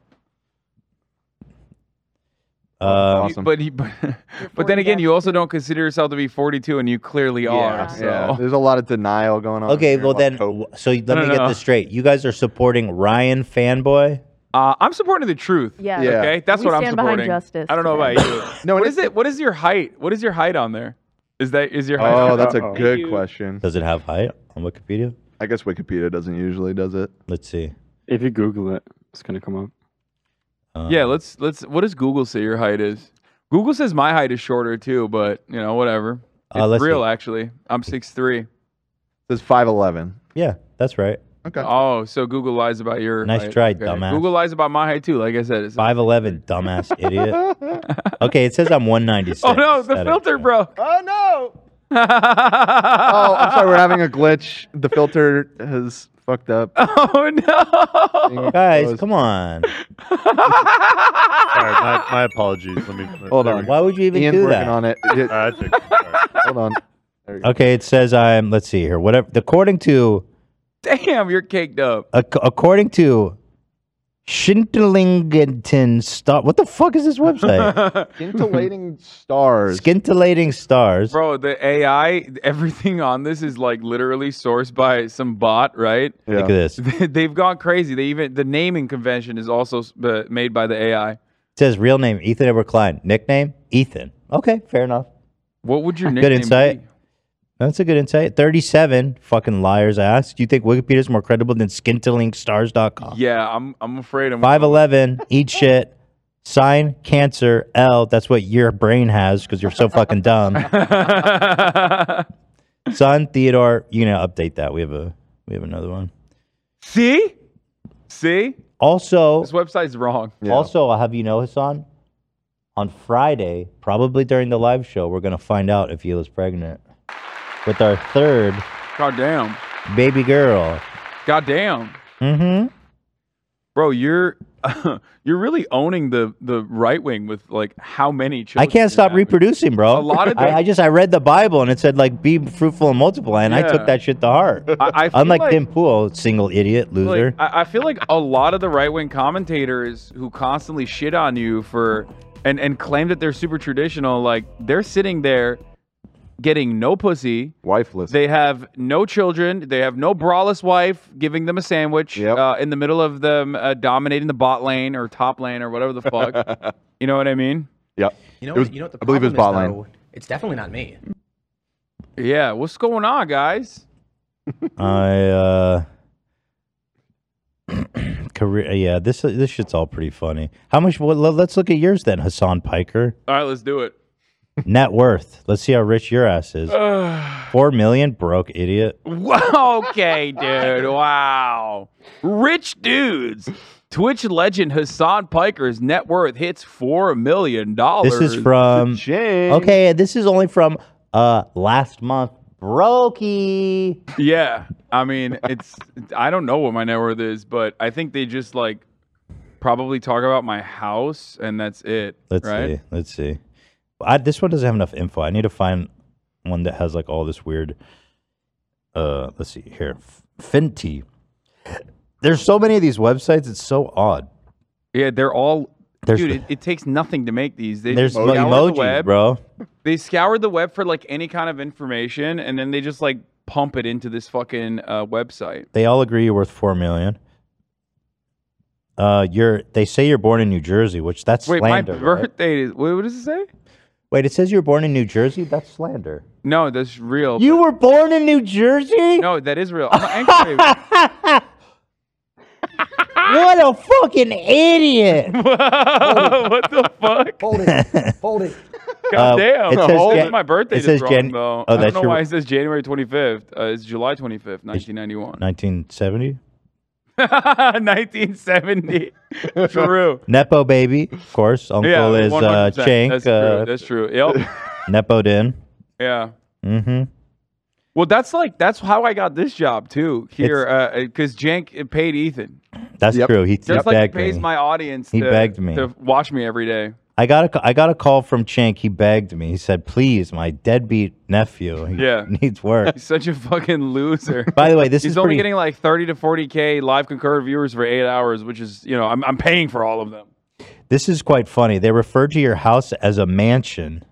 Speaker 18: Oh,
Speaker 1: Um,
Speaker 2: You- But he, but, but then again, you also don't consider yourself to be 42, and you clearly are. So.
Speaker 3: yeah. There's a lot of denial going on.
Speaker 1: okay,
Speaker 3: here, a
Speaker 1: well
Speaker 3: lot of
Speaker 1: then. w- So let
Speaker 2: No,
Speaker 1: me
Speaker 2: no,
Speaker 1: get
Speaker 2: no.
Speaker 1: this straight. You guys are supporting Ryan fanboy.
Speaker 2: Uh, I'm supporting the truth.
Speaker 16: Yeah. Yeah.
Speaker 2: Okay, that's
Speaker 16: We
Speaker 2: what I'm
Speaker 16: stand behind
Speaker 2: supporting.
Speaker 16: justice
Speaker 2: I don't know
Speaker 16: today.
Speaker 2: about you. no. What is it? What is your height? What is your height on there? Is that is your height?
Speaker 3: Oh,
Speaker 2: on
Speaker 3: that's a
Speaker 2: there?
Speaker 3: good question.
Speaker 1: Does it have height on Wikipedia?
Speaker 3: I guess Wikipedia doesn't usually, does it?
Speaker 1: Let's see.
Speaker 17: If you Google it, it's gonna come up.
Speaker 1: Um, Uh,
Speaker 2: Yeah. Let's let's. What does Google say your height is? Google says my height is shorter too, but you know whatever.
Speaker 1: Uh,
Speaker 2: It's
Speaker 1: let's
Speaker 2: real
Speaker 1: see.
Speaker 2: actually. I'm 6'3".
Speaker 3: It's five eleven.
Speaker 1: Yeah, that's right.
Speaker 3: Okay.
Speaker 2: Oh, so Google lies about your.
Speaker 1: Nice
Speaker 2: height.
Speaker 1: try,
Speaker 2: Okay.
Speaker 1: dumbass.
Speaker 2: Google lies about my height too. Like I said, it's.
Speaker 1: Five eleven, dumbass idiot. Okay, it says I'm one ninety six.
Speaker 2: Oh no, the filter broke.
Speaker 3: Oh no.
Speaker 2: oh,
Speaker 3: Oh, I'm sorry, we're having a glitch. The filter has fucked up.
Speaker 2: Oh
Speaker 1: no, guys, come on.
Speaker 18: All right, my, my apologies. Let me
Speaker 1: Hold
Speaker 18: there
Speaker 1: on.
Speaker 18: we
Speaker 1: Why would you even
Speaker 18: Ian's
Speaker 1: do
Speaker 18: working
Speaker 1: that?
Speaker 18: on
Speaker 3: it.
Speaker 18: I think-
Speaker 3: Hold on.
Speaker 1: Okay, it says I'm. Let's see here. Whatever. According to
Speaker 2: Damn, you're caked up.
Speaker 1: ac- according to Shintelingenton Star. What the fuck is this website?
Speaker 3: Scintillating stars.
Speaker 1: Scintillating stars.
Speaker 2: Bro, the AI, everything on this is like literally sourced by some bot, right?
Speaker 1: Look at this. It
Speaker 2: They've gone crazy. They even the naming convention is also s- uh, made by the AI.
Speaker 1: says real name Ethan Edward Klein. Nickname Ethan. Okay, fair enough.
Speaker 2: What would your nickname?
Speaker 1: Good insight. That's a good insight. 37 fucking liars asked. Do you think Wikipedia's more credible than scintillatingstars.com?
Speaker 2: Yeah, I'm. I'm afraid I'm.
Speaker 1: 511, eat shit. Sign cancer L. That's what your brain has because you're so fucking dumb. Son Theodore, you know, update that. We have a we have another one.
Speaker 2: See, see.
Speaker 1: Also,
Speaker 2: This website's wrong.
Speaker 1: Also, I'll have you know, Hassan, on Friday, probably during the live show, we're going to find out if Hila's pregnant with our third
Speaker 2: God damn.
Speaker 1: baby girl.
Speaker 2: God damn.
Speaker 1: Mm hmm.
Speaker 2: Bro, you're you're really owning the the right wing with like how many
Speaker 1: I
Speaker 2: children.
Speaker 1: can't stop reproducing, bro.
Speaker 2: A lot of
Speaker 1: I,
Speaker 2: the-
Speaker 1: I just I read the Bible and it said like be fruitful and multiply, and I
Speaker 2: Yeah.
Speaker 1: took that shit to heart.
Speaker 2: I- I feel
Speaker 1: Unlike
Speaker 2: like-
Speaker 1: Tim Pool, single idiot loser.
Speaker 2: Like, I, I feel like a lot of the right wing commentators who constantly shit on you for and and claim that they're super traditional, like they're sitting there getting no pussy,
Speaker 3: wifeless.
Speaker 2: They have no children. They have no braless wife giving them a sandwich uh, in the middle of them uh, dominating the bot lane or top lane or whatever the fuck. you know what I mean?
Speaker 3: Yep.
Speaker 19: You know, you know what the
Speaker 3: I believe it was bot
Speaker 19: problem
Speaker 3: lane.
Speaker 19: is, though? It's definitely not me.
Speaker 2: Yeah, what's going on, guys?
Speaker 1: I uh career yeah, this this shit's all pretty funny. How much well, let- let's look at yours then, Hassan Piker.
Speaker 2: All right, let's do it.
Speaker 1: Net worth. Let's see how rich your ass is. Four million broke idiot.
Speaker 2: Wow, okay, dude. Wow. Rich dudes. Twitch legend Hassan Piker's net worth hits four million dollars.
Speaker 1: This is from Um, Okay, this is only from uh last month. Brokey.
Speaker 2: Yeah. I mean, it's I don't know what my net worth is, but I think they just like probably talk about my house and that's it.
Speaker 1: Let's
Speaker 2: right?
Speaker 1: see. Let's see. I, this one doesn't have enough info. I need to find one that has like all this weird. Uh, let's see here. F- Fenty. There's so many of these websites. It's so odd.
Speaker 2: Yeah, they're all
Speaker 1: There's
Speaker 2: dude,
Speaker 1: the-
Speaker 2: it, it takes nothing to make these. They
Speaker 1: There's
Speaker 2: just scour
Speaker 1: emojis,
Speaker 2: the web.
Speaker 1: bro.
Speaker 2: They scour the web for like any kind of information and then they just like pump it into this fucking uh, website.
Speaker 1: They all agree you're worth four million. Uh, you're. They say you're born in New Jersey, which that's
Speaker 2: Wait,
Speaker 1: slander.
Speaker 2: my
Speaker 1: right?
Speaker 2: birthday is wait, what does it say?
Speaker 1: Wait, it says you're born in New Jersey. That's slander.
Speaker 2: No, that's real.
Speaker 1: You were born in New Jersey?
Speaker 2: No, that is real. I'm an X-ray.
Speaker 1: What a fucking idiot!
Speaker 2: Oh, what the fuck?
Speaker 19: Hold it. Hold it.
Speaker 2: God
Speaker 1: Uh,
Speaker 2: damn.
Speaker 1: it says
Speaker 2: Hold
Speaker 1: Jan-
Speaker 2: it. my birthday
Speaker 1: it
Speaker 2: is
Speaker 1: says
Speaker 2: wrong,
Speaker 1: Jan-
Speaker 2: though.
Speaker 1: Oh,
Speaker 2: I don't
Speaker 1: that's
Speaker 2: know
Speaker 1: your-
Speaker 2: why it says January 25th. Uh, it's July 25th, 1991.
Speaker 1: 1970.
Speaker 2: 1970. True.
Speaker 1: Nepo baby, of course. Uncle
Speaker 2: yeah,
Speaker 1: is uh,
Speaker 2: 100%.
Speaker 1: Chink.
Speaker 2: That's
Speaker 1: uh,
Speaker 2: true. That's true. Yep.
Speaker 1: Nepo Din.
Speaker 2: yeah.
Speaker 1: Mm-hmm.
Speaker 2: Well, that's like that's how I got this job too here because Jank paid Ethan.
Speaker 1: That's true. He, he
Speaker 2: Just like he
Speaker 1: begged
Speaker 2: pays
Speaker 1: me.
Speaker 2: my audience.
Speaker 1: He
Speaker 2: to,
Speaker 1: begged me.
Speaker 2: to watch me every day.
Speaker 1: I got a ca- I got a call from Chink. He begged me. He said, "Please, my deadbeat nephew. He
Speaker 2: Yeah.
Speaker 1: needs work."
Speaker 2: He's such a fucking loser.
Speaker 1: By the way, this
Speaker 2: he's
Speaker 1: is
Speaker 2: only
Speaker 1: pretty-
Speaker 2: getting like thirty to forty k live concurrent viewers for eight hours, which is you know I'm I'm paying for all of them.
Speaker 1: This is quite funny. They refer to your house as a mansion.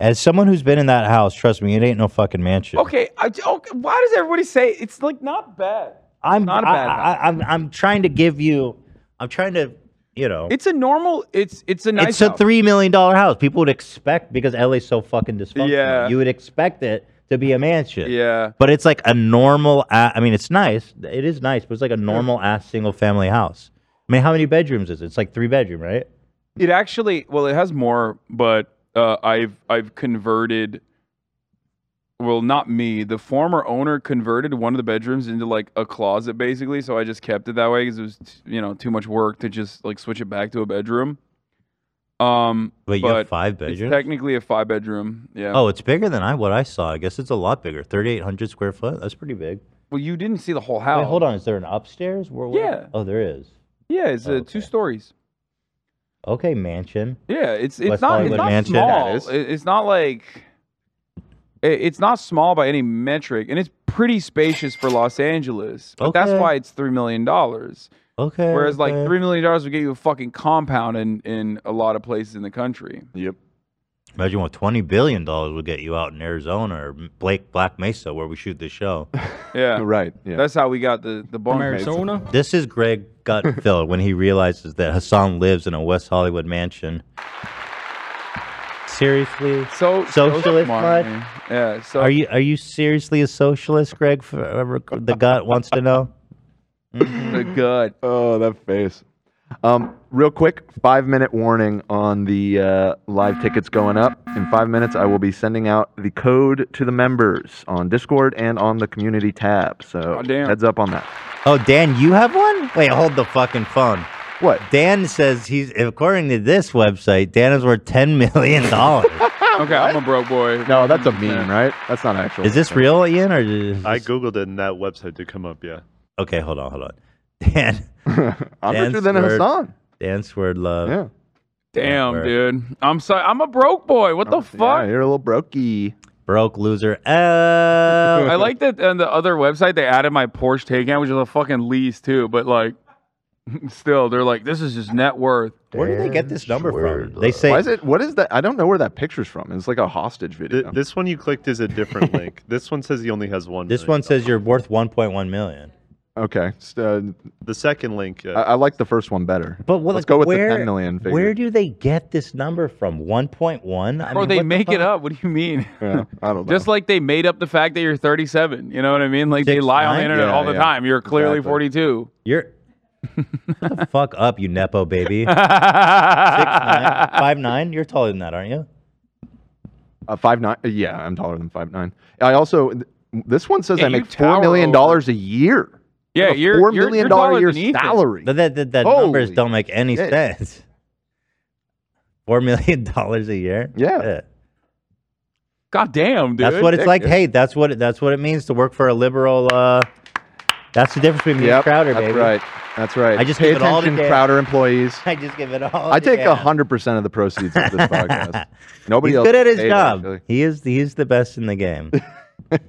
Speaker 1: As someone who's been in that house, trust me, it ain't no fucking mansion.
Speaker 2: Okay, I, okay, why does everybody say it's like not bad?
Speaker 1: I'm
Speaker 2: not a
Speaker 1: I-
Speaker 2: bad.
Speaker 1: I, I, am I'm trying to give you. I'm trying to, you know.
Speaker 2: it's a normal. It's it's a nice.
Speaker 1: it's a
Speaker 2: house.
Speaker 1: three million dollar house. People would expect because LA's so fucking dysfunctional.
Speaker 2: Yeah.
Speaker 1: You would expect it to be a mansion.
Speaker 2: Yeah.
Speaker 1: But it's like a normal. a- I mean, it's nice. It is nice, but it's like a normal ass single family house. I mean, how many bedrooms is it? It's like three bedroom, right?
Speaker 2: It actually well, it has more, but uh, I've I've converted. Well, not me. The former owner converted one of the bedrooms into like a closet, basically. So I just kept it that way because it was t- you know too much work to just like switch it back to a bedroom. Um,
Speaker 1: Wait, you have
Speaker 2: but
Speaker 1: five
Speaker 2: it's
Speaker 1: bedrooms?
Speaker 2: technically a five bedroom. Yeah.
Speaker 1: Oh, it's bigger than I what I saw. I guess it's a lot bigger. Thirty eight hundred square foot. That's pretty big.
Speaker 2: Well, you didn't see the whole house.
Speaker 1: Wait, hold on. Is there an upstairs? Where, where-
Speaker 2: Oh. Yeah.
Speaker 1: Oh, there is.
Speaker 2: Yeah,
Speaker 1: Oh,
Speaker 2: it's uh, two stories.
Speaker 1: Okay, mansion.
Speaker 2: Yeah, it's it's
Speaker 1: West
Speaker 2: not it's
Speaker 1: Hollywood
Speaker 2: not
Speaker 1: mansion.
Speaker 2: small.
Speaker 1: That is.
Speaker 2: It- It's not like it- it's not small by any metric, and it's pretty spacious for Los Angeles. But that's
Speaker 1: Okay.
Speaker 2: why it's three million dollars.
Speaker 1: Okay.
Speaker 2: Whereas like
Speaker 1: okay.
Speaker 2: three million dollars would get you a fucking compound in in a lot of places in the country.
Speaker 3: Yep.
Speaker 1: Imagine what twenty billion dollars would get you out in Arizona or Blake Black Mesa, where we shoot this show.
Speaker 2: Yeah.
Speaker 3: Right.
Speaker 2: That's how we got the the bomb.
Speaker 1: Arizona? This is Greg Gutfeld when he realizes that Hassan lives in a West Hollywood mansion. Seriously,
Speaker 2: so
Speaker 1: socialist bud?
Speaker 2: smart, man. Yeah. So
Speaker 1: Are you are you seriously a socialist, Greg? Forever, the gut wants to know.
Speaker 2: Good.
Speaker 3: Oh, that face. Um, real quick, five minute warning on the uh, live tickets going up. In five minutes, I will be sending out the code to the members on Discord and on the community tab.
Speaker 2: Oh,
Speaker 3: So heads up on that.
Speaker 1: Oh, Dan, you have one? Wait, hold the fucking phone.
Speaker 3: What?
Speaker 1: Dan says he's according to this website, Dan is worth ten million dollars.
Speaker 2: okay, I'm a broke boy.
Speaker 3: No, that's a meme, right? That's not actual.
Speaker 1: is this real, Ian? Or is
Speaker 18: I
Speaker 1: this-
Speaker 18: googled it and that website did come up. Yeah.
Speaker 1: Okay, hold on, hold on. Dan.
Speaker 3: I'm
Speaker 1: Dan
Speaker 3: richer than
Speaker 1: Swerd-
Speaker 3: Hassan.
Speaker 1: Dan Swerd love.
Speaker 3: Yeah.
Speaker 2: Damn,
Speaker 1: Word.
Speaker 2: dude. I'm sorry. I'm a broke boy. What the fuck?
Speaker 3: you're a little brokey.
Speaker 1: Broke loser. Oh.
Speaker 2: I like that on the other website they added my Porsche Taycan, which is a fucking lease too. But like, still, they're like, this is his net worth.
Speaker 1: Where did they get this number from? They say
Speaker 3: Why is it? What is that? I don't know where that picture's from. It's like a hostage video.
Speaker 18: Th- this one you clicked is a different link. This one says he only has one.
Speaker 1: this one says you're worth one point one million.
Speaker 3: okay. so,
Speaker 18: The second link. Uh,
Speaker 3: I, I like the first one better.
Speaker 1: But what,
Speaker 3: let's go with
Speaker 1: where,
Speaker 3: the 10 million figure.
Speaker 1: Where do they get this number from? One point one?
Speaker 2: Or they make it up. What do you mean?
Speaker 3: Yeah, I don't know.
Speaker 2: Just like they made up the fact that you're 37. You know what I mean? Like they lie on the
Speaker 1: nine?
Speaker 2: internet
Speaker 1: Yeah,
Speaker 2: all the
Speaker 1: yeah.
Speaker 2: time. You're clearly
Speaker 1: Exactly.
Speaker 2: 42.
Speaker 1: You're Shut the fuck up, you nepo baby. Six nine,
Speaker 2: Five
Speaker 1: five nine. You're taller than that, aren't you?
Speaker 3: Uh, five nine. uh, Yeah, I'm taller than five nine. I also th- this one says
Speaker 2: Yeah,
Speaker 3: I
Speaker 2: you
Speaker 3: make
Speaker 2: tower
Speaker 3: four million
Speaker 2: over-
Speaker 3: dollars a year. I
Speaker 2: Yeah,
Speaker 3: have a
Speaker 2: you're
Speaker 3: four
Speaker 2: you're,
Speaker 3: million
Speaker 2: you're
Speaker 3: dollar
Speaker 2: taller
Speaker 3: a year
Speaker 2: than Ethan.
Speaker 3: salary.
Speaker 1: That that, that, that numbers
Speaker 3: Holy
Speaker 1: don't make any
Speaker 3: shit.
Speaker 1: sense. Four million dollars a year.
Speaker 3: Yeah.
Speaker 2: God damn, dude.
Speaker 1: that's what it's like. Hey, that's what it, that's what it means to work for a liberal. Uh, that's the difference between me and
Speaker 3: Yep,
Speaker 1: Crowder,
Speaker 3: that's
Speaker 1: baby.
Speaker 3: right. That's right.
Speaker 1: I just
Speaker 3: pay
Speaker 1: give it all to
Speaker 3: attention,
Speaker 1: Dan.
Speaker 3: Crowder employees.
Speaker 1: I just give it all.
Speaker 3: I
Speaker 1: to
Speaker 3: take
Speaker 1: Dan.
Speaker 3: hundred percent of the proceeds of this podcast. Nobody
Speaker 1: He's
Speaker 3: else
Speaker 1: good at his
Speaker 3: paid,
Speaker 1: job.
Speaker 3: actually.
Speaker 1: He is he's the best in the game.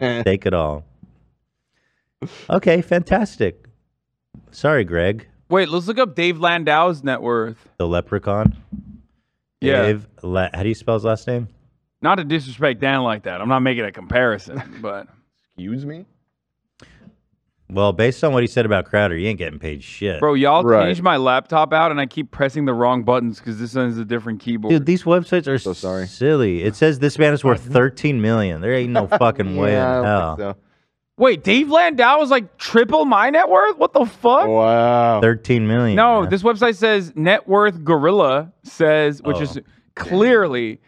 Speaker 1: take it all. Okay, fantastic. Sorry, Greg,
Speaker 2: Wait, let's look up Dave Landau's net worth.
Speaker 1: the leprechaun.
Speaker 2: Yeah.
Speaker 1: Dave Le- how do you spell his last name?
Speaker 2: Not to disrespect Dan like that. I'm not making a comparison, but
Speaker 3: Excuse me.
Speaker 1: Well, based on what he said about Crowder, you ain't getting paid shit.
Speaker 2: Bro, y'all changed my laptop out, and I keep pressing the wrong buttons because this one is a different keyboard.
Speaker 1: Dude, these websites are so sorry. silly. It says this man is worth 13 million. There ain't no fucking way
Speaker 2: Yeah, I
Speaker 1: in
Speaker 2: don't
Speaker 1: hell.
Speaker 2: think Wait, Dave Landau is like triple my net worth? What the fuck?
Speaker 3: Wow.
Speaker 1: 13 million.
Speaker 2: No,
Speaker 1: man.
Speaker 2: this website says net worth gorilla says, which
Speaker 1: Oh.
Speaker 2: is clearly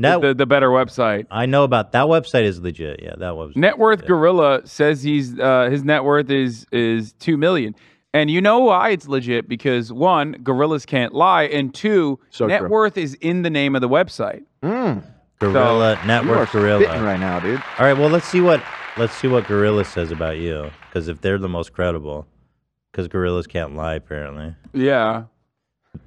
Speaker 1: Net-
Speaker 2: the, the better website.
Speaker 1: I know about that website is legit. Yeah, that website.
Speaker 2: Net worth gorilla says he's uh, his net worth is is two million. And you know why it's legit? Because one, gorillas can't lie, and two, net
Speaker 1: true.
Speaker 2: worth is in the name of the website.
Speaker 1: Gorilla
Speaker 2: You are
Speaker 1: Network Gorilla
Speaker 2: spitting
Speaker 3: right now, dude.
Speaker 1: All right, well let's see what let's see what Gorilla says about you because if they're the most credible, because gorillas can't lie apparently.
Speaker 2: Yeah.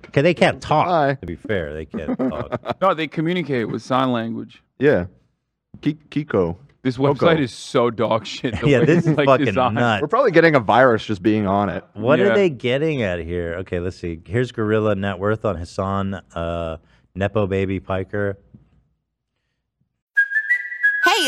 Speaker 1: Okay, they can't talk.
Speaker 2: Uh,
Speaker 1: To be fair, they can't talk.
Speaker 2: No, they communicate with sign language.
Speaker 3: Yeah. Ki- Kiko.
Speaker 2: This
Speaker 3: Coco.
Speaker 2: website is so dog shit. the way it's, like, designed.
Speaker 3: We're probably getting a virus just being on it.
Speaker 1: What are they getting at here? Okay, let's see. Here's Gorilla net worth on Hassan uh, Nepo Baby Piker.
Speaker 20: Hey,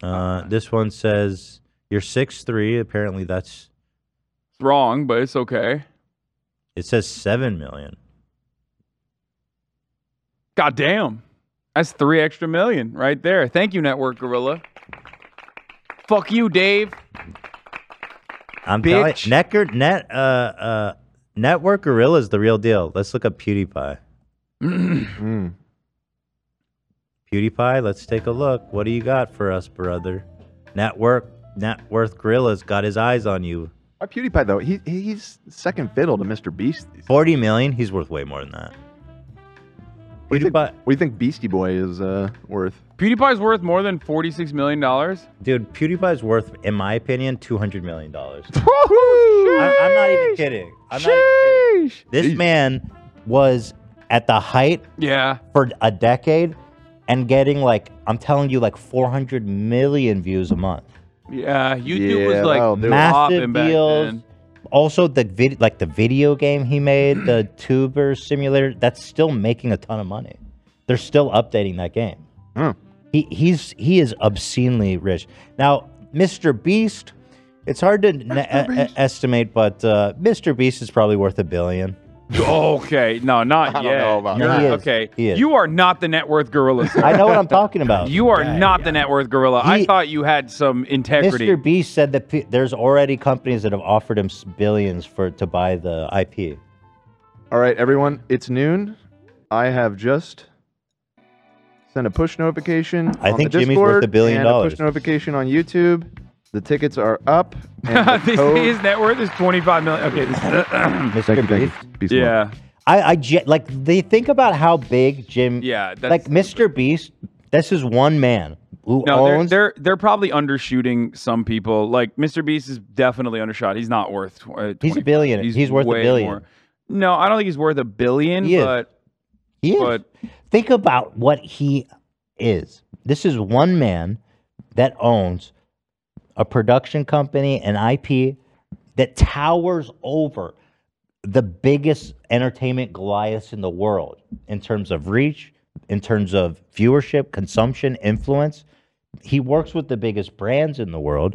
Speaker 2: Uh-huh.
Speaker 1: this one says you're six three. Apparently that's
Speaker 2: It's wrong, but it's okay.
Speaker 1: it says seven million.
Speaker 2: God damn. That's three extra million right there. Thank you, Network Gorilla. Fuck you, Dave.
Speaker 1: I'm telling you, Necker, net, uh, uh, Network Gorilla is the real deal. Let's look up PewDiePie. PewDiePie, let's take a look. What do you got for us, brother? Network, Net Worth Gorilla's got his eyes on you.
Speaker 3: Why PewDiePie though? He he's second fiddle to Mr. Beast.
Speaker 1: Forty million? He's worth way more than that.
Speaker 3: What do you think, what do you think Beastie Boy is uh, worth?
Speaker 2: PewDiePie's worth more than forty-six million dollars.
Speaker 1: Dude, PewDiePie's worth, in my opinion, two hundred million dollars.
Speaker 2: I,
Speaker 1: am not even kidding. I'm not even kidding. This man was at the height
Speaker 2: yeah.
Speaker 1: for a decade and getting like I'm telling you like 400 million views a month.
Speaker 2: Yeah, YouTube was like
Speaker 1: massive
Speaker 2: popping back
Speaker 1: deals.
Speaker 2: then.
Speaker 1: Also the vid- like the video game he made, the Tuber Simulator, that's still making a ton of money. They're still updating that game. He he's he is obscenely rich. Now, Mr. Beast, it's hard to n- e- e- estimate, but uh, Mr. Beast is probably worth a billion.
Speaker 2: Okay, no, not
Speaker 1: don't
Speaker 2: yet.
Speaker 1: know about
Speaker 2: You're-
Speaker 1: that. He is.
Speaker 2: Okay,
Speaker 1: He is.
Speaker 2: you are not the net worth gorilla. sir.
Speaker 1: I know what I'm talking about.
Speaker 2: You are not the net worth gorilla. I thought you had some integrity.
Speaker 1: Mr. Beast said that pe- there's already companies that have offered him s- billions for to buy the IP.
Speaker 3: All right, everyone, it's noon. I have just sent a push notification.
Speaker 1: I
Speaker 3: on
Speaker 1: think
Speaker 3: the
Speaker 1: Jimmy's worth
Speaker 3: Discord
Speaker 1: a billion
Speaker 3: and
Speaker 1: dollars.
Speaker 3: Push notification on YouTube. The tickets are up. and the
Speaker 2: His-
Speaker 3: code-
Speaker 2: His net worth is twenty-five million. Okay, Mr.
Speaker 1: Thank you, thank you.
Speaker 3: Beast
Speaker 2: yeah,
Speaker 1: I, I ge- like they think about how big Jim.
Speaker 2: Yeah, that's-
Speaker 1: like Mr. Beast. This is one man who
Speaker 2: no, they're,
Speaker 1: owns.
Speaker 2: they're they're probably undershooting some people. Like Mr. Beast is definitely undershot. He's not worth. tw- Uh,
Speaker 1: He's a
Speaker 2: 20
Speaker 1: billion. He's, worth a
Speaker 2: way
Speaker 1: billion.
Speaker 2: more. No, I don't think he's worth a billion.
Speaker 1: He is.
Speaker 2: But
Speaker 1: He is.
Speaker 2: but-
Speaker 1: Think about what he is. This is one man that owns a production company, an IP that towers over the biggest entertainment Goliaths in the world in terms of reach, in terms of viewership, consumption, influence. He works with the biggest brands in the world.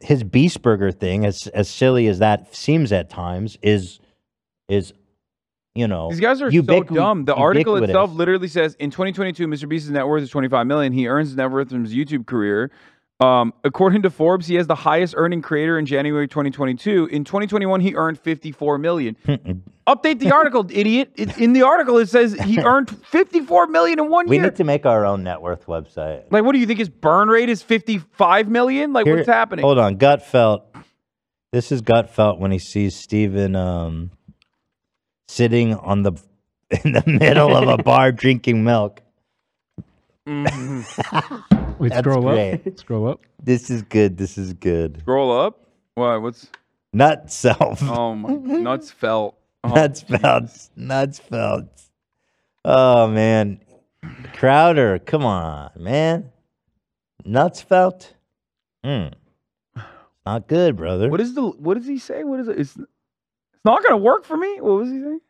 Speaker 1: His Beast Burger thing, as as silly as that seems at times, is is you know
Speaker 2: These guys are
Speaker 1: ubiqui-
Speaker 2: so dumb. The article
Speaker 1: ubiquitous.
Speaker 2: itself literally says in 2022, Mr. Beast's net worth is 25 million. He earns his net worth from his YouTube career. Um, according to Forbes, he has the highest earning creator in January 2022. In 2021, he earned 54 million. Update the article, idiot. It, in the article, it says he earned 54 million in one
Speaker 1: We
Speaker 2: year.
Speaker 1: need to make our own net worth website.
Speaker 2: like, what do you think his burn rate is? 55 million? Like,
Speaker 1: Here-
Speaker 2: what's happening?
Speaker 1: Hold on, Gutfelt. This is Gutfelt when he sees Steven um, sitting on the in the middle of a bar drinking milk.
Speaker 15: Wait,
Speaker 1: That's
Speaker 15: scroll up.
Speaker 1: great.
Speaker 15: Scroll up.
Speaker 1: This is good. This is good.
Speaker 2: Scroll up. Why? What's?
Speaker 1: Nut self.
Speaker 2: Oh my! Nuts felt. Oh,
Speaker 1: Nuts felt. Nuts felt. Oh man, Crowder, come on, man. Nuts felt. Hmm. Not good, brother.
Speaker 2: What is the? What does he say? What is it? It's, it's not going to work for me. What was he saying?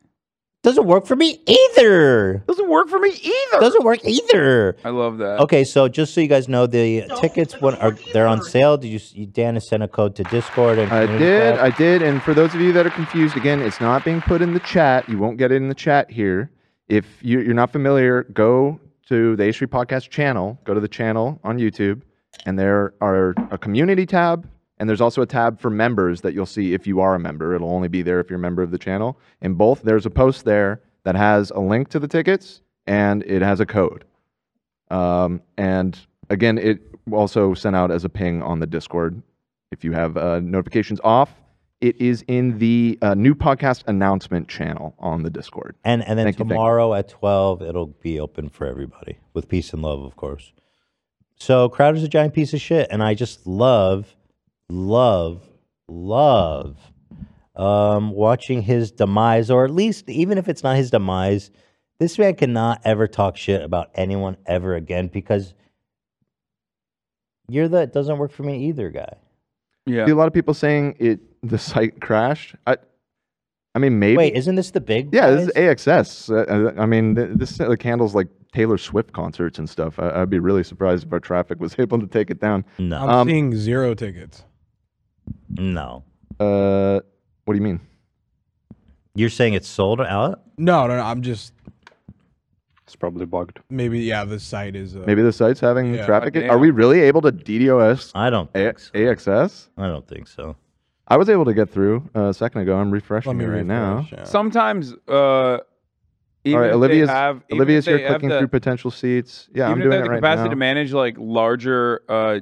Speaker 1: Doesn't work for me either.
Speaker 2: Doesn't work for me either.
Speaker 1: Doesn't work either.
Speaker 2: I love that.
Speaker 1: Okay, so just so you guys know, the tickets when are they're on sale. Did you, s- you Dan has sent a code to Discord and
Speaker 3: I
Speaker 1: community
Speaker 3: did,
Speaker 1: tab.
Speaker 3: I did, and for those of you that are confused, again, it's not being put in the chat. You won't get it in the chat here. If you- you're not familiar, go to the H3 Podcast channel, go to the channel on YouTube, and there are a community tab, and there's also a tab for members that you'll see if you are a member. It'll only be there if you're a member of the channel. In both, there's a post there that has a link to the tickets, and it has a code. Um, and again, it also sent out as a ping on the Discord. If you have uh, notifications off, it is in the uh, new podcast announcement channel on the Discord.
Speaker 1: And and then
Speaker 3: Thank you, thank you.
Speaker 1: tomorrow at twelve, it'll be open for everybody with peace and love, of course. So Crowder's a giant piece of shit, and I just love, love, love um, watching his demise, or at least even if it's not his demise, this man cannot ever talk shit about anyone ever again because you're the it doesn't work for me either guy.
Speaker 2: Yeah.
Speaker 3: See a lot of people saying it. The site crashed. I, I mean, maybe.
Speaker 1: Wait, isn't this the big?
Speaker 3: Yeah, this is AXS. Uh, uh, I mean, th- this uh, candles like Taylor Swift concerts and stuff. I, I'd be really surprised if our traffic was able to take it down.
Speaker 1: No.
Speaker 4: I'm
Speaker 3: Um,
Speaker 4: seeing zero tickets.
Speaker 1: No.
Speaker 3: Uh, what do you mean?
Speaker 1: You're saying it's sold out?
Speaker 4: No, no, no. I'm just
Speaker 17: It's probably bugged.
Speaker 4: maybe yeah. The site is uh,
Speaker 3: Maybe the site's having
Speaker 4: Yeah.
Speaker 3: traffic.
Speaker 4: Goddamn.
Speaker 3: Are we really able to DDoS?
Speaker 1: I don't
Speaker 3: AXS.
Speaker 1: I don't think so.
Speaker 3: I was able to get through uh, a second ago. I'm refreshing
Speaker 2: me
Speaker 3: it right now.
Speaker 2: Sometimes, uh, even
Speaker 3: All right,
Speaker 2: if
Speaker 3: Olivia's
Speaker 2: they have, even
Speaker 3: Olivia's
Speaker 2: if they
Speaker 3: here
Speaker 2: have
Speaker 3: clicking
Speaker 2: the-
Speaker 3: through potential seats. Yeah,
Speaker 2: even
Speaker 3: I'm doing
Speaker 2: if they have
Speaker 3: it
Speaker 2: the
Speaker 3: right
Speaker 2: capacity
Speaker 3: now.
Speaker 2: to manage like larger, uh,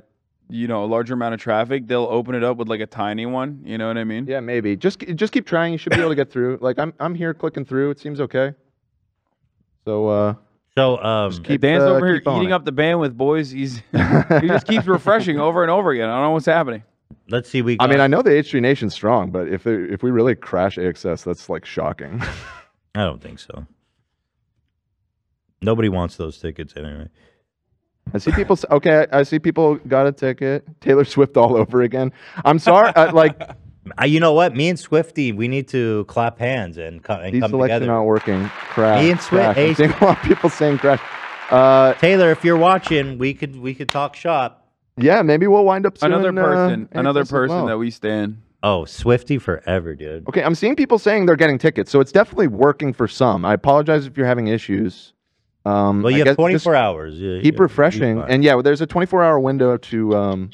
Speaker 2: you know, a larger amount of traffic, they'll open it up with like a tiny one. You know what I mean?
Speaker 3: Yeah, maybe. Just just keep trying. You should be able to get through. Like I'm I'm here clicking through. It seems okay. So uh
Speaker 1: So um
Speaker 3: keep,
Speaker 2: Dan's
Speaker 3: uh,
Speaker 2: over here
Speaker 3: keep on
Speaker 2: eating
Speaker 3: it.
Speaker 2: up the bandwidth, boys. He's he just keeps refreshing over and over again. I don't know what's happening.
Speaker 1: Let's see. We.
Speaker 3: I mean, I know the H3 Nation's strong, but if they, if we really crash AXS, that's like shocking.
Speaker 1: I don't think so. Nobody wants those tickets anyway.
Speaker 3: I see people. s- Okay, I, I see people got a ticket. Taylor Swift all over again. I'm sorry. uh, like
Speaker 1: Uh, you know what? Me and Swifty, we need to clap hands and, co- and
Speaker 3: these
Speaker 1: come
Speaker 3: selection
Speaker 1: together.
Speaker 3: not working. Crash.
Speaker 1: Me and Swift-
Speaker 3: crash. I'm
Speaker 1: Ace-
Speaker 3: seeing a lot of people saying crash. Uh,
Speaker 1: Taylor, if you're watching, we could we could talk shop.
Speaker 3: Yeah, maybe we'll wind up soon.
Speaker 2: Another
Speaker 3: uh,
Speaker 2: person, another
Speaker 3: AXS as
Speaker 2: person
Speaker 3: well.
Speaker 2: that we stand.
Speaker 1: Oh, Swifty forever, dude.
Speaker 3: Okay, I'm seeing people saying they're getting tickets, so it's definitely working for some. I apologize if you're having issues. Um,
Speaker 1: Well,
Speaker 3: I
Speaker 1: you
Speaker 3: guess
Speaker 1: have
Speaker 3: just
Speaker 1: 24 hours. Yeah,
Speaker 3: Keep
Speaker 1: yeah,
Speaker 3: refreshing,
Speaker 1: you're fine.
Speaker 3: and yeah, well, there's a 24 hour window to um,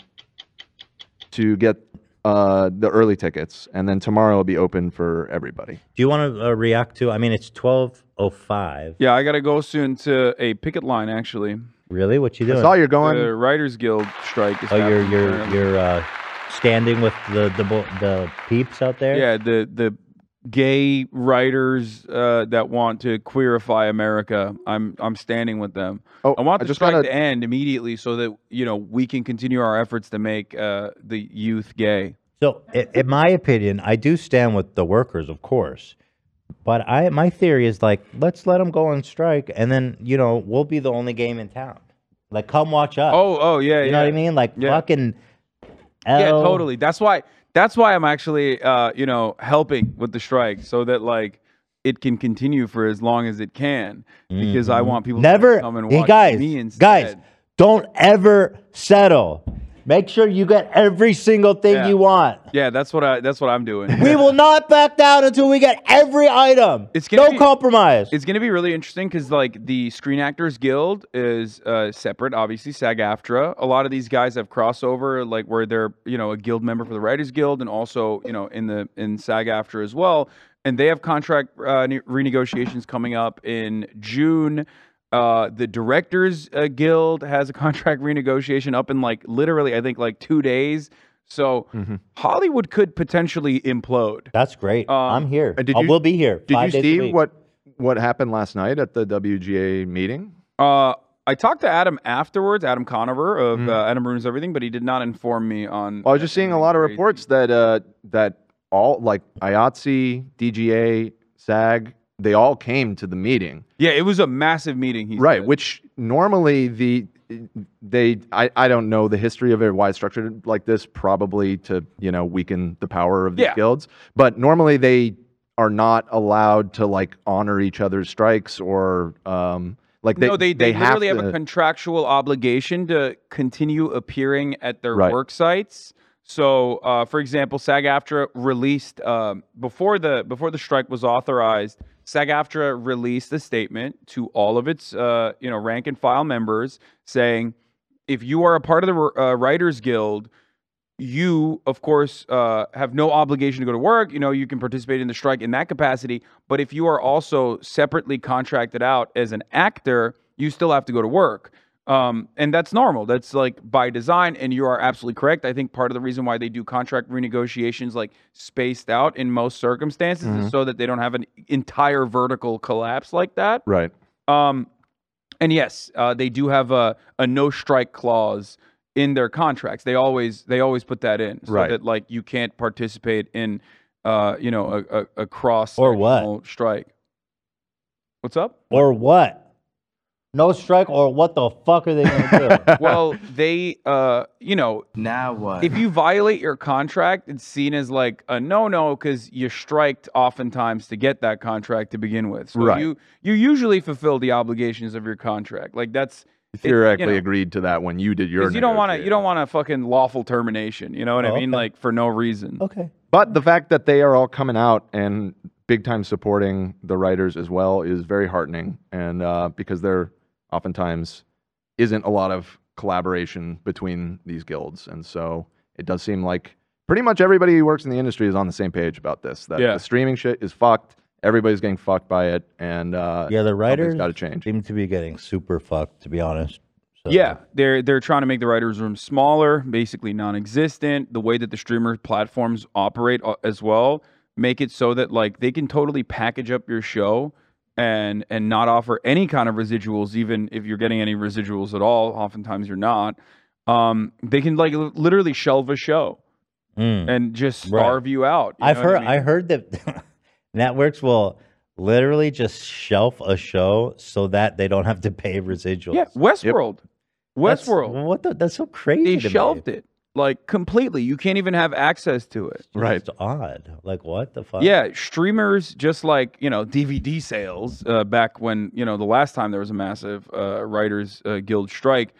Speaker 3: to get uh, the early tickets, and then tomorrow will be open for everybody.
Speaker 1: Do you want to uh, react to? I mean, it's 12:05.
Speaker 2: Yeah, I gotta go soon to a picket line. Actually,
Speaker 1: Really? What you doing?
Speaker 2: The Writers Guild strike. Is
Speaker 1: Oh, you're
Speaker 2: happening
Speaker 1: you're
Speaker 2: apparently.
Speaker 1: you're uh, standing with the the bo- the peeps out there.
Speaker 2: Yeah, the the gay writers uh, that want to queerify America. I'm I'm standing with them.
Speaker 3: Oh,
Speaker 2: I want
Speaker 3: I
Speaker 2: the
Speaker 3: just
Speaker 2: strike
Speaker 3: gotta-
Speaker 2: to end immediately so that you know we can continue our efforts to make uh, the youth gay.
Speaker 1: So, i- in my opinion, I do stand with the workers, of course. But I, my theory is like, let's let them go on strike, and then you know we'll be the only game in town. Like, come watch us.
Speaker 2: Oh, oh yeah,
Speaker 1: you
Speaker 2: yeah.
Speaker 1: know what I mean? Like, fucking.
Speaker 2: Yeah,
Speaker 1: L-
Speaker 2: totally. That's why. That's why I'm actually, uh, you know, helping with the strike so that like it can continue for as long as it can because I
Speaker 1: Mhm.
Speaker 2: want people
Speaker 1: never.
Speaker 2: to come and
Speaker 1: hey,
Speaker 2: watch
Speaker 1: guys,
Speaker 2: me instead.
Speaker 1: guys, don't ever settle. Make sure you get every single thing
Speaker 2: Yeah.
Speaker 1: you want.
Speaker 2: Yeah, that's what I. That's what I'm doing.
Speaker 1: We will not back down until we get every item.
Speaker 2: It's gonna
Speaker 1: no
Speaker 2: be-
Speaker 1: compromise.
Speaker 2: It's going to be really interesting because, like, the Screen Actors Guild is uh, separate, obviously, SAG AFTRA. A lot of these guys have crossover, like, where they're, you know, a guild member for the Writers Guild and also, you know, in the in SAG AFTRA as well. And they have contract uh, ne- renegotiations coming up in June. Uh, the Directors uh, Guild has a contract renegotiation up in, like, literally, I think, like two days. So Hollywood could potentially implode.
Speaker 1: That's great.
Speaker 2: Um,
Speaker 1: I'm here.
Speaker 3: And did
Speaker 1: I
Speaker 3: you-
Speaker 1: will be here.
Speaker 3: Did
Speaker 1: five
Speaker 3: you
Speaker 1: days a
Speaker 3: see
Speaker 1: week.
Speaker 3: what what happened last night at the WGA meeting?
Speaker 2: Uh, I talked to Adam afterwards, Adam Conover of uh, Adam Ruins Everything, but he did not inform me on.
Speaker 3: Mm-hmm. Well, I was just seeing a lot of reports that uh, that all like IATSE, DGA, SAG, they all came to the meeting.
Speaker 2: yeah, it was a massive meeting. He
Speaker 3: right
Speaker 2: said.
Speaker 3: which normally the they I, I don't know the history of it why it's structured like this probably to you know weaken the power of these
Speaker 2: Yeah.
Speaker 3: guilds but normally they are not allowed to like honor each other's strikes or um like they
Speaker 2: no, they, they,
Speaker 3: have,
Speaker 2: literally have,
Speaker 3: to-
Speaker 2: a contractual obligation to continue appearing at their
Speaker 3: Right.
Speaker 2: work sites. So, uh, for example, SAG-AFTRA released um, before the before the strike was authorized. SAG-AFTRA released a statement to all of its uh, you know rank and file members saying, if you are a part of the uh, Writers Guild, you of course uh, have no obligation to go to work you know you can participate in the strike in that capacity but if you are also separately contracted out as an actor you still have to go to work um, and that's normal that's like by design and you are absolutely correct i think part of the reason why they do contract renegotiations like spaced out in most circumstances
Speaker 3: Mhm.
Speaker 2: is so that they don't have an entire vertical collapse like that
Speaker 3: right
Speaker 2: um, and yes, uh, they do have a, a no strike clause in their contracts. They always they always put that in so
Speaker 1: Right.
Speaker 2: that like you can't participate in uh, you know a, a, a cross
Speaker 1: Or what?
Speaker 2: sectional strike. What's up?
Speaker 1: or what? No strike or what the fuck are they gonna do?
Speaker 2: well, they, uh, you know, now
Speaker 1: what?
Speaker 2: If you violate your contract, it's seen as like a no-no because you striked oftentimes to get that contract to begin with. So
Speaker 3: Right.
Speaker 2: you you usually fulfill the obligations of your contract. Like that's
Speaker 3: you
Speaker 2: it's, you know,
Speaker 3: theoretically agreed to that when you did your
Speaker 2: Because you don't want to, you don't want a fucking lawful termination. You know what
Speaker 3: Oh,
Speaker 2: I mean?
Speaker 3: okay.
Speaker 2: Like for no reason.
Speaker 1: Okay.
Speaker 3: but the fact that they are all coming out and big time supporting the writers as well is very heartening and uh, because there oftentimes isn't a lot of collaboration between these guilds and so it does seem like pretty much everybody who works in the industry is on the same page about this. That
Speaker 1: Yeah.
Speaker 3: the streaming shit is fucked. Everybody's getting fucked by it, and uh,
Speaker 1: Yeah, the writers
Speaker 3: got to change.
Speaker 1: Seem to be getting super fucked, to be honest. So,
Speaker 2: Yeah, they're they're trying to make the writers' room smaller, basically non-existent. The way that the streamer platforms operate uh, as well make it so that like they can totally package up your show and and not offer any kind of residuals, even if you're getting any residuals at all. Oftentimes you're not. Um, they can like li- literally shelve a show
Speaker 1: Mm.
Speaker 2: and just
Speaker 1: Right.
Speaker 2: starve you out. you
Speaker 1: I've
Speaker 2: know what
Speaker 1: heard. I,
Speaker 2: I mean?
Speaker 1: heard that networks will literally just shelf a show so that they don't have to pay residuals.
Speaker 2: Yeah, Westworld.
Speaker 1: That's-
Speaker 2: Westworld.
Speaker 1: what the? That's so crazy.
Speaker 2: They
Speaker 1: to me.
Speaker 2: shelved it like completely. You can't even have access to it.
Speaker 1: Right. It's odd. Like what the fuck?
Speaker 2: Yeah, streamers just like you know DVD sales uh, back when you know the last time there was a massive uh, writers uh, guild strike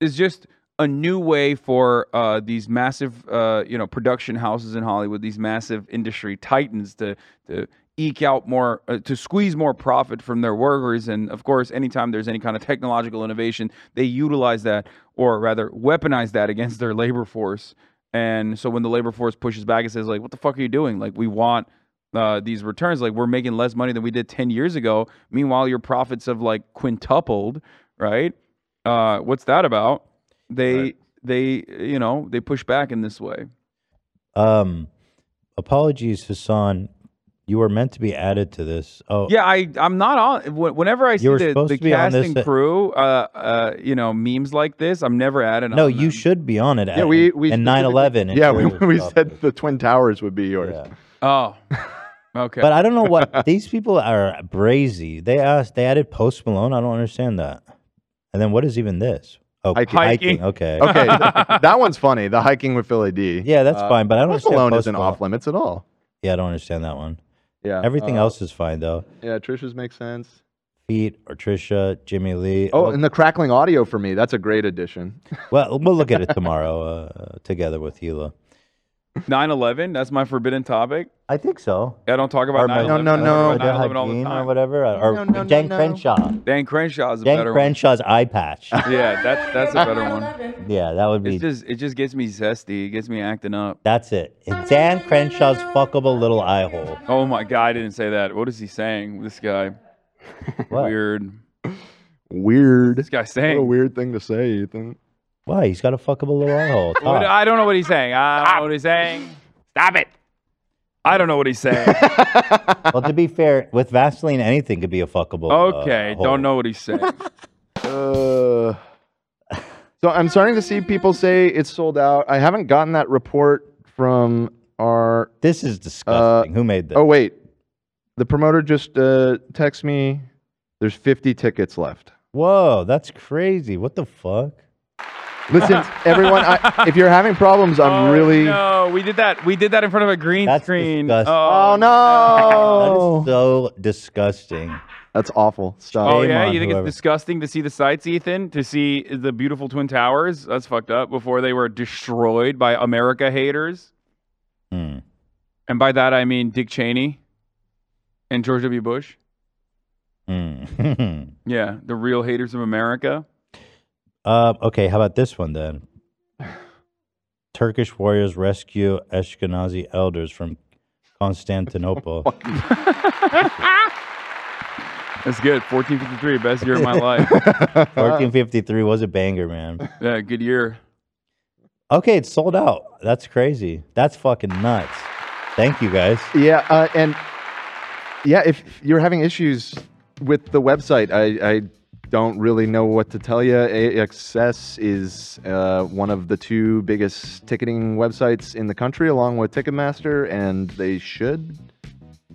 Speaker 2: is just a new way for uh, these massive uh, you know production houses in Hollywood, these massive industry titans to to eke out more uh, to squeeze more profit from their workers and of course anytime there's any kind of technological innovation they utilize that or rather weaponize that against their labor force and so when the labor force pushes back and says like what the fuck are you doing like we want uh, these returns. Like we're making less money than we did 10 years ago. Meanwhile, your profits have like quintupled, right? Uh, what's that about? They, they, you know, they push back in this way.
Speaker 1: Um, apologies, Hassan. You were meant to be added to this. Oh,
Speaker 2: Yeah, I, I'm not on. wh- Whenever I see
Speaker 1: You were
Speaker 2: the,
Speaker 1: supposed
Speaker 2: the
Speaker 1: to be on this,
Speaker 2: casting
Speaker 1: uh,
Speaker 2: crew, uh, uh, you know, memes like this, I'm never added.
Speaker 1: No,
Speaker 2: on
Speaker 1: you should be on it.
Speaker 2: Yeah, we- we
Speaker 1: and
Speaker 2: specifically-
Speaker 1: 9/11. and
Speaker 3: Yeah, we,
Speaker 1: shit.
Speaker 3: we said the Twin Towers would be yours.
Speaker 2: Oh, okay.
Speaker 1: But I don't know what these people are brazy. They asked. They added Post Malone. I don't understand that. And then what is even this? Oh,
Speaker 3: Hiking.
Speaker 1: Okay.
Speaker 3: okay, th- that one's funny. The hiking with Philly D.
Speaker 1: Yeah, that's
Speaker 3: Uh,
Speaker 1: fine. But I don't
Speaker 3: Post
Speaker 1: understand
Speaker 3: Malone
Speaker 1: Post
Speaker 3: isn't
Speaker 1: Malone.
Speaker 3: off limits at all.
Speaker 1: Yeah, I don't understand that one.
Speaker 3: Yeah,
Speaker 1: Everything
Speaker 3: uh,
Speaker 1: else is fine though.
Speaker 3: Yeah, Trisha's makes sense.
Speaker 1: Pete or Trisha, Jimmy Lee.
Speaker 3: Oh, and the crackling audio for me. That's a great addition.
Speaker 1: well, we'll look at it tomorrow uh, together with Hila.
Speaker 2: 9 11, that's my forbidden topic.
Speaker 1: I think so.
Speaker 2: I don't talk about
Speaker 1: Or
Speaker 2: 9
Speaker 1: Mel-
Speaker 2: 11.
Speaker 1: No, no, no.
Speaker 2: 9 11 all the
Speaker 1: Hakeem or
Speaker 2: time.
Speaker 1: whatever, or- or No, no, no, Dan no. Crenshaw.
Speaker 2: Dan Crenshaw's a
Speaker 1: Dan
Speaker 2: better
Speaker 1: Crenshaw's eye patch.
Speaker 2: one. Yeah, that's, that's a better one.
Speaker 1: yeah, that would be.
Speaker 2: It just it just gets me zesty. It gets me acting up.
Speaker 1: That's it. Dan Crenshaw's fuckable little eye hole.
Speaker 2: Oh my god, I didn't say that. What is he saying? This guy. Weird.
Speaker 3: Weird. This
Speaker 2: guy's saying.
Speaker 3: What a weird thing to say, Ethan.
Speaker 1: Why? He's got a fuckable little eye hole.
Speaker 2: What-
Speaker 1: Todd.
Speaker 2: I don't know what he's saying. I don't know what he's saying. Stop it. Uh, I don't know what he's saying.
Speaker 1: well, to be fair, with Vaseline, anything could be a fuckable. uh,
Speaker 2: Okay,
Speaker 1: hole.
Speaker 2: don't know what he's saying.
Speaker 3: Uh, so I'm starting to see people say it's sold out. I haven't gotten that report from our.
Speaker 1: This is disgusting. Who made this?
Speaker 3: Oh wait, the promoter just uh, texted me. There's 50 tickets left.
Speaker 1: Whoa, that's crazy. What the fuck?
Speaker 3: Listen, everyone, I, if you're having problems, I'm really.
Speaker 2: Oh, No, we did that. We did that in front of a green screen.
Speaker 1: disgusting.
Speaker 2: Oh,
Speaker 3: Oh no!
Speaker 1: That is so disgusting.
Speaker 3: That's awful. Stop.
Speaker 2: Oh
Speaker 1: Shame
Speaker 2: yeah,
Speaker 1: on
Speaker 2: you think
Speaker 1: whoever-
Speaker 2: it's disgusting to see the sights, Ethan? To see the beautiful twin towers? That's fucked up. Before they were destroyed by America haters,
Speaker 1: Hmm.
Speaker 2: and by that I mean Dick Cheney and George W. Bush.
Speaker 1: Hmm.
Speaker 2: Yeah, the real haters of America.
Speaker 1: uh, okay, how about this one then? Turkish warriors rescue Ashkenazi elders from Constantinople.
Speaker 2: That's good. 1453, best year of my life.
Speaker 1: 1453 was a banger, man.
Speaker 2: Yeah, good year.
Speaker 1: Okay, it's sold out. That's crazy. That's fucking nuts. Thank you guys.
Speaker 3: Yeah, uh, and yeah, if you're having issues with the website, I, I don't really know what to tell you. AXS is uh, one of the two biggest ticketing websites in the country, along with Ticketmaster, and they should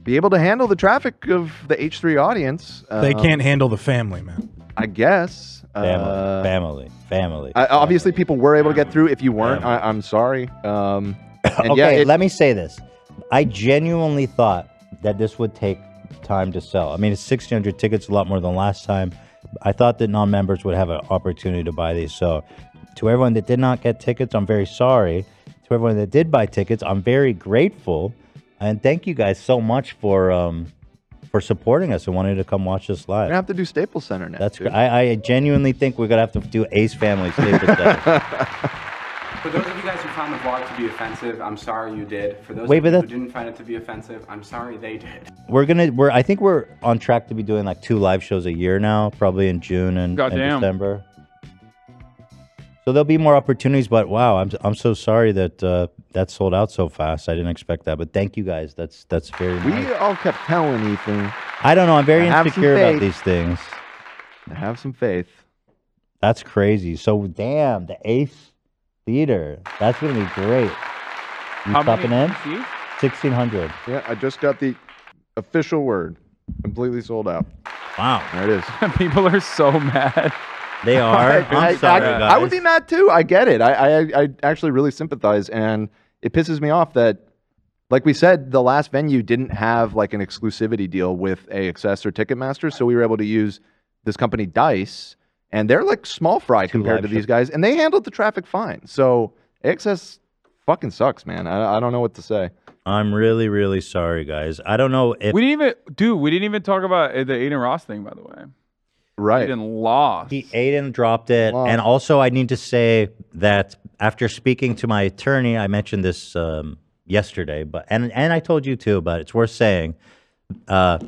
Speaker 3: be able to handle the traffic of the H3 audience.
Speaker 4: They
Speaker 1: Uh,
Speaker 3: Um,
Speaker 4: can't handle the family, man.
Speaker 3: I guess.
Speaker 1: Family,
Speaker 3: Uh,
Speaker 1: family, family.
Speaker 3: I, obviously, people were able to get through. If you weren't, I, I'm sorry. Um, and
Speaker 1: okay,
Speaker 3: yeah, it-
Speaker 1: let me say this. I genuinely thought that this would take time to sell. I mean, it's 1,600 tickets, a lot more than last time. I thought that non members would have an opportunity to buy these. So, to everyone that did not get tickets, I'm very sorry. To everyone that did buy tickets, I'm very grateful. And thank you guys so much for um, for supporting us and wanting to come watch us live.
Speaker 3: We're gonna have to do Staples Center now.
Speaker 1: That's great. I, I genuinely think we're gonna have to do Ace Family Staples Center.
Speaker 8: For those of you guys who found the vlog to be offensive, I'm sorry you did. For those
Speaker 1: Wait,
Speaker 8: of
Speaker 1: but
Speaker 8: you who
Speaker 1: that's-
Speaker 8: didn't find it to be offensive, I'm sorry they did.
Speaker 1: We're gonna. We're. I think we're on track to be doing like two live shows a year now, probably in June and, and
Speaker 8: Goddamn.
Speaker 1: December. So there'll be more opportunities. But wow, I'm. I'm so sorry that uh, that sold out so fast. I didn't expect that. But thank you guys. That's that's very. nice.
Speaker 3: We all kept telling Ethan.
Speaker 1: I don't know. I'm very
Speaker 3: Have some
Speaker 1: insecure about
Speaker 3: faith.
Speaker 1: these things.
Speaker 3: Have some faith.
Speaker 1: That's crazy. So damn, the Ace Theater. That's gonna be great. You
Speaker 3: How many
Speaker 1: stopping in?
Speaker 3: seats?
Speaker 1: Sixteen hundred.
Speaker 3: Yeah, I just got the official word. Completely sold out.
Speaker 1: Wow.
Speaker 3: There it is.
Speaker 2: People are so mad.
Speaker 1: They
Speaker 3: I, I- I- I would be mad too. I get it. I, I I actually really sympathize, and it pisses me off that, like we said, the last venue didn't have like an exclusivity deal with AXS or Ticketmaster, so we were able to use this company Dice, and they're like small fry compared
Speaker 1: live
Speaker 3: to these guys, and they handled the traffic fine. So AXS fucking sucks, man. I, I don't know what to say.
Speaker 1: I'm really, really sorry, guys. I don't know if
Speaker 2: We didn't even, dude. We didn't even talk about uh, the Aiden Ross thing, by the way.
Speaker 3: Right.
Speaker 2: Aiden lost.
Speaker 1: He Aiden dropped it, and also I need to say that after speaking to my attorney, I mentioned this um, yesterday, but and and I told you too, but it's worth saying. Uh,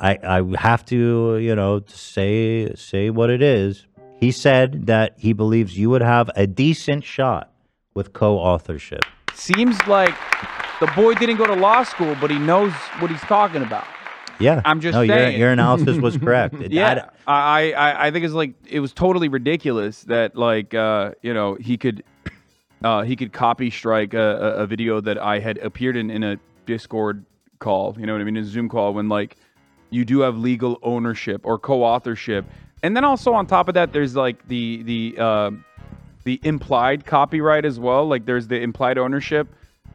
Speaker 1: I I have to you know say say what it is. He said that he believes you would have a decent shot with co-authorship.
Speaker 2: Seems like the boy didn't go to law school, but he knows what he's talking about.
Speaker 1: Yeah,
Speaker 2: I'm just
Speaker 1: no, your,
Speaker 2: saying.
Speaker 1: your analysis was correct. It- I-
Speaker 2: Yeah, I, I I think it's like it was totally ridiculous that like uh, you know he could uh, he could copy strike a, a, a video that I had appeared in in a Discord call. You know what I mean? A Zoom call when like you do have legal ownership or co-authorship, and then also on top of that, there's like the the um the implied copyright as well. Like there's the implied ownership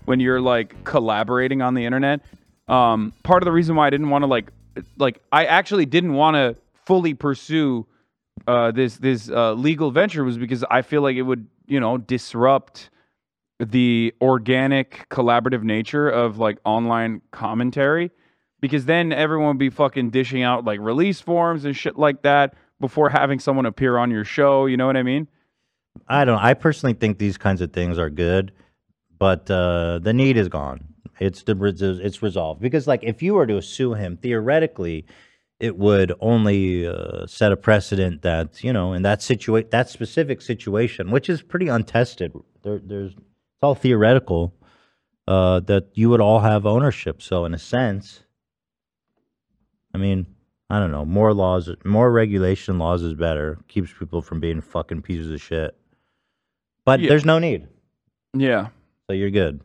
Speaker 2: when you're like collaborating on the internet. Um, part of the reason why I didn't want to like like I actually didn't want to fully pursue uh, this this uh, legal venture was because I feel like it would you know disrupt the organic collaborative nature of like online commentary because then everyone would be fucking dishing out like release forms and shit like that before having someone appear on your show you know what i mean
Speaker 1: I don't. I personally think these kinds of things are good, but uh, the need is gone. It's the it's resolved because like if you were to sue him theoretically, it would only uh, set a precedent that you know in that situa- that specific situation, which is pretty untested. There, there's it's all theoretical uh, that you would all have ownership. So in a sense, I mean, I don't know. More laws, more regulation laws is better. Keeps people from being fucking pieces of shit. But
Speaker 2: Yeah.
Speaker 1: there's no need.
Speaker 2: yeah
Speaker 1: So you're good.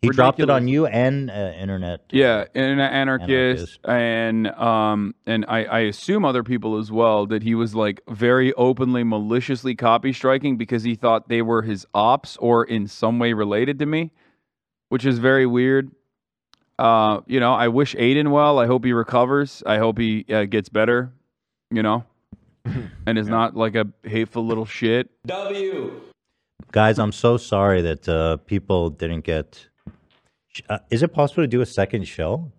Speaker 1: He dropped it
Speaker 2: Ridiculous.
Speaker 1: on you and uh, internet.
Speaker 2: Yeah, and an anarchist, and um, and I, I assume other people as well that he was like very openly, maliciously copy striking because he thought they were his ops or in some way related to me, which is very weird. Uh, you know, I wish Aiden well. I hope he recovers. I hope he uh, gets better. You know, and is not like a hateful little shit.
Speaker 1: W. Guys, I'm so sorry that uh, people didn't get. Sh- Uh, is it possible to do a second show?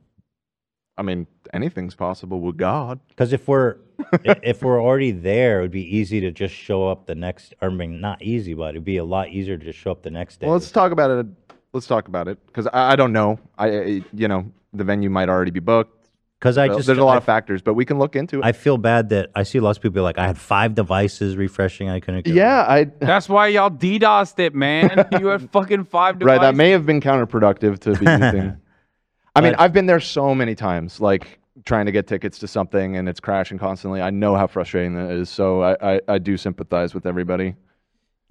Speaker 3: I mean, anything's possible with God.
Speaker 1: Because if we're i- if we're already there, it would be easy to just show up the next. I mean, not easy, but it'd be a lot easier to just show up the next day.
Speaker 3: Well, let's talk about it. Let's talk about it because I, I don't know. I, I you know the venue might already be booked.
Speaker 1: 'Cause I
Speaker 3: So
Speaker 1: just-
Speaker 3: there's a lot
Speaker 1: I-
Speaker 3: of facters, but we can look into it.
Speaker 1: I feel bad that I see lots of people be like I had five devices refreshing. I couldn't. Get
Speaker 3: yeah, I
Speaker 2: That's why y'all DDoSed it, man. you had fucking five devices.
Speaker 3: right. That may have been counterproductive to be using. I mean,
Speaker 1: But-
Speaker 3: I've been there so many times, like trying to get tickets to something and it's crashing constantly. I know how frustrating that is, so I I, I do sympathize with everybody.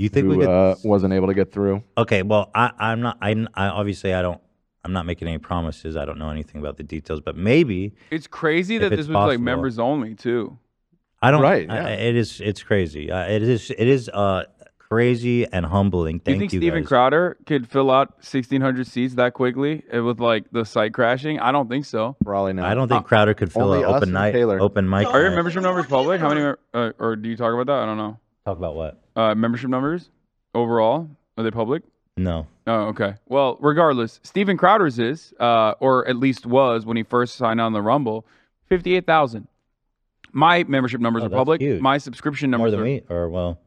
Speaker 1: You think
Speaker 3: who,
Speaker 1: we could-
Speaker 3: uh, wasn't able to get through?
Speaker 1: Okay, well, I, I'm not. I, I obviously I don't. I'm not making any promises. I don't know anything about the details, but maybe
Speaker 2: It's crazy
Speaker 1: If
Speaker 2: that
Speaker 1: it's
Speaker 2: this was like
Speaker 1: possible.
Speaker 2: members only too.
Speaker 1: I don't.
Speaker 2: Right,
Speaker 1: I-
Speaker 2: yeah.
Speaker 1: I- it is. It's crazy. Uh, it is. It is uh, crazy and humbling.
Speaker 2: Do
Speaker 1: Thank
Speaker 2: you think
Speaker 1: you
Speaker 2: Steven
Speaker 1: guys.
Speaker 2: Crowder could fill out 1,600 seats that quickly uh, with like the site crashing? I don't think so.
Speaker 3: Probably not.
Speaker 1: I don't think Crowder could fill
Speaker 2: Only
Speaker 1: an
Speaker 2: us
Speaker 1: open
Speaker 2: and
Speaker 1: night,
Speaker 2: Taylor.
Speaker 1: open mic.
Speaker 2: Are your
Speaker 1: night.
Speaker 2: membership numbers public? How many, mem- uh, or do you talk about that? I don't know.
Speaker 1: Talk about what?
Speaker 2: Uh, membership numbers overall are they public?
Speaker 1: No.
Speaker 2: Oh, okay. Well, regardless, Steven Crowder's is, uh, or at least was when he first signed on the Rumble, fifty-eight thousand. My membership numbers
Speaker 1: Oh,
Speaker 2: are
Speaker 1: that's
Speaker 2: public.
Speaker 1: huge.
Speaker 2: My subscription
Speaker 1: More
Speaker 2: numbers
Speaker 1: than
Speaker 2: are
Speaker 1: me, or well,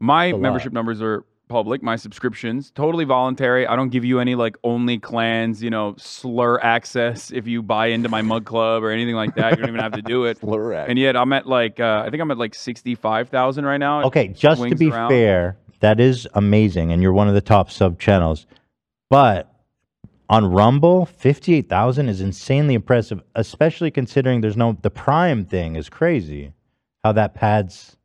Speaker 2: My
Speaker 1: a lot.
Speaker 2: membership numbers are public my subscriptions totally voluntary i don't give you any like only clans you know slur access if you buy into my mug club or anything like that you don't even have to do it
Speaker 3: slur
Speaker 2: and yet i'm at like uh, i think i'm at like 65000 right now It
Speaker 1: Okay, just to
Speaker 2: swings
Speaker 1: be
Speaker 2: around.
Speaker 1: fair, that is amazing, and you're one of the top sub channels. But on Rumble, fifty-eight thousand is insanely impressive, especially considering there's no the Prime thing is crazy. How that pads.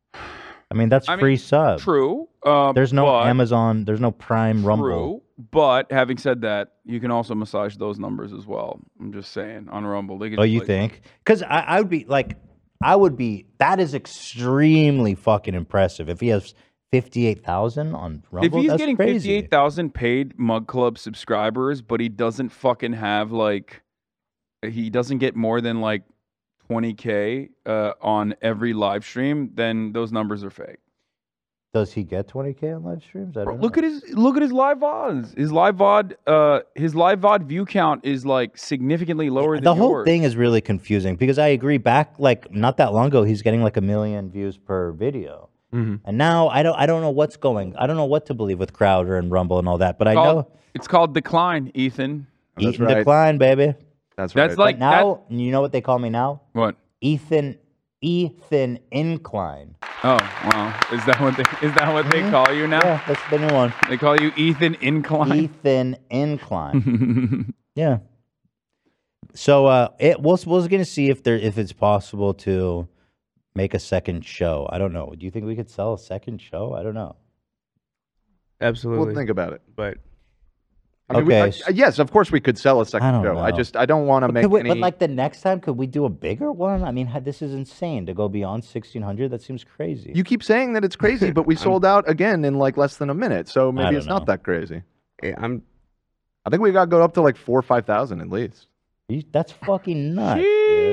Speaker 1: I mean, that's
Speaker 2: I mean,
Speaker 1: free sub.
Speaker 2: true uh,
Speaker 1: There's no
Speaker 2: but-
Speaker 1: Amazon. There's no Prime Rumble.
Speaker 2: True, but having said that, you can also massage those numbers as well. I'm just saying on Rumble. They could
Speaker 1: Oh,
Speaker 2: just,
Speaker 1: you
Speaker 2: like-
Speaker 1: think? Because I, I would be like, I would be. That is extremely fucking impressive. If he has fifty-eight thousand on
Speaker 2: if
Speaker 1: Rumble,
Speaker 2: he's
Speaker 1: that's
Speaker 2: getting
Speaker 1: crazy.
Speaker 2: fifty-eight thousand paid Mug Club subscribers, but he doesn't fucking have like, he doesn't get more than like 20k uh, on every live stream, then those numbers are fake.
Speaker 1: Does he get twenty k on live streams? I don't know.
Speaker 2: Look at his look at his live vods. His live vod, uh, his live vod view count is like significantly lower than
Speaker 1: the whole
Speaker 2: yours.
Speaker 1: thing is really confusing because I agree. Back like not that long ago, he's getting like a million views per video,
Speaker 2: Mm-hmm.
Speaker 1: and now I don't. I don't know what's going. I don't know what to believe with Crowder and Rumble and all that. But I
Speaker 2: Called-
Speaker 1: know
Speaker 2: it's called decline, Ethan.
Speaker 1: Ethan Decline, baby.
Speaker 3: That's
Speaker 2: That's right. like-
Speaker 1: But now. You know what they call me now?
Speaker 2: What?
Speaker 1: Ethan. Ethan Incline.
Speaker 2: Oh wow! Is that what they is that what they call you now?
Speaker 1: Yeah, that's the new one.
Speaker 2: They call you Ethan Incline.
Speaker 1: Ethan Incline. yeah. So uh, it we'll we're gonna see if there if it's possible to make a second show. I don't know. Do you think we could sell a second show? I don't know.
Speaker 6: Absolutely.
Speaker 3: We'll think about it.
Speaker 6: But
Speaker 3: I mean, we-
Speaker 1: Okay,
Speaker 3: I-
Speaker 1: s-
Speaker 3: I- yes, of course we could sell a second
Speaker 1: don't
Speaker 3: show. I
Speaker 1: know.
Speaker 3: just I don't want to
Speaker 1: But
Speaker 3: make
Speaker 1: could we-
Speaker 3: any.
Speaker 1: But like the next time, could we do a bigger one? I mean, ha- this is insane to go beyond sixteen hundred. That seems crazy.
Speaker 3: you keep saying that it's crazy, but we sold out again in like less than a minute, so maybe
Speaker 1: don't
Speaker 3: it's not that crazy. I'm. I think we got to go up to like four or five thousand at least.
Speaker 1: That's fucking nuts.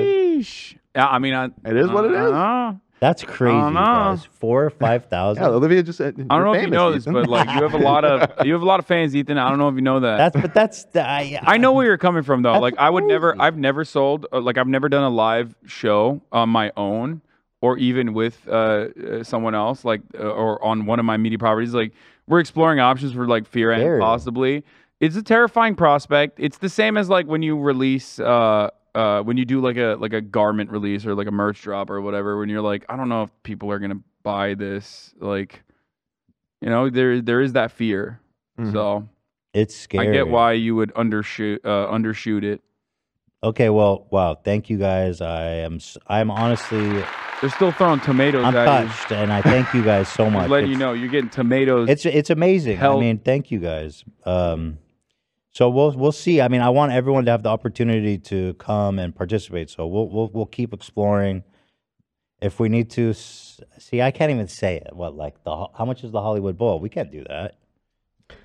Speaker 2: Sheesh. Yeah, I mean, I, Uh-huh.
Speaker 3: It is what it is.
Speaker 2: I
Speaker 1: That's crazy,
Speaker 2: know.
Speaker 1: guys. Four or five thousand.
Speaker 3: Yeah, Olivia just. I
Speaker 2: don't know if you know this, but like you have a lot of you have a lot of fans, Ethan. I don't know if you know that.
Speaker 1: That's but that's the, I,
Speaker 2: I know where you're coming from though. Like I would never I've never sold uh, like I've never done a live show on my own or even with uh, uh, someone else like uh, or on one of my media properties like we're exploring options for like fear and
Speaker 1: Scary.
Speaker 2: possibly it's a terrifying prospect. It's the same as like when you release uh uh, when you do like a like a garment release or like a merch drop or whatever, when you're like, I don't know if people are gonna buy this, like, you know, there there is that fear. So
Speaker 1: it's scary.
Speaker 2: I get why you would undershoot uh, undershoot it.
Speaker 1: Okay, well, wow. Thank you guys. I am s- I'm honestly
Speaker 2: They're still throwing tomatoes
Speaker 1: I'm
Speaker 2: at you.
Speaker 1: touched, and I thank you guys so
Speaker 2: Just
Speaker 1: much.
Speaker 2: letting you
Speaker 1: It's-
Speaker 2: know you're getting tomatoes.
Speaker 1: It's it's amazing.
Speaker 2: Hell-
Speaker 1: I mean, thank you guys. Um, so we'll we'll see. I mean, I want everyone to have the opportunity to come and participate. So we'll we'll we'll keep exploring. If we need to s- see, I can't even say it. What like the ho- how much is the Hollywood Bowl? We can't do that.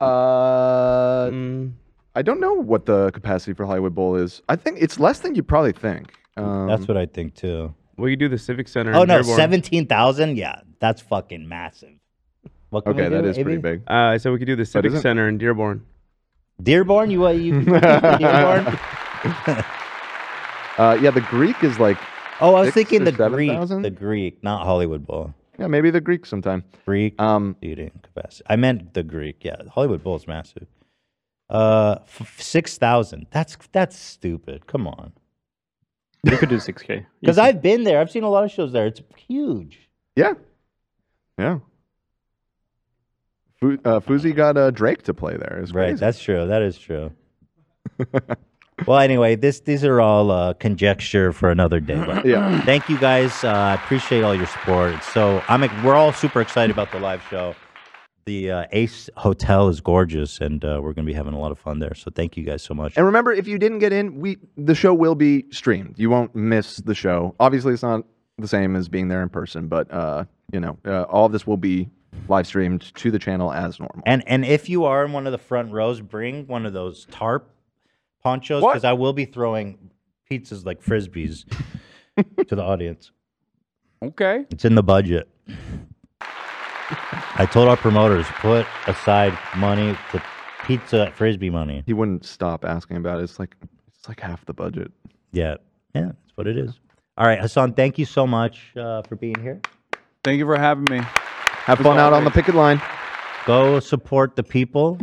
Speaker 3: Uh,
Speaker 1: Mm.
Speaker 3: I don't know what the capacity for Hollywood Bowl is. I think it's less than you probably think. Um,
Speaker 1: That's what I think too.
Speaker 6: Well, you do the Civic Center.
Speaker 1: Oh
Speaker 6: in
Speaker 1: no,
Speaker 6: Dearborn.
Speaker 1: seventeen thousand. Yeah, that's fucking massive. What can we do, AB?
Speaker 6: Uh, I said we could do the Civic
Speaker 1: isn't-
Speaker 6: Center in Dearborn.
Speaker 1: Dearborn, you uh, you Dearborn.
Speaker 3: Uh, yeah, the Greek is like.
Speaker 1: Oh, I was
Speaker 3: six
Speaker 1: thinking
Speaker 3: or
Speaker 1: the
Speaker 3: 7,000?
Speaker 1: Greek, the Greek, not Hollywood Bowl.
Speaker 3: Yeah, maybe the Greek sometime.
Speaker 1: Greek
Speaker 3: um,
Speaker 1: eating capacity. I meant the Greek. Yeah, Hollywood Bowl is massive. Uh, f- six thousand. That's that's stupid. Come on.
Speaker 17: You could do 6K.
Speaker 1: Because I've been there. I've seen a lot of shows there. It's huge.
Speaker 3: Yeah. Yeah. Fu- uh, Fuzi got uh, Drake to play there. It's
Speaker 1: Right.
Speaker 3: crazy.
Speaker 1: That's true. That is true. well, anyway, this these are all uh, conjecture for another day. But
Speaker 3: Yeah.
Speaker 1: Thank you guys. Uh, I appreciate all your support. So I'm we're all super excited about the live show. The uh, Ace Hotel is gorgeous, and uh, we're going to be having a lot of fun there. So thank you guys so much.
Speaker 3: And remember, if you didn't get in, we the show will be streamed. You won't miss the show. Obviously, it's not the same as being there in person, but uh, you know, uh, all this will be live streamed to the channel as normal.
Speaker 1: And and if you are in one of the front rows, bring one of those tarp ponchos
Speaker 3: What?
Speaker 1: because I will be throwing pizzas like frisbees to the audience.
Speaker 2: Okay.
Speaker 1: It's in the budget. I told our promoters put aside money to pizza frisbee money.
Speaker 3: He wouldn't stop asking about it. It's like it's like half the budget.
Speaker 1: Yeah, yeah, that's what it is. All right, Hassan, thank you so much uh, for being here.
Speaker 2: Thank you for having me.
Speaker 3: Have fun out on the picket line.
Speaker 1: Go support the people.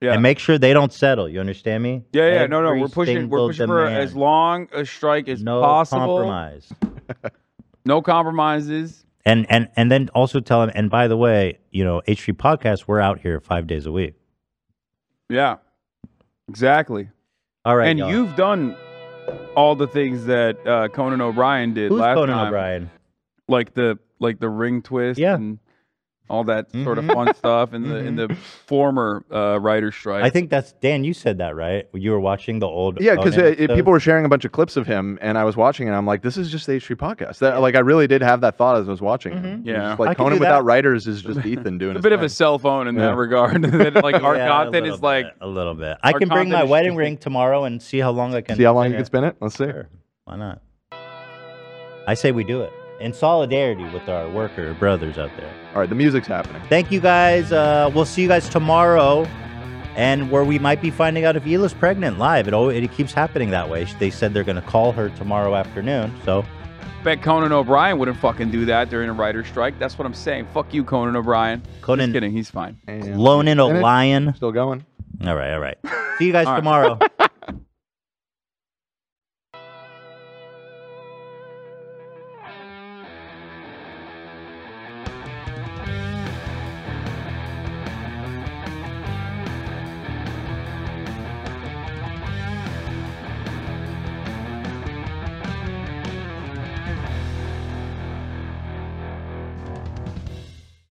Speaker 2: Yeah.
Speaker 1: And make sure they don't settle. You understand me?
Speaker 2: Yeah, yeah, no, no,
Speaker 1: Every
Speaker 2: we're pushing, we're
Speaker 1: single
Speaker 2: pushing for
Speaker 1: demand.
Speaker 2: as long a strike as
Speaker 1: no
Speaker 2: possible.
Speaker 1: compromise.
Speaker 2: No compromises.
Speaker 1: And and and then also tell them. And by the way, you know, H3 Podcast, we're out here five days a week.
Speaker 2: Yeah, exactly.
Speaker 1: All right,
Speaker 2: and
Speaker 1: y'all.
Speaker 2: you've done all the things that uh, Conan O'Brien did
Speaker 1: Who's
Speaker 2: last
Speaker 1: Conan
Speaker 2: time.
Speaker 1: O'Brien?
Speaker 2: Like the like the ring twist. Yeah. and all that sort of
Speaker 1: Mm-hmm.
Speaker 2: fun stuff in the in the former uh, writer strike.
Speaker 1: I think that's Dan. You said that right. You were watching the old.
Speaker 3: Yeah, because
Speaker 1: Conan
Speaker 2: uh,
Speaker 1: episode?
Speaker 3: people were sharing a bunch of clips of him, and I was watching, and I'm like, this is just the H3 podcast. That, Like, I really did have that thought as I was watching. him. It was
Speaker 2: Yeah.
Speaker 3: just
Speaker 2: I
Speaker 3: like
Speaker 2: could
Speaker 3: Conan
Speaker 2: do
Speaker 3: without
Speaker 2: that.
Speaker 3: writers is just Ethan doing
Speaker 2: It's a
Speaker 3: his
Speaker 2: bit of
Speaker 3: thing.
Speaker 2: a cell phone in
Speaker 3: Yeah.
Speaker 2: that regard. that, like our
Speaker 1: Yeah, a
Speaker 2: content
Speaker 1: little
Speaker 2: is like
Speaker 1: bit, a little bit. I
Speaker 2: our
Speaker 1: can bring my
Speaker 2: content is
Speaker 1: wedding ring tomorrow and see how long I can
Speaker 3: See how long
Speaker 1: spin
Speaker 3: you can spin it? Let's see.
Speaker 1: Why not? I say we do it in solidarity with our worker brothers out there.
Speaker 3: All right, the music's happening.
Speaker 1: Thank you guys. Uh, we'll see you guys tomorrow, and where we might be finding out if Hila's pregnant live. It always, it keeps happening that way. They said they're going to call her tomorrow afternoon. So
Speaker 2: Bet Conan O'Brien wouldn't fucking do that during a writer's strike. That's what I'm saying. Fuck you, Conan O'Brien.
Speaker 1: Conan-
Speaker 2: Just kidding. He's fine.
Speaker 1: Loaning a lion.
Speaker 3: Still going.
Speaker 1: All right, all right. See you guys
Speaker 2: All right.
Speaker 1: tomorrow.